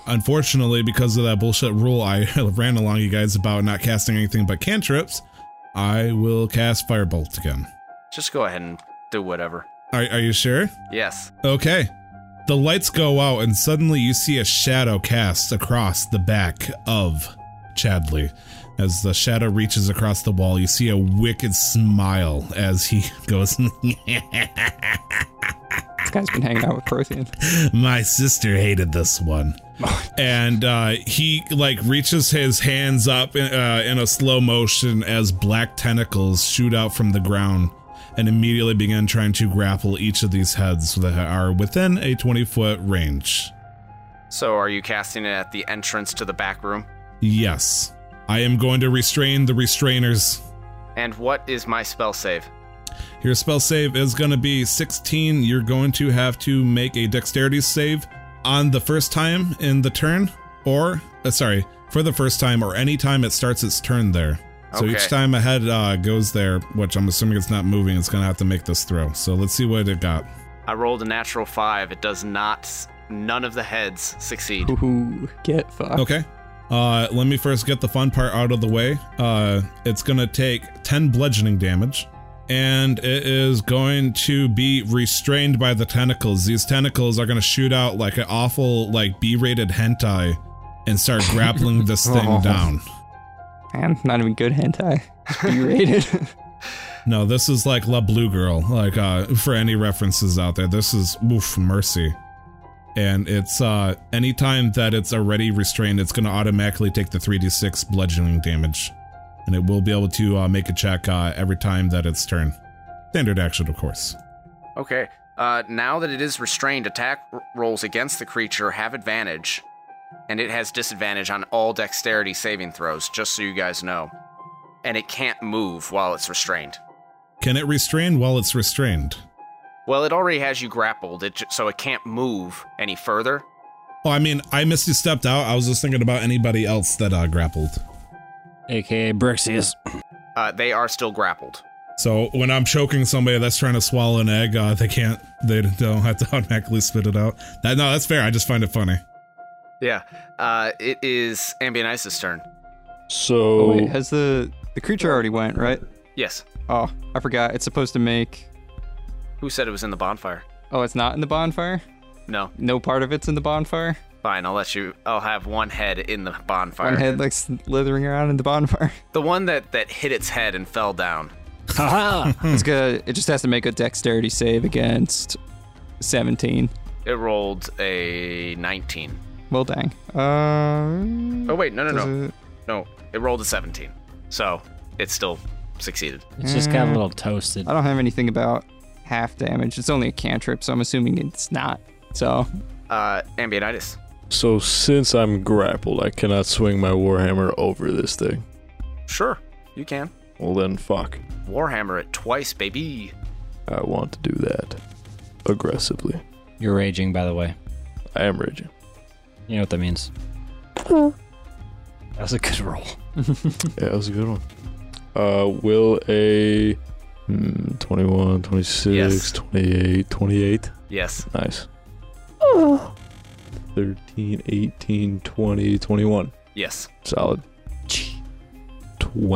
Speaker 3: Unfortunately, because of that bullshit rule I (laughs) ran along you guys about not casting anything but cantrips, I will cast Firebolt again.
Speaker 1: Just go ahead and do whatever.
Speaker 3: Are, are you sure?
Speaker 1: Yes.
Speaker 3: Okay. The lights go out, and suddenly you see a shadow cast across the back of Chadley. As the shadow reaches across the wall, you see a wicked smile as he (laughs) goes,
Speaker 7: This guy's been hanging out with Prothean.
Speaker 3: My sister hated this one. And uh, he like reaches his hands up in, uh, in a slow motion as black tentacles shoot out from the ground and immediately begin trying to grapple each of these heads that are within a 20 foot range.
Speaker 1: So are you casting it at the entrance to the back room?
Speaker 3: Yes. I am going to restrain the restrainers.
Speaker 1: And what is my spell save?
Speaker 3: Your spell save is going to be 16. You're going to have to make a dexterity save on the first time in the turn, or, uh, sorry, for the first time or any time it starts its turn there. So
Speaker 1: Okay.
Speaker 3: each time a head uh, goes there, which I'm assuming it's not moving, it's going to have to make this throw. So let's see what it got.
Speaker 1: I rolled a natural five. It does not. s- None of the heads succeed.
Speaker 7: Ooh, get fucked.
Speaker 3: Okay. Uh, let me first get the fun part out of the way. Uh, it's gonna take 10 bludgeoning damage, and it is going to be restrained by the tentacles. These tentacles are gonna shoot out like an awful, like B-rated hentai, and start grappling this thing
Speaker 7: Oh.
Speaker 3: down.
Speaker 7: Man, not even good hentai. (laughs) B-rated.
Speaker 3: No, this is like La Blue Girl. Like uh, for any references out there, this is oof mercy. And it's uh, anytime that it's already restrained, it's going to automatically take the 3d6 bludgeoning damage, and it will be able to uh, make a check uh, every time that it's turn. Standard action, of course.
Speaker 1: Okay. Uh, now that it is restrained, attack r- rolls against the creature have advantage, and it has disadvantage on all dexterity saving throws, just so you guys know. And it can't move while it's restrained.
Speaker 3: Can it restrain while it's restrained?
Speaker 1: Well, it already has you grappled, it j- so it can't move any further.
Speaker 3: Oh, I mean, I missed you stepped out. I was just thinking about anybody else that uh, grappled.
Speaker 5: AKA Brixius.
Speaker 1: Uh, they are still grappled.
Speaker 3: So when I'm choking somebody that's trying to swallow an egg, uh, they can't. They don't have to (laughs) automatically spit it out. That no, that's fair. I just find it funny.
Speaker 1: Yeah. Uh, it is Ambionice's turn.
Speaker 4: So
Speaker 7: Oh, wait, has the the creature already went right?
Speaker 1: Yes.
Speaker 7: Oh, I forgot. It's supposed to make.
Speaker 1: Who said it was in the bonfire?
Speaker 7: Oh, it's not in the bonfire.
Speaker 1: No.
Speaker 7: No part of it's in the bonfire.
Speaker 1: Fine, I'll let you. I'll have one head in the bonfire.
Speaker 7: One head like slithering around in the bonfire. (laughs)
Speaker 1: The one that that hit its head and fell down.
Speaker 7: It's gonna. It just has to make a dexterity save against 17.
Speaker 1: It rolled a 19.
Speaker 7: Well, dang. Um.
Speaker 1: Oh wait, no, no,
Speaker 7: does
Speaker 1: no,
Speaker 7: it-
Speaker 1: no. It rolled a 17, so it still succeeded.
Speaker 5: It's just got a little toasted.
Speaker 7: I don't have anything about half damage. It's only a cantrip, so I'm assuming it's not. So
Speaker 1: Uh, ambientitis.
Speaker 4: So since I'm grappled, I cannot swing my warhammer over this thing.
Speaker 1: Sure, you can.
Speaker 4: Well then, fuck.
Speaker 1: Warhammer it twice, baby.
Speaker 4: I want to do that aggressively.
Speaker 5: You're raging, by the way.
Speaker 4: I am raging.
Speaker 5: You know what that means. That was a good roll.
Speaker 4: Yeah, that was a good one. Uh, will a hmm, 21, 26,
Speaker 1: Yes.
Speaker 4: 28, 28.
Speaker 1: Yes.
Speaker 4: Nice. 13, 18, 20, 21.
Speaker 1: Yes.
Speaker 4: Solid.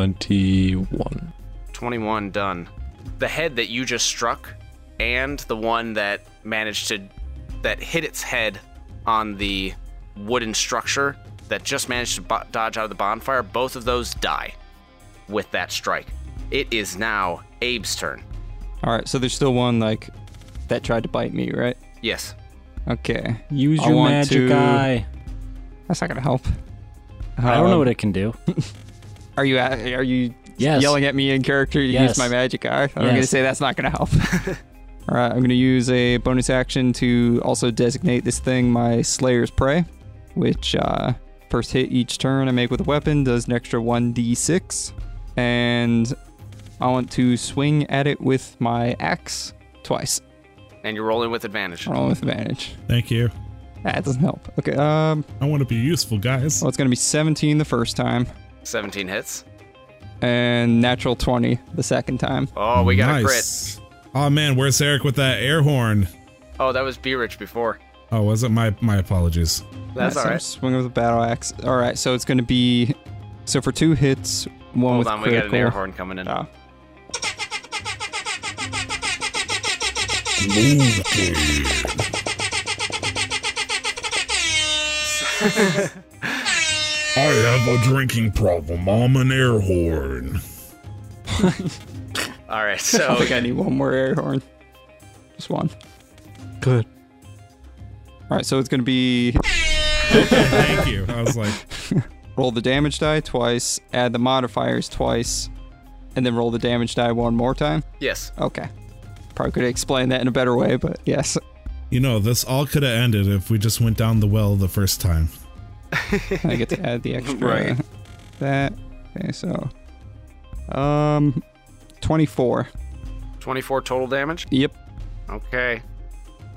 Speaker 4: 21.
Speaker 1: 21 done. The head that you just struck and the one that managed to that hit its head on the wooden structure that just managed to bo- dodge out of the bonfire, both of those die with that strike. It is now Abe's turn.
Speaker 7: all right. So there's still one like that tried to bite me, right?
Speaker 1: Yes.
Speaker 7: Okay.
Speaker 5: Use
Speaker 7: I
Speaker 5: your
Speaker 7: want
Speaker 5: magic
Speaker 7: to-
Speaker 5: eye.
Speaker 7: That's not gonna help.
Speaker 5: I don't know
Speaker 7: Um,
Speaker 5: what it can (laughs) do.
Speaker 7: Are you a- are you
Speaker 5: Yes.
Speaker 7: yelling at me in character to
Speaker 5: Yes.
Speaker 7: use my magic eye? I'm gonna
Speaker 5: Yes.
Speaker 7: say that's not gonna help. (laughs) All right, I'm gonna use a bonus action to also designate this thing my Slayer's Prey, which uh, first hit each turn I make with a weapon does an extra 1d6, and I want to swing at it with my axe twice,
Speaker 1: And you're rolling with advantage.
Speaker 7: rolling with advantage.
Speaker 3: Thank you.
Speaker 7: That doesn't help. Okay, um,
Speaker 3: I want to be useful, guys.
Speaker 7: well it's gonna be 17 the first time,
Speaker 1: 17 hits.
Speaker 7: and natural 20 the second time.
Speaker 1: Oh, we got a
Speaker 3: nice. Oh man, where's Eric with that air horn?
Speaker 1: crit. Oh, that was B Rich before.
Speaker 3: Oh, was it my my apologies?
Speaker 1: That's
Speaker 7: Alright,
Speaker 1: all
Speaker 7: so I'm
Speaker 1: right.
Speaker 7: Swing with a battle axe. All right, so it's going to be so for two hits, one
Speaker 1: Hold
Speaker 7: with
Speaker 1: on, we got
Speaker 7: critical.
Speaker 1: an air horn coming in.
Speaker 7: Ah.
Speaker 3: I have a drinking problem. I'm an air horn. (laughs)
Speaker 1: All right,
Speaker 7: I
Speaker 1: so
Speaker 7: think I need one more air horn. Just one.
Speaker 4: Good.
Speaker 7: All right, so it's going to be
Speaker 3: Thank you. I was like,
Speaker 7: roll the damage die twice, add the modifiers twice, and then roll the damage die one more time.
Speaker 1: yes,
Speaker 7: Okay. Probably could explain that in a better way, but yes.
Speaker 3: you know, this all could have ended if we just went down the well the first time.
Speaker 7: I get to add the extra
Speaker 2: Right.
Speaker 7: that. Okay, so um 24.
Speaker 1: 24 total damage.
Speaker 7: Yep.
Speaker 1: Okay.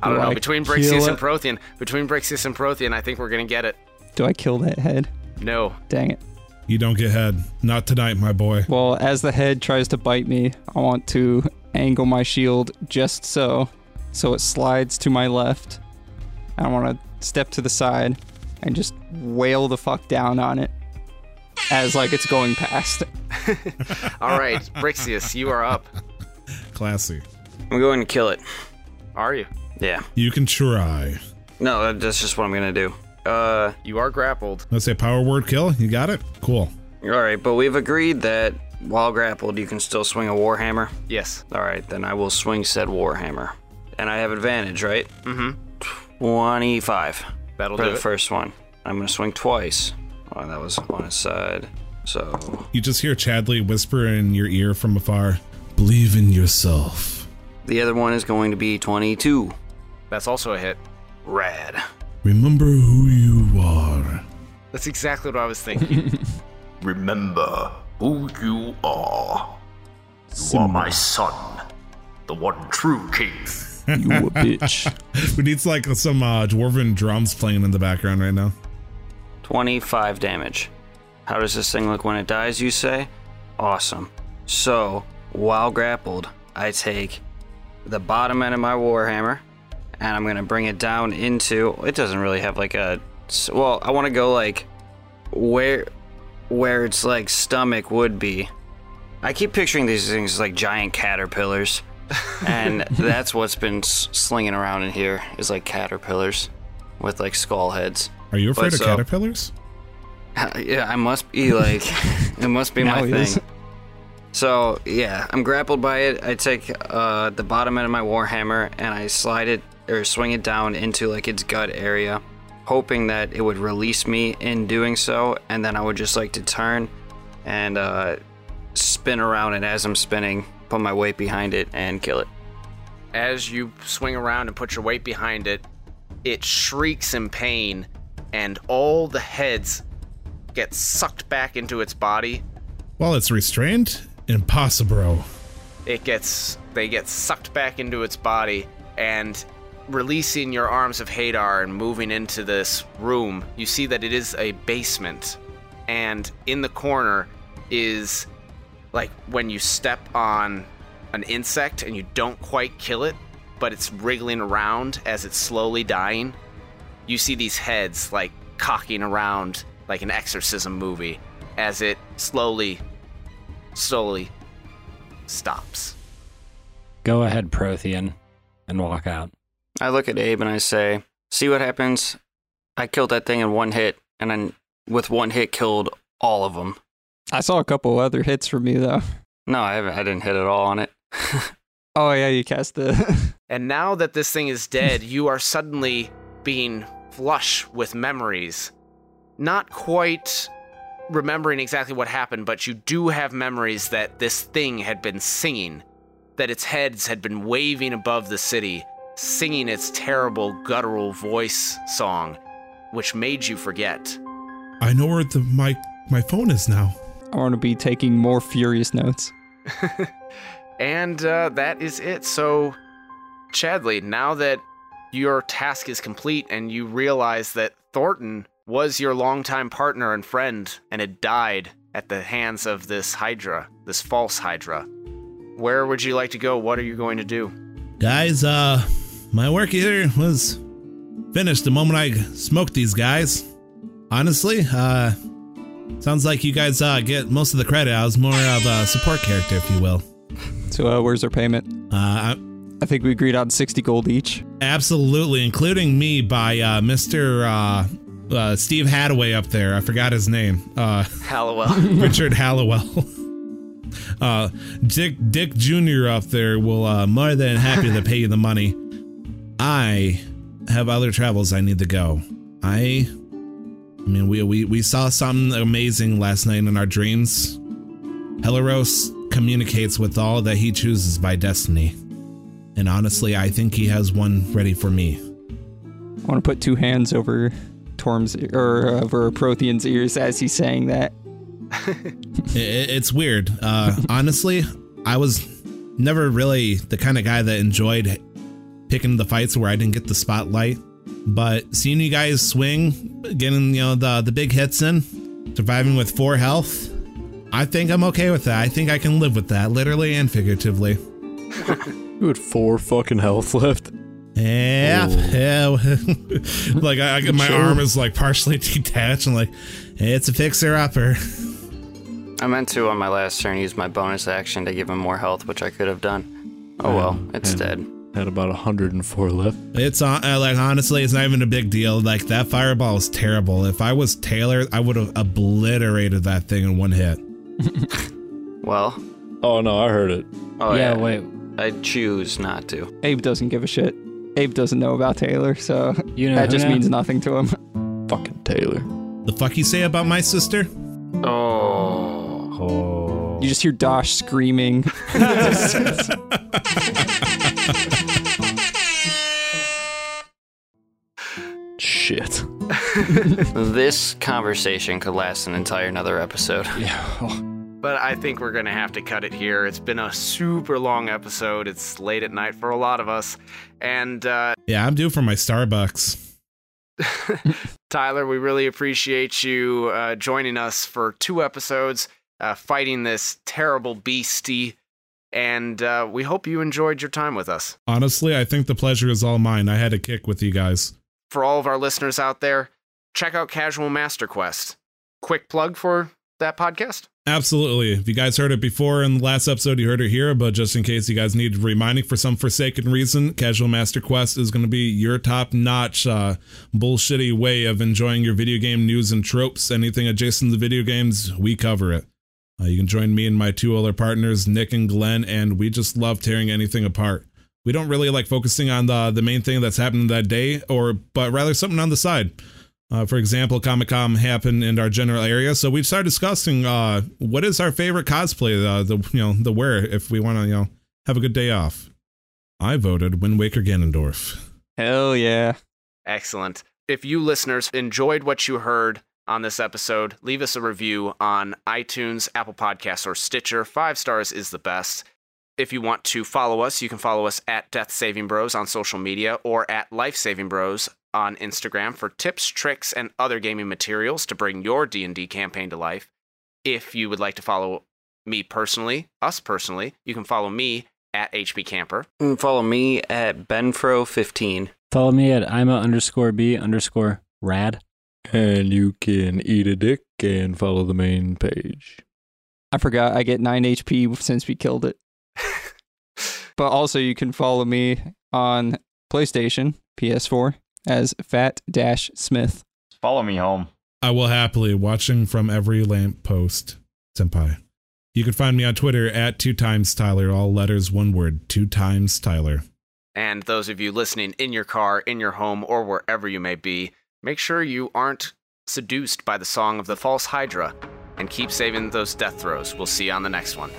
Speaker 1: I don't
Speaker 7: Do
Speaker 1: know.
Speaker 7: I
Speaker 1: Between
Speaker 7: kill
Speaker 1: Brixius and
Speaker 7: it?
Speaker 1: Prothean, between Brixius and Prothean, I think we're gonna get it.
Speaker 7: Do I kill that head?
Speaker 1: No.
Speaker 7: Dang it.
Speaker 3: You don't get head. Not tonight, my boy.
Speaker 7: Well, as the head tries to bite me, I want to angle my shield just so, so it slides to my left. I want to step to the side and just wail the fuck down on it as like it's going past.
Speaker 1: All right, Brixius, you are up.
Speaker 3: Classy.
Speaker 2: I'm going to kill it.
Speaker 1: Are you?
Speaker 2: Yeah.
Speaker 3: You can try.
Speaker 2: No, that- that's just what I'm gonna do. Uh,
Speaker 1: You are grappled.
Speaker 3: Let's say power word kill. You got it? Cool.
Speaker 2: all right, but we've agreed that while grappled, you can still swing a warhammer.
Speaker 1: Yes.
Speaker 2: All right, then I will swing said warhammer, and I have advantage, right? Mm-hmm. Twenty-five
Speaker 1: That'll
Speaker 2: for
Speaker 1: do
Speaker 2: the
Speaker 1: it.
Speaker 2: first one. I'm gonna swing twice. Oh, that was on his side. So
Speaker 3: You just hear Chadley whisper in your ear from afar Believe in yourself.
Speaker 2: the other one is going to be twenty-two.
Speaker 1: That's also a hit.
Speaker 2: Rad.
Speaker 3: Remember who you are. (laughs)
Speaker 1: That's exactly what I was
Speaker 7: (laughs)
Speaker 1: thinking.
Speaker 9: Remember who you are. You are my son, the one true king.
Speaker 4: You a bitch.
Speaker 3: We need like some uh, dwarven drums playing in the background right now.
Speaker 2: Twenty-five damage. How does this thing look when it dies? You say? Awesome. So while grappled, I take the bottom end of my warhammer, and I'm gonna bring it down into. It doesn't really have like a. s- Well, I want to go like where where its like stomach would be, I keep picturing these things as, like giant caterpillars, and that's what's been s- slinging around in here is like caterpillars with like skull heads.
Speaker 3: Are you afraid
Speaker 2: But
Speaker 3: of
Speaker 2: so-
Speaker 3: caterpillars?
Speaker 2: Uh, yeah, I must be
Speaker 7: (laughs)
Speaker 2: like, it must be
Speaker 7: Now
Speaker 2: my
Speaker 7: he
Speaker 2: thing.
Speaker 7: is.
Speaker 2: So yeah, I'm grappled by it. I take uh, the bottom end of my warhammer and I slide it or swing it down into like its gut area, hoping that it would release me in doing so, and then I would just like to turn and uh, spin around it as I'm spinning, put my weight behind it, and kill it.
Speaker 1: As you swing around and put your weight behind it, it shrieks in pain, and all the heads get sucked back into its body.
Speaker 3: While it's restrained, impossible.
Speaker 1: It gets they get sucked back into its body, and releasing your arms of Hadar and moving into this room, you see that it is a basement, and in the corner is like when you step on an insect and you don't quite kill it, but it's wriggling around as it's slowly dying. You see these heads like cocking around like an exorcism movie as it slowly, slowly stops.
Speaker 5: Go ahead, Prothean, and walk out.
Speaker 2: I look at Abe and I say, "See what happens? I killed that thing in one hit, and then with one hit killed all of them."
Speaker 7: I saw a couple other hits from you though.
Speaker 2: No, I haven't. I didn't hit at all on it.
Speaker 7: Oh yeah, you cast the. (laughs)
Speaker 1: And now that this thing is dead, (laughs) you are suddenly being flush with memories. Not quite remembering exactly what happened, but you do have memories that this thing had been singing, that its heads had been waving above the city, singing its terrible guttural voice song, which made you forget.
Speaker 3: I know where the my my phone is now.
Speaker 7: I want to be taking more furious notes.
Speaker 1: And uh, that is it. So, Chadley, now that your task is complete and you realize that Thornton was your longtime partner and friend and had died at the hands of this Hydra, this false Hydra, where would you like to go? What are you going to do? (laughs)
Speaker 3: Guys, uh, my work here was finished the moment I smoked these guys. Honestly, uh, sounds like you guys uh, get most of the credit. I was more of a support character, if you will.
Speaker 7: So uh, where's our payment?
Speaker 3: Uh, I-
Speaker 7: I think we agreed on sixty gold each.
Speaker 3: absolutely, including me by uh, Mr. Uh, uh, Steve Hadaway up there. I forgot his name. Uh,
Speaker 1: Hallowell.
Speaker 3: (laughs) Richard Hallowell. (laughs) Uh, Dick Dick Jr. up there will uh, more than happy to pay you the money. I have other travels I need to go. I, I mean, we we, we saw something amazing last night in our dreams. Helaros communicates with all that he chooses by destiny, and honestly, I think he has one ready for me.
Speaker 7: I want to put two hands over Torm's ear- or uh, over Prothean's ears as he's saying that.
Speaker 3: I- I- it's weird. Uh, honestly, I was never really the kind of guy that enjoyed picking the fights where I didn't get the spotlight. But seeing you guys swing, getting you know the the big hits in, surviving with four health, I think I'm okay with that. I think I can live with that, literally and figuratively.
Speaker 4: You had four fucking health left.
Speaker 3: Yeah, yeah. (laughs) like I, I, my arm is like partially (laughs) detached. and like, it's a fixer upper.
Speaker 2: I meant to on my last turn use my bonus action to give him more health, which I could have done. Oh well, it's
Speaker 4: and-
Speaker 2: dead.
Speaker 4: Had about 104 left.
Speaker 3: It's on, uh, like honestly, it's not even a big deal. Like that fireball is terrible. If I was Taylor, I would have obliterated that thing in one hit.
Speaker 2: Well,
Speaker 4: Oh no, I heard it.
Speaker 2: oh yeah,
Speaker 5: yeah, wait.
Speaker 2: I choose not to.
Speaker 7: Abe doesn't give a shit. Abe doesn't know about Taylor, so
Speaker 5: You know
Speaker 7: that
Speaker 5: who
Speaker 7: just
Speaker 5: now?
Speaker 7: means nothing to him.
Speaker 4: Fucking Taylor.
Speaker 3: The fuck you say about my sister? (laughs)
Speaker 2: Oh,
Speaker 7: You just hear Dosh screaming.
Speaker 4: Shit.
Speaker 2: this conversation could last an entire another episode.
Speaker 1: but I think we're going to have to cut it here. It's been a super long episode. It's late at night for a lot of us. And uh,
Speaker 3: Yeah, I'm due for my Starbucks.
Speaker 1: Tyler, we really appreciate you uh, joining us for two episodes, uh, fighting this terrible beastie, and uh, we hope you enjoyed your time with us.
Speaker 3: Honestly, I think the pleasure is all mine. I had a kick with you guys.
Speaker 1: For all of our listeners out there, check out Casual Master Quest. Quick plug for
Speaker 10: that podcast?
Speaker 3: Absolutely. If you guys heard it before in the last episode, you heard it here. But just in case you guys need reminding for some forsaken reason, Casual Master Quest is going to be your top notch, uh, bullshitty way of enjoying your video game news and tropes. Anything adjacent to video games, we cover it. Uh, you can join me and my two other partners, Nick and Glenn, and we just love tearing anything apart. We don't really like focusing on the the main thing that's happening that day, or but rather something on the side. Uh, for example, Comic Con happened in our general area, so we started discussing uh, what is our favorite cosplay, uh, the you know the wear if we want to you know have a good day off. I voted Wind Waker Ganondorf.
Speaker 7: Hell yeah.
Speaker 10: Excellent. If you listeners enjoyed what you heard on this episode, leave us a review on iTunes, Apple Podcasts, or Stitcher. Five stars is the best. If you want to follow us, you can follow us at Death Saving Bros on social media or at Life Saving Bros on Instagram for tips, tricks, and other gaming materials to bring your D&D campaign to life. If you would like to follow me personally, us personally, you can follow me at HB Camper.
Speaker 2: And (laughs) follow me at Benfro15.
Speaker 5: Follow me at Ima underscore B underscore rad.
Speaker 4: And you can eat a dick and follow the main page.
Speaker 7: I forgot I get 9 HP since we killed it. but also, you can follow me on PlayStation, PS4, as Fat Dash Smith.
Speaker 6: Follow me home.
Speaker 3: I will happily watching from every lamp post, senpai. You can find me on Twitter at two times Tyler, all letters one word, two times Tyler.
Speaker 10: And those of you listening in your car, in your home, or wherever you may be, make sure you aren't seduced by the song of the false Hydra and keep saving those death throws. We'll see you on the next one.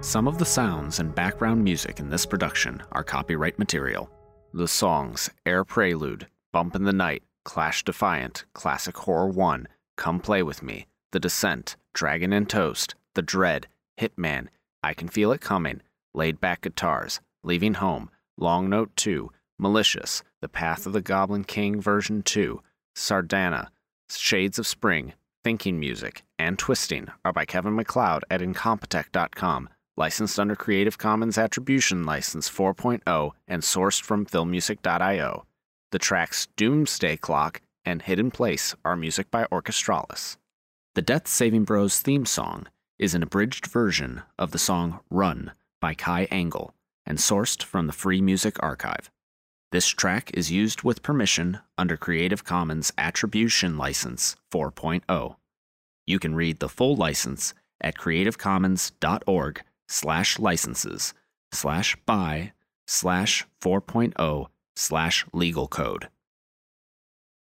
Speaker 1: Some of the sounds and background music in this production are copyright material. The songs Air Prelude, Bump in the Night, Clash Defiant, Classic Horror 1, Come Play With Me, The Descent, Dragon and Toast, The Dread, Hitman, I Can Feel It Coming, Laid Back Guitars, Leaving Home, Long Note 2, Malicious, The Path of the Goblin King Version 2, Sardana, Shades of Spring, Thinking Music, and Twisting are by Kevin McLeod at Incompetech.com licensed under Creative Commons Attribution License 4.0 and sourced from filmmusic.io. The tracks Doomsday Clock and Hidden Place are music by Orchestralis. The Death Saving Bros theme song is an abridged version of the song Run by Kai Angle and sourced from the Free Music Archive. This track is used with permission under Creative Commons Attribution License 4.0. You can read the full license at creativecommons.org slash licenses oh slash buy slash 4.0 slash legal code.